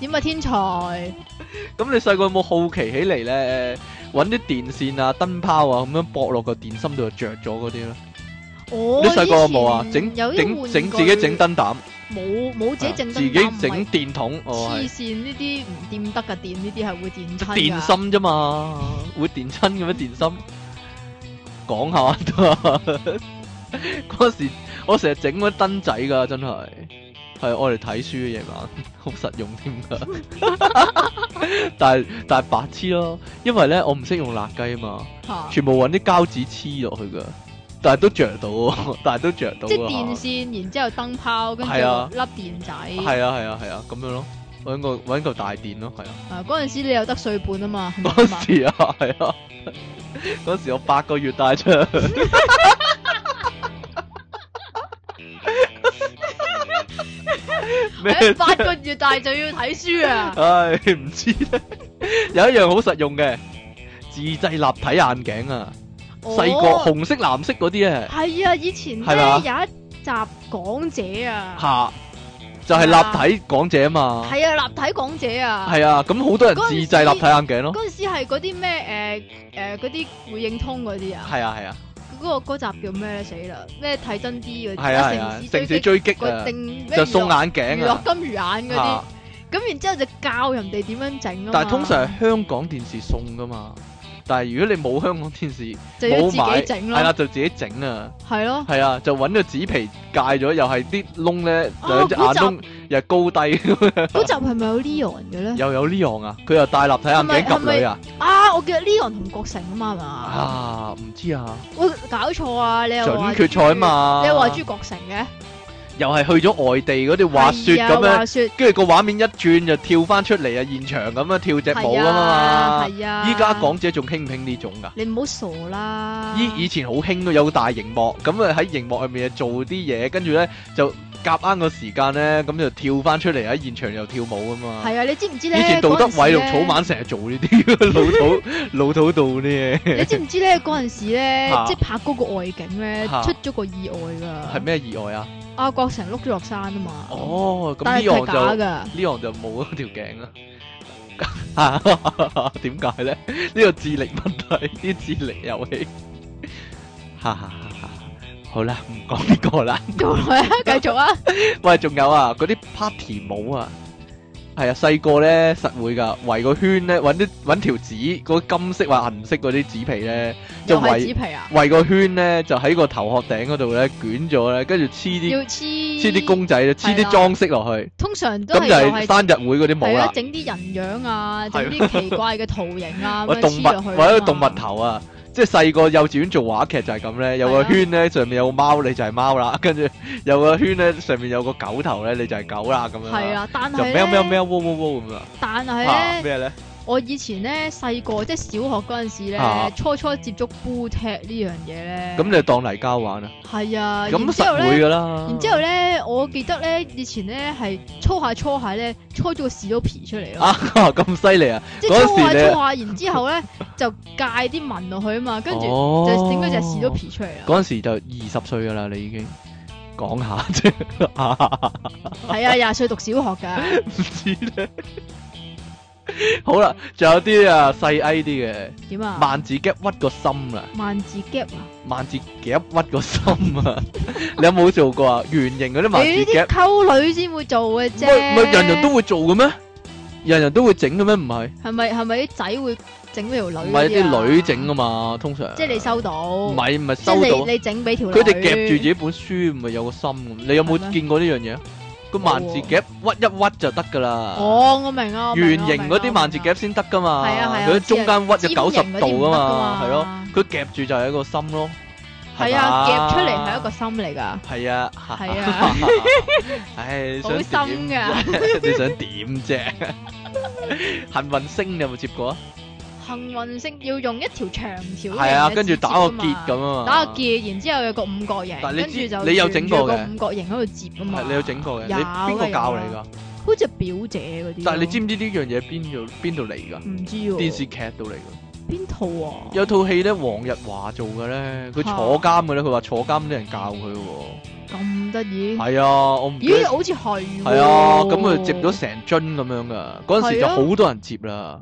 Speaker 1: 點啊？天才
Speaker 2: [LAUGHS] 咁你細個有冇好奇起嚟咧？揾啲電線啊、燈泡啊咁樣駁落個電芯度就着咗嗰啲咧？
Speaker 1: 我
Speaker 2: 你細個有冇啊？
Speaker 1: 以前
Speaker 2: 整
Speaker 1: 有啲
Speaker 2: 整
Speaker 1: 玩
Speaker 2: 整
Speaker 1: 具
Speaker 2: 自己整燈膽，
Speaker 1: 冇冇自己整燈
Speaker 2: 啊自己
Speaker 1: 膽唔係
Speaker 2: 整電筒，哦
Speaker 1: 黐
Speaker 2: 係
Speaker 1: 線呢啲唔掂得噶，電呢啲係會電親㗎
Speaker 2: 電芯啫嘛，會電親嘅咩電芯？講下得啊！ [LAUGHS] 嗰時我成日整嗰啲燈仔噶，真係係我嚟睇書嘅夜晚， [LAUGHS] 好實用添噶。 [LAUGHS] 但係但係白痴咯，因為咧我唔識用辣雞啊嘛。
Speaker 1: 嚇
Speaker 2: 全部揾啲膠紙黐落去噶，但係都着到喎， [LAUGHS] 但係都着到
Speaker 1: 即係
Speaker 2: 啊
Speaker 1: 電線，然之後燈泡，跟住
Speaker 2: 係啊
Speaker 1: 粒電仔。
Speaker 2: 係啊係啊係啊，咁樣咯，揾個揾嚿大電咯，係啊，
Speaker 1: 啊嗰陣時你有得歲半啊
Speaker 2: [LAUGHS]
Speaker 1: 嘛，係咪
Speaker 2: 嗰時啊係啊， [LAUGHS] 嗰時我八個月
Speaker 1: [LAUGHS]
Speaker 2: 大出，
Speaker 1: 誒
Speaker 2: 咩？
Speaker 1: 哎八個月大就要睇書啊！
Speaker 2: [LAUGHS] 唉，唔知咧，有一樣好實用嘅，自製立體眼鏡啊， [LAUGHS] 細個
Speaker 1: 哦
Speaker 2: 紅色藍色嗰啲咧，
Speaker 1: 係啊，以前咧
Speaker 2: 係嘛
Speaker 1: 有一集港姐啊，
Speaker 2: 嚇就係立體港姐啊嘛，
Speaker 1: 係啊立體港姐啊，
Speaker 2: 係啊，咁好多人
Speaker 1: 嗰陣時
Speaker 2: 自製立體眼鏡咯，
Speaker 1: 嗰陣時係嗰啲咩誒誒嗰啲回應通嗰啲啊，
Speaker 2: 係啊係啊
Speaker 1: 嗰個嗰集叫咩咧死啦，咩睇真啲嗰啲
Speaker 2: 係啊係啊，城市追擊
Speaker 1: 嗰
Speaker 2: 啊！
Speaker 1: 定咩
Speaker 2: 就
Speaker 1: 娛
Speaker 2: 送
Speaker 1: 樂
Speaker 2: 眼
Speaker 1: 娛
Speaker 2: 鏡啊
Speaker 1: 樂！金魚眼嗰啲
Speaker 2: 啊，
Speaker 1: 咁然之後就教人哋點樣整啊嘛，
Speaker 2: 但係通常係香港電視送噶嘛。但係如果你冇香港電視，
Speaker 1: 就要
Speaker 2: 冇
Speaker 1: 自
Speaker 2: 買
Speaker 1: 己整
Speaker 2: 係啦，
Speaker 1: 咯，
Speaker 2: 就自己整啊，
Speaker 1: 係
Speaker 2: [LAUGHS]
Speaker 1: 咯。
Speaker 2: 係啊，就揾個紙皮界咗，又係啲窿咧，
Speaker 1: 啊
Speaker 2: 兩隻眼
Speaker 1: 嗰集
Speaker 2: 窿又係高低， [LAUGHS]
Speaker 1: 嗰集係咪有 Leon 嘅咧？
Speaker 2: 又有呢樣啊！佢又戴立體眼
Speaker 1: 係
Speaker 2: 鏡
Speaker 1: 咪
Speaker 2: 及女啊！
Speaker 1: 啊，我記得 Leon 同郭成啊嘛，係嘛？
Speaker 2: 啊，唔知啊，
Speaker 1: 我搞錯啊！你又話
Speaker 2: 準決賽啊嘛，
Speaker 1: 你又話朱國成嘅
Speaker 2: 又係去咗外地嗰啲滑雪咁
Speaker 1: 係啊
Speaker 2: 樣，
Speaker 1: 滑雪
Speaker 2: 跟住個畫面一轉就跳翻出嚟啊，現場咁樣跳隻舞
Speaker 1: 係
Speaker 2: 咁啊嘛！
Speaker 1: 係啊！
Speaker 2: 依家港姐仲興唔興呢種㗎？
Speaker 1: 你唔好傻啦！
Speaker 2: 以以前好興咯，有個大熒幕，咁啊喺熒幕入面做啲嘢，跟住咧就夾啱個時間咧，咁就跳翻出嚟喺現場又跳舞啊嘛。
Speaker 1: 係啊！你知唔知咧？
Speaker 2: 以前杜德偉
Speaker 1: 嗰陣時咧
Speaker 2: 同草蜢成日做呢啲老土老土到呢，
Speaker 1: 你知唔知咧？嗰陣時咧
Speaker 2: [LAUGHS] 嚇，
Speaker 1: 即係拍嗰個外景咧，
Speaker 2: 嚇
Speaker 1: 出咗個意外㗎。
Speaker 2: 係？咩意外
Speaker 1: [LAUGHS]
Speaker 2: 啊？
Speaker 1: 阿郭成碌咗落山啊嘛。，
Speaker 2: 哦，咁
Speaker 1: 但
Speaker 2: 呢
Speaker 1: 係佢
Speaker 2: 樣
Speaker 1: 係
Speaker 2: 就呢
Speaker 1: 假
Speaker 2: 樣就冇咗條頸啦。 [LAUGHS] 點解咧？呢個智力問題，啲智力遊戲。哈哈哈哈！好啦，唔講呢個
Speaker 1: [LAUGHS]
Speaker 2: 啦。
Speaker 1: 㗎。仲係啊，繼續啊！
Speaker 2: 喂，仲有啊，嗰啲 party 帽啊，係啊，細個咧實會噶，圍個圈咧，揾啲揾條紙，嗰金色或銀色嗰啲紙皮咧，就
Speaker 1: 又係
Speaker 2: 圍
Speaker 1: 紙皮啊！
Speaker 2: 圍個圈咧，就喺個頭殼頂嗰度咧捲咗咧，跟住黐
Speaker 1: 要
Speaker 2: 啲
Speaker 1: 黐黐
Speaker 2: 黐啲，公仔，黐
Speaker 1: 係
Speaker 2: 啲
Speaker 1: 啦
Speaker 2: 裝飾落去，
Speaker 1: 通常都
Speaker 2: 咁
Speaker 1: 係
Speaker 2: 就
Speaker 1: 又
Speaker 2: 係
Speaker 1: 係
Speaker 2: 生日會嗰啲帽
Speaker 1: 係啊，
Speaker 2: 啦，
Speaker 1: 整啲人樣啊，整
Speaker 2: 係
Speaker 1: 啲奇怪嘅圖形
Speaker 2: [LAUGHS]
Speaker 1: 啊，
Speaker 2: 或
Speaker 1: 咁
Speaker 2: 者
Speaker 1: 樣
Speaker 2: 動
Speaker 1: 黐落
Speaker 2: 物
Speaker 1: 去啊嘛。
Speaker 2: 或者動物頭啊。即係細個幼稚園做話劇就係咁咧，有
Speaker 1: 係
Speaker 2: 個
Speaker 1: 啊
Speaker 2: 圈咧上面有個貓，你就係貓啦； [LAUGHS] 跟住有個圈咧上面有個狗頭咧，你就係狗啦咁樣啦。
Speaker 1: 係啊，但
Speaker 2: 就
Speaker 1: 係
Speaker 2: 喵喵
Speaker 1: 咧，
Speaker 2: 喵喔喔喔咁啊！
Speaker 1: 但
Speaker 2: 啊
Speaker 1: 係咧，
Speaker 2: 咩咧？
Speaker 1: 我以前咧細個即係小學嗰陣時
Speaker 2: 啊
Speaker 1: 咧，初初接觸 b 踢呢樣嘢咧，
Speaker 2: 咁你當泥膠玩啊？
Speaker 1: 係啊，
Speaker 2: 咁
Speaker 1: 然之後
Speaker 2: 實會
Speaker 1: 咧，
Speaker 2: 噶啦。
Speaker 1: 然
Speaker 2: [LAUGHS]
Speaker 1: 之後咧，我記得咧以前咧係搓下搓下咧，搓咗個士多啤出嚟咯，
Speaker 2: 啊，咁犀利啊！
Speaker 1: 即係
Speaker 2: 嗰
Speaker 1: 搓
Speaker 2: 時
Speaker 1: 下
Speaker 2: 咧
Speaker 1: 搓下，然之後咧就界啲紋落去啊嘛，跟住
Speaker 2: 哦
Speaker 1: 就整咗隻士多啤出嚟啦。啊
Speaker 2: 嗰陣時就二十歲噶啦，你已經講下 [LAUGHS] 啫，
Speaker 1: 係啊，廿歲讀小學㗎，
Speaker 2: 唔知咧。好啦，仲有啲啊細矮啲嘅，
Speaker 1: 點啊？
Speaker 2: 萬字夾屈個心啦，
Speaker 1: 萬字 gap 啊！
Speaker 2: 萬字夾屈個心 [LAUGHS] 啊！你有冇做過啊？圓形嗰啲萬
Speaker 1: 你呢
Speaker 2: 字
Speaker 1: 啲
Speaker 2: 夾，
Speaker 1: 溝女先會做嘅啫，
Speaker 2: 咪咪人人都會做嘅咩？人人都會整嘅咩？唔係。
Speaker 1: 係咪係咪啲仔會整整俾條女嗰
Speaker 2: 唔係啲
Speaker 1: 啊
Speaker 2: 女整噶，嘛，通常
Speaker 1: 即係你收到，
Speaker 2: 唔係唔係
Speaker 1: 即
Speaker 2: 收
Speaker 1: 係你
Speaker 2: 到，
Speaker 1: 你整俾條女，
Speaker 2: 佢哋夾住自己本書，咪有個心咁。你有
Speaker 1: 係
Speaker 2: 冇
Speaker 1: 咩
Speaker 2: 見過呢樣嘢？個萬字夾屈一屈就得噶啦。
Speaker 1: 哦，我明啊，我明啊
Speaker 2: 圓形嗰啲萬字夾，先得噶嘛，
Speaker 1: 係啊係啊
Speaker 2: 佢
Speaker 1: 我知
Speaker 2: 中
Speaker 1: 啊
Speaker 2: 間
Speaker 1: 我
Speaker 2: 屈咗
Speaker 1: 明啊尖形
Speaker 2: 九十
Speaker 1: 嗰啲
Speaker 2: 度
Speaker 1: 唔得
Speaker 2: 噶
Speaker 1: 嘛，
Speaker 2: 嘛，係咯，，佢夾住就係一個心咯，
Speaker 1: 係啊，夾出嚟係一
Speaker 2: 係
Speaker 1: 個
Speaker 2: 嘛
Speaker 1: 心嚟㗎，
Speaker 2: 係啊，
Speaker 1: 係啊，
Speaker 2: [LAUGHS] 唉，
Speaker 1: 好
Speaker 2: 想
Speaker 1: 深
Speaker 2: 點
Speaker 1: 㗎，
Speaker 2: 啫 [LAUGHS] 你想點啫？幸運星你有冇接過啊？
Speaker 1: 幸運星要用一條長條嘅
Speaker 2: 係啊，
Speaker 1: 嘢
Speaker 2: 跟住
Speaker 1: 接
Speaker 2: 打個
Speaker 1: 㗎嘛
Speaker 2: 結咁啊嘛，
Speaker 1: 打個結，然之後有個五角形，
Speaker 2: 但你
Speaker 1: 跟
Speaker 2: 知
Speaker 1: 住就
Speaker 2: 你有整過嘅
Speaker 1: 轉住個五角形喺度接啊嘛
Speaker 2: 係，你有整過嘅，你
Speaker 1: 有
Speaker 2: 邊個
Speaker 1: 嘅
Speaker 2: 教
Speaker 1: 有
Speaker 2: 你㗎？
Speaker 1: 好似係表姐嗰啲咯，
Speaker 2: 但係你知唔知呢樣嘢邊度邊度嚟㗎？
Speaker 1: 唔知喎？
Speaker 2: 電視劇度嚟㗎。
Speaker 1: 邊套啊？
Speaker 2: 有套戲咧，黃日華做嘅咧，佢
Speaker 1: 嚇
Speaker 2: 坐監嘅咧，佢話坐監啲人教佢喎。
Speaker 1: 咁得意？
Speaker 2: 係啊，我唔記
Speaker 1: 咦，
Speaker 2: 得。
Speaker 1: 好似係
Speaker 2: 係啊，咁佢接咗成樽咁樣噶，嗰陣時
Speaker 1: 係
Speaker 2: 就
Speaker 1: 啊
Speaker 2: 好多人接啦。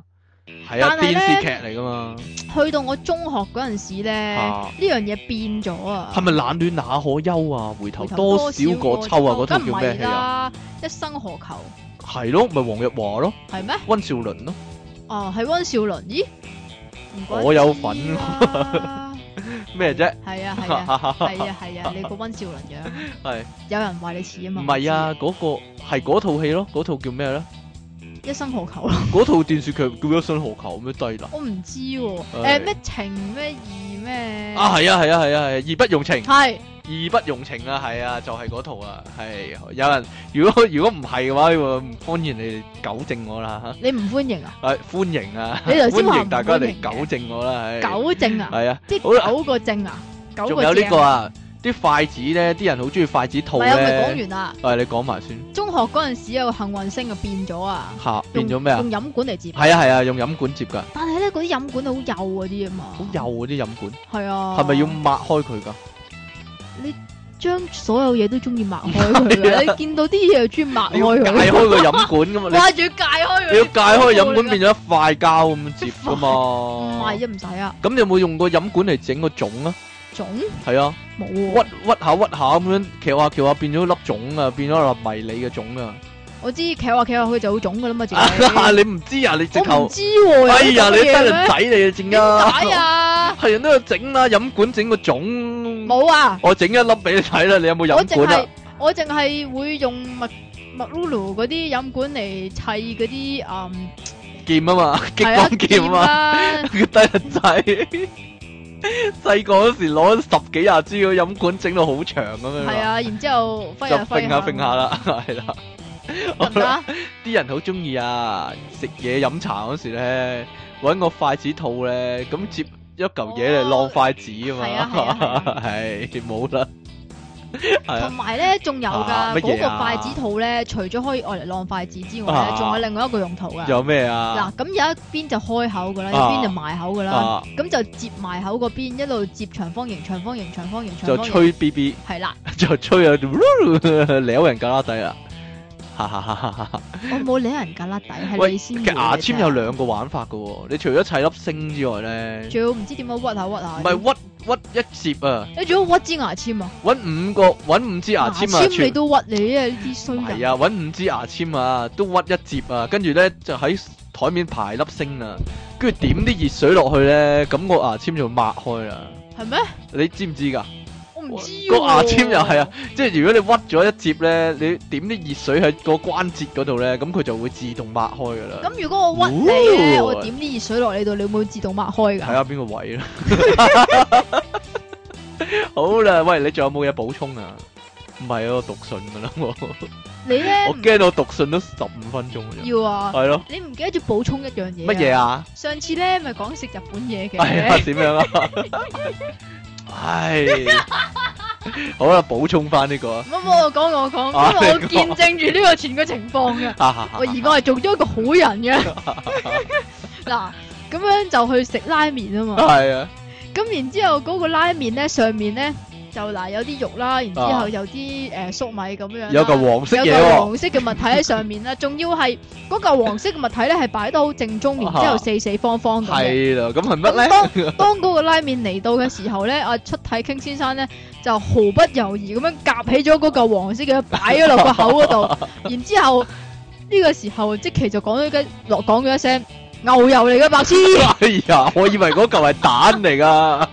Speaker 2: 係啊，
Speaker 1: 但係
Speaker 2: 電
Speaker 1: 呢
Speaker 2: 視劇嚟噶嘛，
Speaker 1: 成去到我中學嗰陣時咧，
Speaker 2: 啊
Speaker 1: 呢樣嘢變咗啊！
Speaker 2: 係咪冷暖哪可休啊？回頭
Speaker 1: 回頭
Speaker 2: 多少個
Speaker 1: 個
Speaker 2: 秋啊？嗰
Speaker 1: 秋
Speaker 2: 套
Speaker 1: 梗唔
Speaker 2: 叫咩
Speaker 1: 係
Speaker 2: 戲啊？
Speaker 1: 啦？一生何求
Speaker 2: 係咯，咪黃日華咯，
Speaker 1: 係咩？
Speaker 2: 温兆倫咯，
Speaker 1: 哦，係温兆倫。咦？唔怪
Speaker 2: 我有
Speaker 1: 之
Speaker 2: 份喎 [LAUGHS]
Speaker 1: 啦
Speaker 2: 咩啫？
Speaker 1: 係啊係
Speaker 2: [LAUGHS]
Speaker 1: 啊係
Speaker 2: 係
Speaker 1: 啊係啊！你個温兆倫樣，有人話你似啊
Speaker 2: 唔
Speaker 1: 嘛？
Speaker 2: 係啊？嗰個係嗰套戲咯，嗰套叫咩咧？
Speaker 1: 我知，一生何求
Speaker 2: [LAUGHS]
Speaker 1: 咯，
Speaker 2: 嗰套電視劇叫《一生何求》咁樣低能
Speaker 1: 我唔知喎。
Speaker 2: 唉
Speaker 1: 誒咩情咩義咩？
Speaker 2: 啊！係啊係啊係啊係啊，義不容情。
Speaker 1: 係
Speaker 2: 義不容情啊，係啊，就係嗰套啊，係有人如果 [LAUGHS] 如果唔係嘅話，我唔歡迎你哋糾正我啦
Speaker 1: 你唔歡迎啊？
Speaker 2: 嚇，誒歡迎啊，
Speaker 1: 你頭先
Speaker 2: 歡
Speaker 1: 話
Speaker 2: 迎
Speaker 1: 唔
Speaker 2: 大家
Speaker 1: 歡
Speaker 2: 嚟
Speaker 1: 迎
Speaker 2: 糾
Speaker 1: 嘅
Speaker 2: 正我啦，係
Speaker 1: 糾正啊？
Speaker 2: 係啊，
Speaker 1: 即
Speaker 2: 好啦
Speaker 1: 係九個正啊？九
Speaker 2: 仲
Speaker 1: 個
Speaker 2: 有呢
Speaker 1: 正
Speaker 2: 個啊，啲筷子咧，啲人好中意筷子
Speaker 1: 唔
Speaker 2: 套
Speaker 1: 係啊，我咪講
Speaker 2: 咧，
Speaker 1: 完啦。
Speaker 2: 誒你講埋先
Speaker 1: 中學嗰陣時有個幸運星啊，變咗啊，
Speaker 2: 嚇，變
Speaker 1: 用
Speaker 2: 咗咩啊？
Speaker 1: 用飲管嚟接。
Speaker 2: 係啊係啊，用飲管接㗎，
Speaker 1: 但係咧嗰啲飲管好幼嗰啲啊嘛。
Speaker 2: 好幼。嗰啲飲管，
Speaker 1: 係啊。
Speaker 2: 係咪要抹開佢㗎？
Speaker 1: 將所有嘢都中意抹開
Speaker 2: [LAUGHS]
Speaker 1: 佢嘅？你見到啲嘢就中意抹
Speaker 2: 你要
Speaker 1: 開
Speaker 2: 解
Speaker 1: 佢。
Speaker 2: 開個飲管㗎嘛，啊
Speaker 1: [LAUGHS]
Speaker 2: 你
Speaker 1: 哇！仲要解開佢。
Speaker 2: 你要解開飲管變
Speaker 1: 咗。
Speaker 2: 咗一塊膠咁接㗎
Speaker 1: 唔
Speaker 2: 嘛
Speaker 1: 係，啫，唔使啊，
Speaker 2: 咁你有冇用過飲管嚟整個粽啊？
Speaker 1: 種
Speaker 2: 係啊。
Speaker 1: 冇
Speaker 2: 屈
Speaker 1: 喎。
Speaker 2: 屈下屈下咁樣，翹下翹下變咗粒種啊，變咗粒迷你嘅種啊！
Speaker 1: 我知企下企下佢就會種噶啦嘛，自己。
Speaker 2: [LAUGHS] 啊，你唔知啊，你直
Speaker 1: 我唔
Speaker 2: 頭，
Speaker 1: 知喎。
Speaker 2: 哎呀，
Speaker 1: 有
Speaker 2: 你
Speaker 1: 啲咁嘅嘢
Speaker 2: 得人
Speaker 1: 咩
Speaker 2: 仔你啊，正
Speaker 1: 點
Speaker 2: 啊，
Speaker 1: 解啊？
Speaker 2: 係人都有整啦，飲管整個種，
Speaker 1: 冇啊！
Speaker 2: 我整一粒俾你睇啦，你有冇
Speaker 1: 我
Speaker 2: 飲
Speaker 1: 淨
Speaker 2: 管啊
Speaker 1: 係？我淨係會用麥麥 Lulu 嗰啲飲管嚟砌嗰啲嗯
Speaker 2: 劍啊嘛，激
Speaker 1: 係啊
Speaker 2: 光 [LAUGHS] 劍啊嘛，
Speaker 1: 啦，
Speaker 2: 佢得人仔。細個嗰時攞十幾廿支個飲管整到好長咁樣嘛，
Speaker 1: 係啊，然之後揮
Speaker 2: 就
Speaker 1: 下揮
Speaker 2: 揈下揈下，啦，係啦。
Speaker 1: 得唔得啊？
Speaker 2: 啲人好中意啊！食嘢飲茶嗰時咧，揾個筷子套咧，咁接一嚿嘢嚟
Speaker 1: 哦
Speaker 2: 晾筷子啊
Speaker 1: 係啊係啊係
Speaker 2: 嘛， [LAUGHS] 係冇啦，係
Speaker 1: 同
Speaker 2: 啊，
Speaker 1: 埋咧，仲有
Speaker 2: 啊
Speaker 1: 噶
Speaker 2: 乜
Speaker 1: 嗰
Speaker 2: 嘢
Speaker 1: 個
Speaker 2: 啊
Speaker 1: 筷子套咧，除咗可以愛嚟晾筷子之外
Speaker 2: 啊
Speaker 1: 咧，仲有另外一個用途噶。
Speaker 2: 有咩
Speaker 1: 嗱
Speaker 2: 啊？，
Speaker 1: 咁有一邊就開口噶啦，一
Speaker 2: 啊
Speaker 1: 邊就埋口噶啦，
Speaker 2: 啊，
Speaker 1: 咁就接埋口嗰邊，一路接長方形、長方形、長方形、
Speaker 2: 就
Speaker 1: 長方形，
Speaker 2: 吹 B [LAUGHS] B，
Speaker 1: 係啦，
Speaker 2: 就吹啊， [LAUGHS] 撩人架啦底啊！ [LAUGHS] 哈哈哈哈哈哈！
Speaker 1: 我冇理人架甩
Speaker 2: [LAUGHS]
Speaker 1: 底，係
Speaker 2: 喂
Speaker 1: 你先
Speaker 2: 其
Speaker 1: 要
Speaker 2: 實牙
Speaker 1: 嘅
Speaker 2: 籤
Speaker 1: 啫
Speaker 2: 有兩個玩法噶喎，你除咗砌粒星之外咧，
Speaker 1: 仲要唔知點樣屈下屈下，
Speaker 2: 唔係屈屈一接啊，
Speaker 1: 你仲要屈支牙籤啊？
Speaker 2: 揾五個揾五支牙籤啊，
Speaker 1: 你都屈你啊！呢啲衰
Speaker 2: 系
Speaker 1: 人，
Speaker 2: 啊，揾五支牙籤啊，都屈一接啊，跟住咧就喺台面排粒星啊，跟住點啲熱水落去咧，咁個牙籤就抹開啦。
Speaker 1: 係咩？
Speaker 2: 你知唔知㗎？
Speaker 1: 我唔知喎
Speaker 2: 個牙籤又係啊，即係如果你屈咗一接咧，你點啲熱水喺個關節嗰度咧，咁佢就會自動抹開㗎啦。
Speaker 1: 咁如果我屈你咧，
Speaker 2: 哦
Speaker 1: 我點啲熱水落你度，你會唔會自動抹開
Speaker 2: 睇
Speaker 1: 㗎？
Speaker 2: 下邊個位啦。 [LAUGHS] 好啦，喂，你仲有冇嘢補充啊？唔係啊，我讀信㗎啦，我
Speaker 1: 你咧
Speaker 2: 我驚我讀信都十五分鐘㗎啫。
Speaker 1: 要啊！
Speaker 2: 係咯，
Speaker 1: 你唔記得咗補充一樣嘢？
Speaker 2: 乜嘢？啊？
Speaker 1: 上次咧咪講食日本嘢
Speaker 2: 系啊，
Speaker 1: 嘅，
Speaker 2: 点样啊？唉，好啦，補充翻呢個
Speaker 1: 唔好唔好我講我講，
Speaker 2: 啊
Speaker 1: 因為我
Speaker 2: 你講
Speaker 1: 見證住呢個全個情況嘅。
Speaker 2: 啊，
Speaker 1: 我而我係做咗一個好人嘅。
Speaker 2: [LAUGHS]
Speaker 1: 嗱，咁樣就去食拉麵啊嘛。
Speaker 2: 係啊，
Speaker 1: 咁然之後嗰個拉麵咧，上面咧就嗱有啲肉啦，然之
Speaker 2: 啊
Speaker 1: 後有啲誒、呃粟米咁樣啦，
Speaker 2: 有嚿黃色
Speaker 1: 有
Speaker 2: 嘢
Speaker 1: 嚿
Speaker 2: 喎，
Speaker 1: 黃色嘅物體喺上面啦，仲要係嗰嚿黃色嘅物體咧係擺得好正中，然之後四四方方咁嘅。
Speaker 2: 啊係啊啦，咁
Speaker 1: 咁
Speaker 2: 係乜
Speaker 1: 當
Speaker 2: 咧？
Speaker 1: 當嗰個拉麵嚟到嘅時候咧，阿出體傾先生咧就毫不猶豫咁樣夾起咗嗰嚿黃色嘅擺咗落
Speaker 2: [LAUGHS]
Speaker 1: 個口嗰度，然之後呢個時候即其就講咗一落講咗一聲牛油嚟嘅白痴，
Speaker 2: 哎呀，我以為嗰嚿係蛋嚟
Speaker 1: [LAUGHS]
Speaker 2: 噶。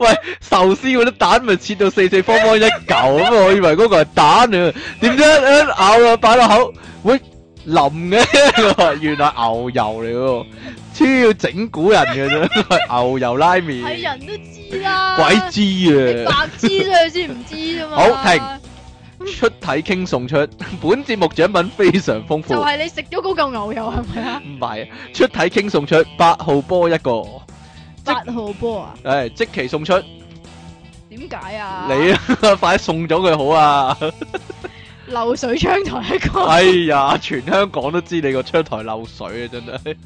Speaker 2: 喂，壽司嗰啲蛋咪切到四四方方一嚿咁，我以為嗰嚿係蛋啊，點知一咬啊，擺落口，喂，腍嘅， [LAUGHS] 原來牛油嚟喎，超要整蠱人嘅啫，牛油拉麵，
Speaker 1: 係人都知啦，
Speaker 2: 鬼知
Speaker 1: 你
Speaker 2: 啊！
Speaker 1: 白痴佢先唔知啫嘛。
Speaker 2: 好停出體傾送出，本節目獎品非常豐富
Speaker 1: 就。係你食咗嗰嚿牛油係咪啊？
Speaker 2: 唔係，出體傾送出八號波一個，
Speaker 1: 八號波啊？
Speaker 2: 诶，即期送出
Speaker 1: 點解啊？
Speaker 2: 你啊，快啲送咗佢好啊！
Speaker 1: [LAUGHS] 流水窗台一個，
Speaker 2: 哎呀，全香港都知你個窗台漏水啊，真係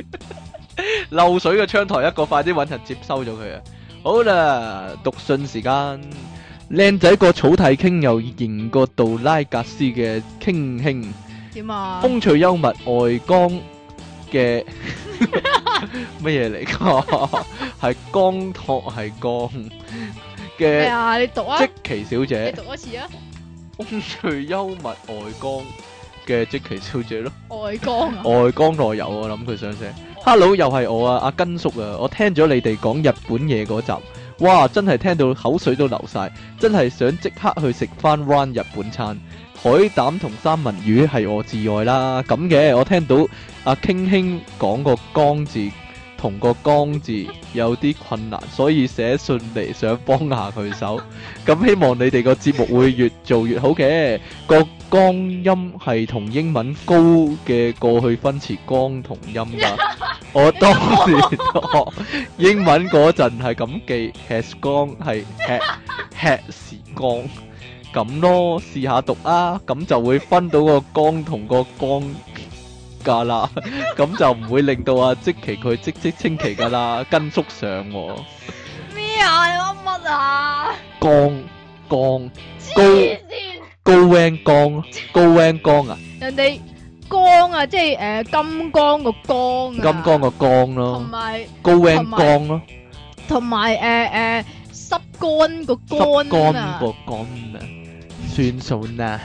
Speaker 2: [LAUGHS] 漏水嘅窗台一個，快啲搵人接收咗佢啊！好啦，讀信時間，靚仔個草剃傾又型過杜拉格斯嘅傾兄。
Speaker 1: 點啊？
Speaker 2: 風趣幽默外江嘅 [LAUGHS] 乜嘢嚟
Speaker 1: [LAUGHS]
Speaker 2: 噶？係江托係江
Speaker 1: 咩
Speaker 2: 嘅
Speaker 1: 啊？你讀啊？
Speaker 2: 即奇小
Speaker 1: 你
Speaker 2: 姐，
Speaker 1: 讀一次啊？
Speaker 2: 風趣幽默外江嘅即奇小姐咯。
Speaker 1: 外江啊？
Speaker 2: 外江內友，我諗佢想寫。Hello，又係我啊，阿根叔啊，我聽咗你哋講日本嘢嗰集，哇，真係聽到口水都流晒，真係想即刻去食翻 run 日本餐。海膽同三文魚係我至愛啦。咁嘅，我聽到阿傾兄講個江字同個江字有啲困難，所以寫信嚟想幫下佢手。咁希望你哋個節目會越做越好嘅。個江音係同英文高嘅過去分詞江同
Speaker 1: [LAUGHS]
Speaker 2: 音㗎。我當年學英文嗰陣係咁記，has 江係 has has 江咁咯，試下讀啊，咁就會分到個江同個江㗎啦，咁就唔會令到啊即其佢即即清奇㗎啦，跟足上喎、
Speaker 1: 咩啊？你噏乜啊？
Speaker 2: 江江高
Speaker 1: 黐線！
Speaker 2: 高 wing 江高 wing 江啊，
Speaker 1: 人哋光啊，即係诶金光個光
Speaker 2: 金
Speaker 1: 啊，
Speaker 2: 江個江
Speaker 1: 同
Speaker 2: 咯，
Speaker 1: 埋
Speaker 2: 高 wing
Speaker 1: 同埋
Speaker 2: 江咯，
Speaker 1: 同埋诶诶湿干個
Speaker 2: 濕
Speaker 1: 干
Speaker 2: 乾
Speaker 1: 啊，
Speaker 2: 個乾啊，算數啦，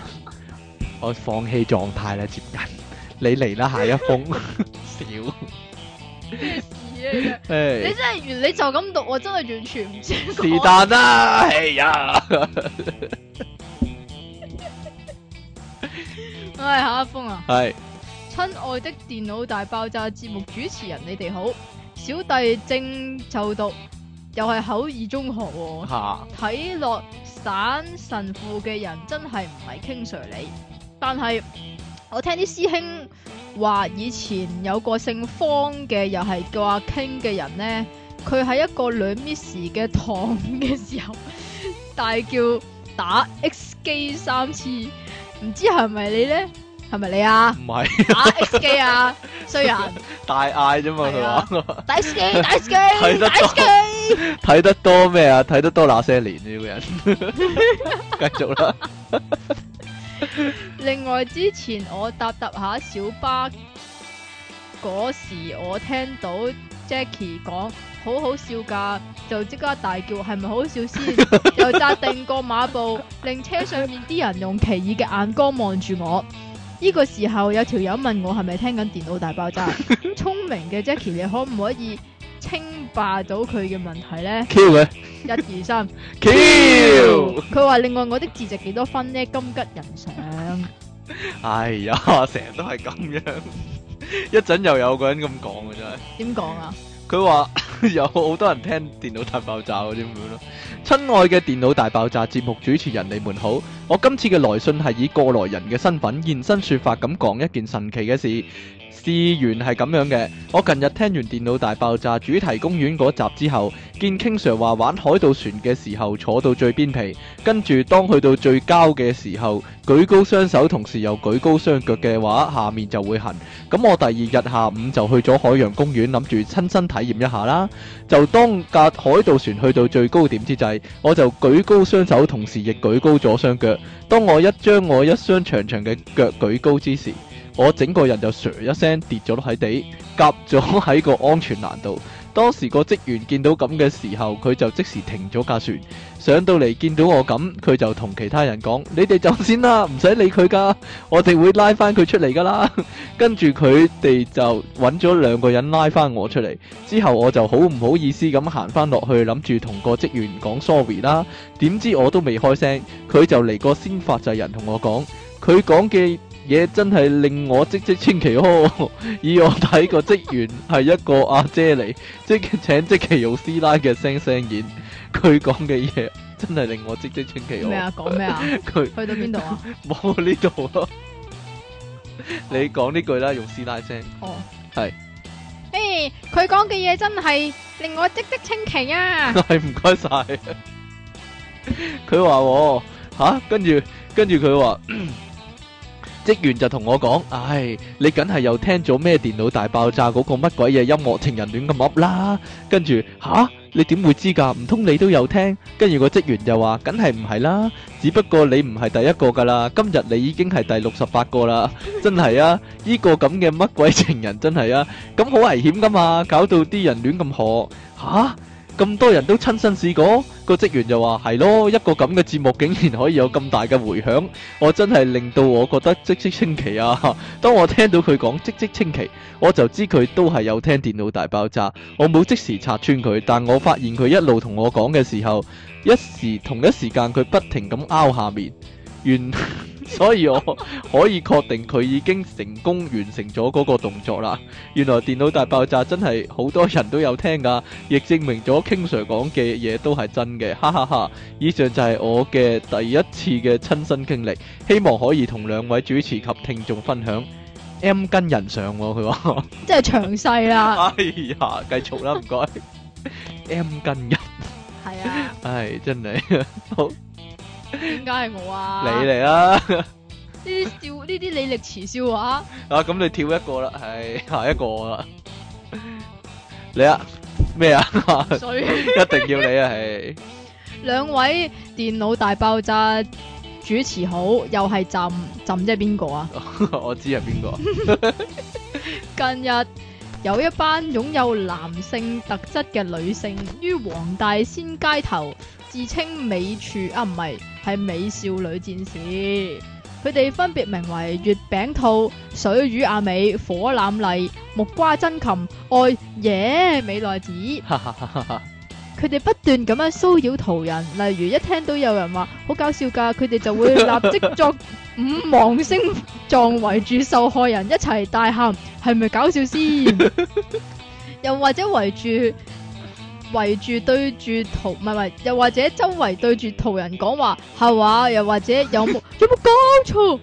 Speaker 2: 我放棄狀態啦，接近你嚟啦，下一 [LAUGHS] 封少，
Speaker 1: 咩事啊？你
Speaker 2: 唉
Speaker 1: 真係原你就咁讀，我真係完全唔知講。
Speaker 2: 是但啦，哎呀，
Speaker 1: 唉，下一封啊！
Speaker 2: 係
Speaker 1: 親愛的電腦大爆炸節目主持人，你哋好，小弟正就讀，又係口語中學喎、
Speaker 2: 嚇
Speaker 1: 睇落省神父嘅人真係唔係 King Sir 你，但係我聽啲師兄話以前有個姓方嘅又係叫阿 King 嘅人呢，佢喺一個女 Miss 嘅堂嘅時候， [LAUGHS] 大叫打 X 機三次，唔知係咪你呢？係咪你啊？
Speaker 2: 唔係
Speaker 1: 打 X 機啊，衰人！
Speaker 2: 大嗌啫嘛，
Speaker 1: 係
Speaker 2: 佢
Speaker 1: 啊
Speaker 2: 話
Speaker 1: 打 X 機，打 X 機，
Speaker 2: 睇得
Speaker 1: 打 X 機。
Speaker 2: 睇得多咩啊？睇得多那些年呢
Speaker 1: [LAUGHS]
Speaker 2: 個人，繼續啦，
Speaker 1: 另外之前我搭搭下小巴嗰時，我聽到 Jackie 講好好笑㗎，就即刻大叫係咪好笑先？又扎定個馬步，令車上面啲人用奇異嘅眼光望住我。呢個時候有條友問我係咪聽緊電腦大爆炸？聰明嘅 Jackie，你可唔可以稱霸到佢嘅問題呢？
Speaker 2: Q 佢
Speaker 1: 一二三。
Speaker 2: Q。
Speaker 1: 佢話：另外我的字值幾多分呢？金吉人上。
Speaker 2: 哎呀，成日都係咁樣，一陣又有個人咁講嘅真係。
Speaker 1: 點講啊？
Speaker 2: 佢話 [LAUGHS] 有好多人聽電腦大爆炸嗰啲咁樣咯。親愛嘅電腦大爆炸節目主持人，你們好！我今次嘅來信係以過來人嘅身份現身說法咁講一件神奇嘅事。事源係咁樣嘅，我近日聽完《電腦大爆炸》主題公園嗰集之後，見 King Sir 話玩海盜船嘅時候坐到最邊皮，跟住當去到最交嘅時候，舉高雙手同時又舉高雙腳嘅話，下面就會痕。咁我第二日下午就去咗海洋公園，諗住親身體驗一下啦。就當架海盜船去到最高點之際，我就舉高雙手，同時亦舉高咗雙腳。當我一將我一雙長長嘅腳舉高之時，我整個人就唰一聲跌咗落喺地，夾咗喺個安全欄度。當時個職員見到咁嘅時候，佢就即時停咗架船，上到嚟見到我咁，佢就同其他人講：你哋走先啦，唔使理佢噶，我哋會拉翻佢出嚟噶啦。 [LAUGHS] 跟住佢哋就揾咗兩個人拉翻我出嚟，之後我就好唔好意思咁行翻落去，諗住同個職員講 sorry 啦。點知我都未開聲，佢就嚟個先發制人同我講，佢講嘅嘢真係令我嘖嘖稱奇哦！ [LAUGHS] 以我睇個職員係一個阿姐嚟，即請即其用師奶嘅聲聲演，佢講嘅嘢真係令我嘖嘖稱奇
Speaker 1: 咩
Speaker 2: 哦！
Speaker 1: 啊？講咩啊？
Speaker 2: 佢
Speaker 1: 去到邊度啊？ [LAUGHS]
Speaker 2: 冇呢度咯，你講呢句啦，用師奶聲。
Speaker 1: 哦，
Speaker 2: 係。
Speaker 1: 诶，佢講嘅嘢真係令我嘖嘖稱奇啊！ [LAUGHS]
Speaker 2: [LAUGHS] 系唔該晒。佢話我吓，跟住跟住佢 [CLEARS THROAT] 話職員就同我講：，唉，你梗係又聽咗咩電腦大爆炸嗰個乜鬼嘢音樂情人戀咁噏啦。跟住吓，你點會知㗎？唔通你都有聽？跟住個職員就話：，梗係唔係啦，只不過你唔係第一個㗎啦，今日你已經係第六十八個啦，真係啊！呢、個咁嘅乜 [LAUGHS] 鬼情人真係啊，咁好危險㗎嘛，搞到啲人亂咁學吓。咁多人都親身試過，個職員就話：係咯，一個咁嘅節目竟然可以有咁大嘅迴響，我真係令到我覺得嘖嘖稱奇啊！ [LAUGHS] 當我聽到佢講嘖嘖稱奇，我就知佢都係有聽電腦大爆炸。我冇即時拆穿佢，但我發現佢一路同我講嘅時候，一時同一時間佢不停咁拗下面，完， [LAUGHS] 所以我可以確定佢已經成功完成咗嗰個動作啦。原來電腦大爆炸真係好多人都有聽㗎。亦證明咗 King Sir 講嘅嘢都係真嘅，哈哈哈！以上就係我嘅第一次嘅親身經歷，希望可以同兩位主持及聽眾分享。M 跟人上喎、佢話：
Speaker 1: 即係詳細 [LAUGHS] 啦，
Speaker 2: 哎呀，繼續啦，唔該。M 跟人，
Speaker 1: 係啊，
Speaker 2: 唉，真係
Speaker 1: 點解係我 [LAUGHS] 啊？
Speaker 2: 你嚟啦！
Speaker 1: 呢啲笑呢啲李力持笑話， [LAUGHS]
Speaker 2: 啊，咁你跳一個啦，係下一個我啦。你啊，咩啊？ [LAUGHS]
Speaker 1: 所以。
Speaker 2: 一定要你啊， [LAUGHS] 係
Speaker 1: 兩位電腦大爆炸主持好，又係朕，朕即係邊個啊？
Speaker 2: 我知係邊個。
Speaker 1: 近日有一班擁有男性特質嘅女性於黃大仙街頭自稱美處啊，唔係係美少女戰士。佢哋分別名為月餅兔、水魚阿美、火腩麗、木瓜真琴、愛野美奈子。
Speaker 2: 哈哈哈哈
Speaker 1: 佢哋不斷咁樣騷擾途人，例如一聽到有人話好搞笑㗎，佢哋就會立即作五芒星狀圍住受害人一齊大喊，係咪搞笑先？又或者圍住圍住對住途唔係唔係，又或者周圍對住途人講話係話，又或者有冇有冇搞錯，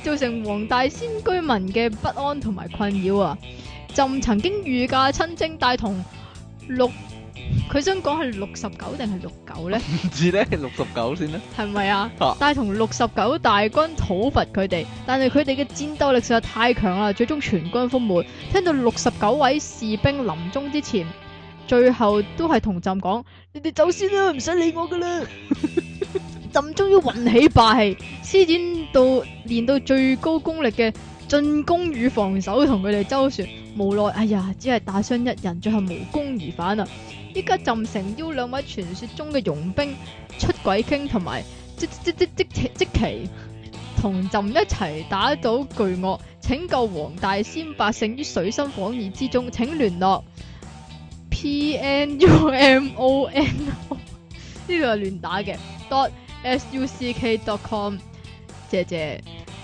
Speaker 1: [LAUGHS] 造成黃大仙居民嘅不安同埋困擾啊！朕曾經御駕親征帶同六，佢想講係六十九定係六九呢？
Speaker 2: 唔知咧，六十九先啦。
Speaker 1: 係咪啊
Speaker 2: 啊？
Speaker 1: 帶同六十九大軍討伐佢哋，但係佢哋嘅戰鬥力實在太強啦，最終全軍覆沒。聽到六十九位士兵臨終之前，最後都係同朕講：你哋走先啦，唔使理我噶啦。朕終於運起霸氣，施展到練到最高功力嘅進攻與防守，同佢哋周旋。無奈，哎呀，只係打傷一人，最後無功而返啊！依家朕誠邀兩位傳說中嘅傭兵出軌傾同埋即即即即即即奇同朕一齊打倒巨惡，拯救黃大仙百姓於水深火熱之中。請聯絡 P N U M O N O 呢個係亂打嘅 dot s u c k dot com。謝謝，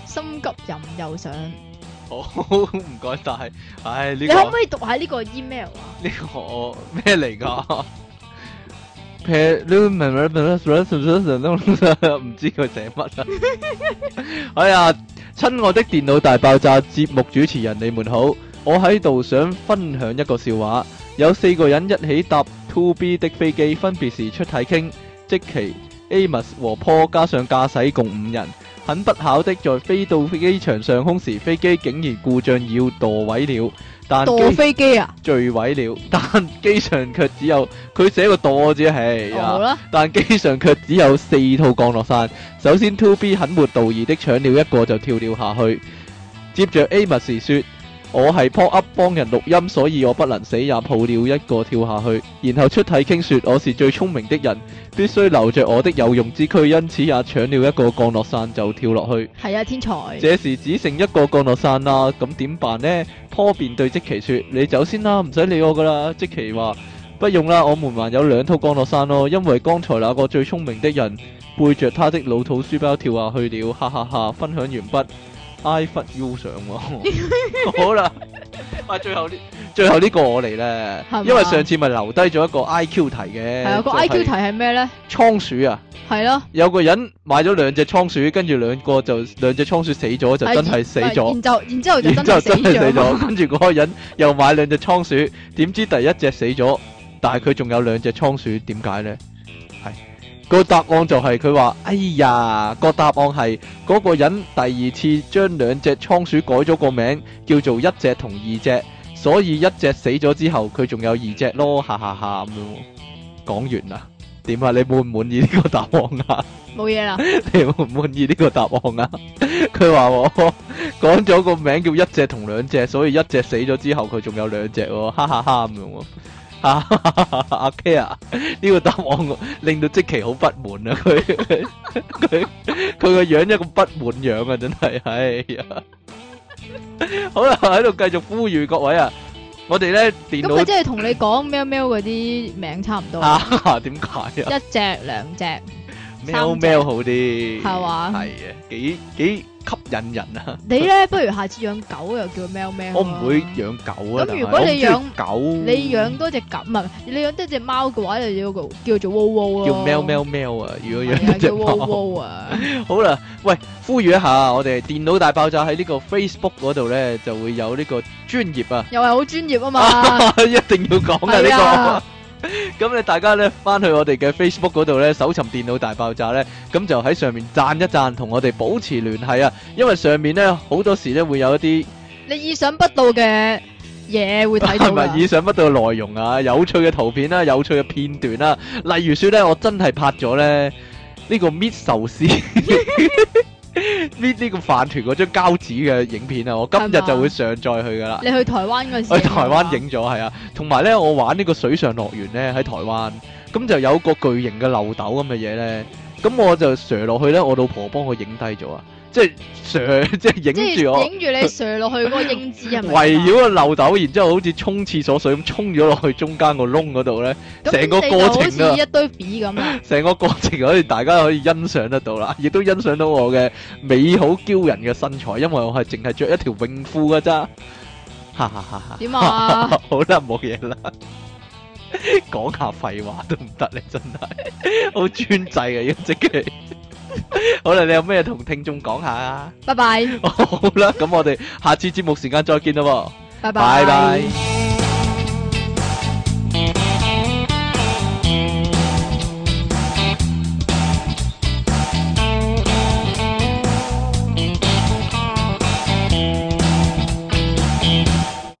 Speaker 1: 心急人又上，
Speaker 2: 好，唔該晒。唉，呢、
Speaker 1: 你
Speaker 2: 個
Speaker 1: 可唔可以讀下呢個 email 啊？
Speaker 2: 呢、個我咩嚟㗎？唔知佢寫乜啊！哎呀，親愛的電腦大爆炸節目主持人，你們好，我喺度想分享一個笑話。有四個人一起搭 To B 的飛機，分別是出體傾、即奇、Amos 和 Paul，加上駕駛共五人。很不巧的，在飛到機場上空時，飛機竟然故障要墮位了，但
Speaker 1: 墮
Speaker 2: 機
Speaker 1: 飛機啊！
Speaker 2: 墜毀了， [LAUGHS] 但機上卻只有佢寫個墮字係
Speaker 1: 哦好
Speaker 2: 啊，
Speaker 1: 啦，
Speaker 2: 但機上卻只有四套降落傘。首先 Two B 很沒道義的搶了一個就跳了下去，接着 Amos 說：我係 pop up 幫人錄音，所以我不能死也抱了一個跳下去。然後出體傾說我是最聰明的人，必須留着我的有用之軀，因此也搶了一個降落傘就跳落去。
Speaker 1: 系啊，天才。
Speaker 2: 這時只剩一個降落傘啦，咁點辦呢？坡便對即奇說：你走先啦，唔使理我噶啦。即奇話：不用啦，我們還有兩套降落傘咯，因為剛才那個最聰明的人背着他的老土書包跳下去了，哈哈哈！分享完畢，I fuck you 上
Speaker 1: [LAUGHS]
Speaker 2: 喎。好啦，啊最後呢最後呢個我嚟咧
Speaker 1: 係嘛，
Speaker 2: 因為上次咪留低咗一個 I Q 題嘅，
Speaker 1: 系啊，个
Speaker 2: 就
Speaker 1: I Q
Speaker 2: 係
Speaker 1: 题系咩咧？
Speaker 2: 倉鼠啊。
Speaker 1: 系咯，
Speaker 2: 有個人買咗兩隻倉鼠，跟住兩個就兩隻倉鼠死咗，就真係死咗。
Speaker 1: 然之后，然之后就
Speaker 2: 然
Speaker 1: 真
Speaker 2: 之後
Speaker 1: 哎係死
Speaker 2: 真係死
Speaker 1: 咗。
Speaker 2: 咗，跟住嗰個人又買兩隻倉鼠，點知第一隻死咗，但係佢仲有兩隻倉鼠，點解呢？係個答案就係佢話：哎呀，個答案係嗰個人第二次將兩隻倉鼠改咗個名，叫做一隻同二隻，所以一隻死咗之後，佢仲有二隻咯，哈哈哈咁樣喎。講完啦，點啊？你滿唔滿意呢個答案啊？
Speaker 1: 冇嘢啦，
Speaker 2: 你滿唔滿意呢個答案啊？佢話我講咗個名叫一隻同兩隻，所以一隻死咗之後佢仲有兩隻喎，哈哈哈咁樣喎。啊哈哈哈哈阿 K 啊，呢個答案我令到即奇好不滿啊！佢佢佢個樣一個不滿樣啊，真係，哎呀！好啦，喺度繼續呼籲各位啊，我哋咧電
Speaker 1: 咁佢
Speaker 2: 腦
Speaker 1: 即系同你讲喵喵嗰啲名差唔多，
Speaker 2: 啊，點解啊？
Speaker 1: 一只两只系
Speaker 2: 喵喵好啲，
Speaker 1: 嘛？
Speaker 2: 係啊，幾幾吸引人啊！
Speaker 1: 你咧不如下次养狗又叫喵喵啊。
Speaker 2: 我唔會養狗
Speaker 1: 咁
Speaker 2: 啊。但係
Speaker 1: 如果你養
Speaker 2: 我唔中意狗，
Speaker 1: 你養多隻狗，唔係你養多隻貓嘅話，你要個叫做喔喔咯，
Speaker 2: 叫喵喵喵啊！如果
Speaker 1: 係啊，
Speaker 2: 養一隻
Speaker 1: 叫喔
Speaker 2: 貓，
Speaker 1: 喔啊，
Speaker 2: 好啦，喂，呼籲一下，我哋電腦大爆炸喺呢個 Facebook 嗰度咧，就會有呢個專業啊，
Speaker 1: 又係好專業啊
Speaker 2: [LAUGHS]
Speaker 1: 嘛，
Speaker 2: 一定要講嘅
Speaker 1: 係
Speaker 2: 呢
Speaker 1: 啊
Speaker 2: 個。咁你大家咧翻去我哋嘅 Facebook 嗰度咧，搜尋電腦大爆炸咧，咁就喺上面讚一讚，同我哋保持聯繫啊！因為上面咧好多時咧會有一啲
Speaker 1: 你意想不到嘅嘢會睇到
Speaker 2: [LAUGHS] 係咪
Speaker 1: 㗎
Speaker 2: 意想不到嘅內容啊？有趣嘅圖片啦、有趣嘅片段啦、例如說咧，我真係拍咗咧呢個搣壽司搣呢個飯團嗰張膠紙嘅影片啊，我今
Speaker 1: 係
Speaker 2: 日
Speaker 1: 嘛
Speaker 2: 就會上載去噶啦。
Speaker 1: 你去台灣嗰時，
Speaker 2: 我喺台灣，影咗係啊，同埋咧我玩呢個水上樂園咧喺台灣，咁就有個巨型嘅漏斗咁嘅嘢咧，咁我就射落去咧，我老婆幫我影低咗啊，即係射即係
Speaker 1: 即
Speaker 2: 影住我
Speaker 1: 係。影住你垂落去嗰個英姿係咪？
Speaker 2: 圍繞個漏斗，然之後好似沖廁所水咁沖咗落去中間個窿
Speaker 1: [LAUGHS]
Speaker 2: 嗰度咧，
Speaker 1: 咁
Speaker 2: 成個
Speaker 1: 你
Speaker 2: 過
Speaker 1: 就
Speaker 2: 程啊
Speaker 1: 好似一堆 B 咁 [LAUGHS]
Speaker 2: [LAUGHS]
Speaker 1: 啦，
Speaker 2: 成個過程可以大家可以欣賞得到啦，亦都欣賞到我嘅美好驕人嘅身材，因為我係淨係着一條泳褲噶咋，哈哈哈哈！
Speaker 1: 點啊？
Speaker 2: [LAUGHS] 好啦，冇嘢啦， [LAUGHS] 講下廢話都唔得，你真係 [LAUGHS] 好專制嘅一直嘅。 [LAUGHS] 好啦，你有咩同聽眾講下啊？ [LAUGHS]
Speaker 1: 拜拜，
Speaker 2: 好啦，咁我哋下次節目時間再見啦喎。
Speaker 1: 拜
Speaker 2: 拜拜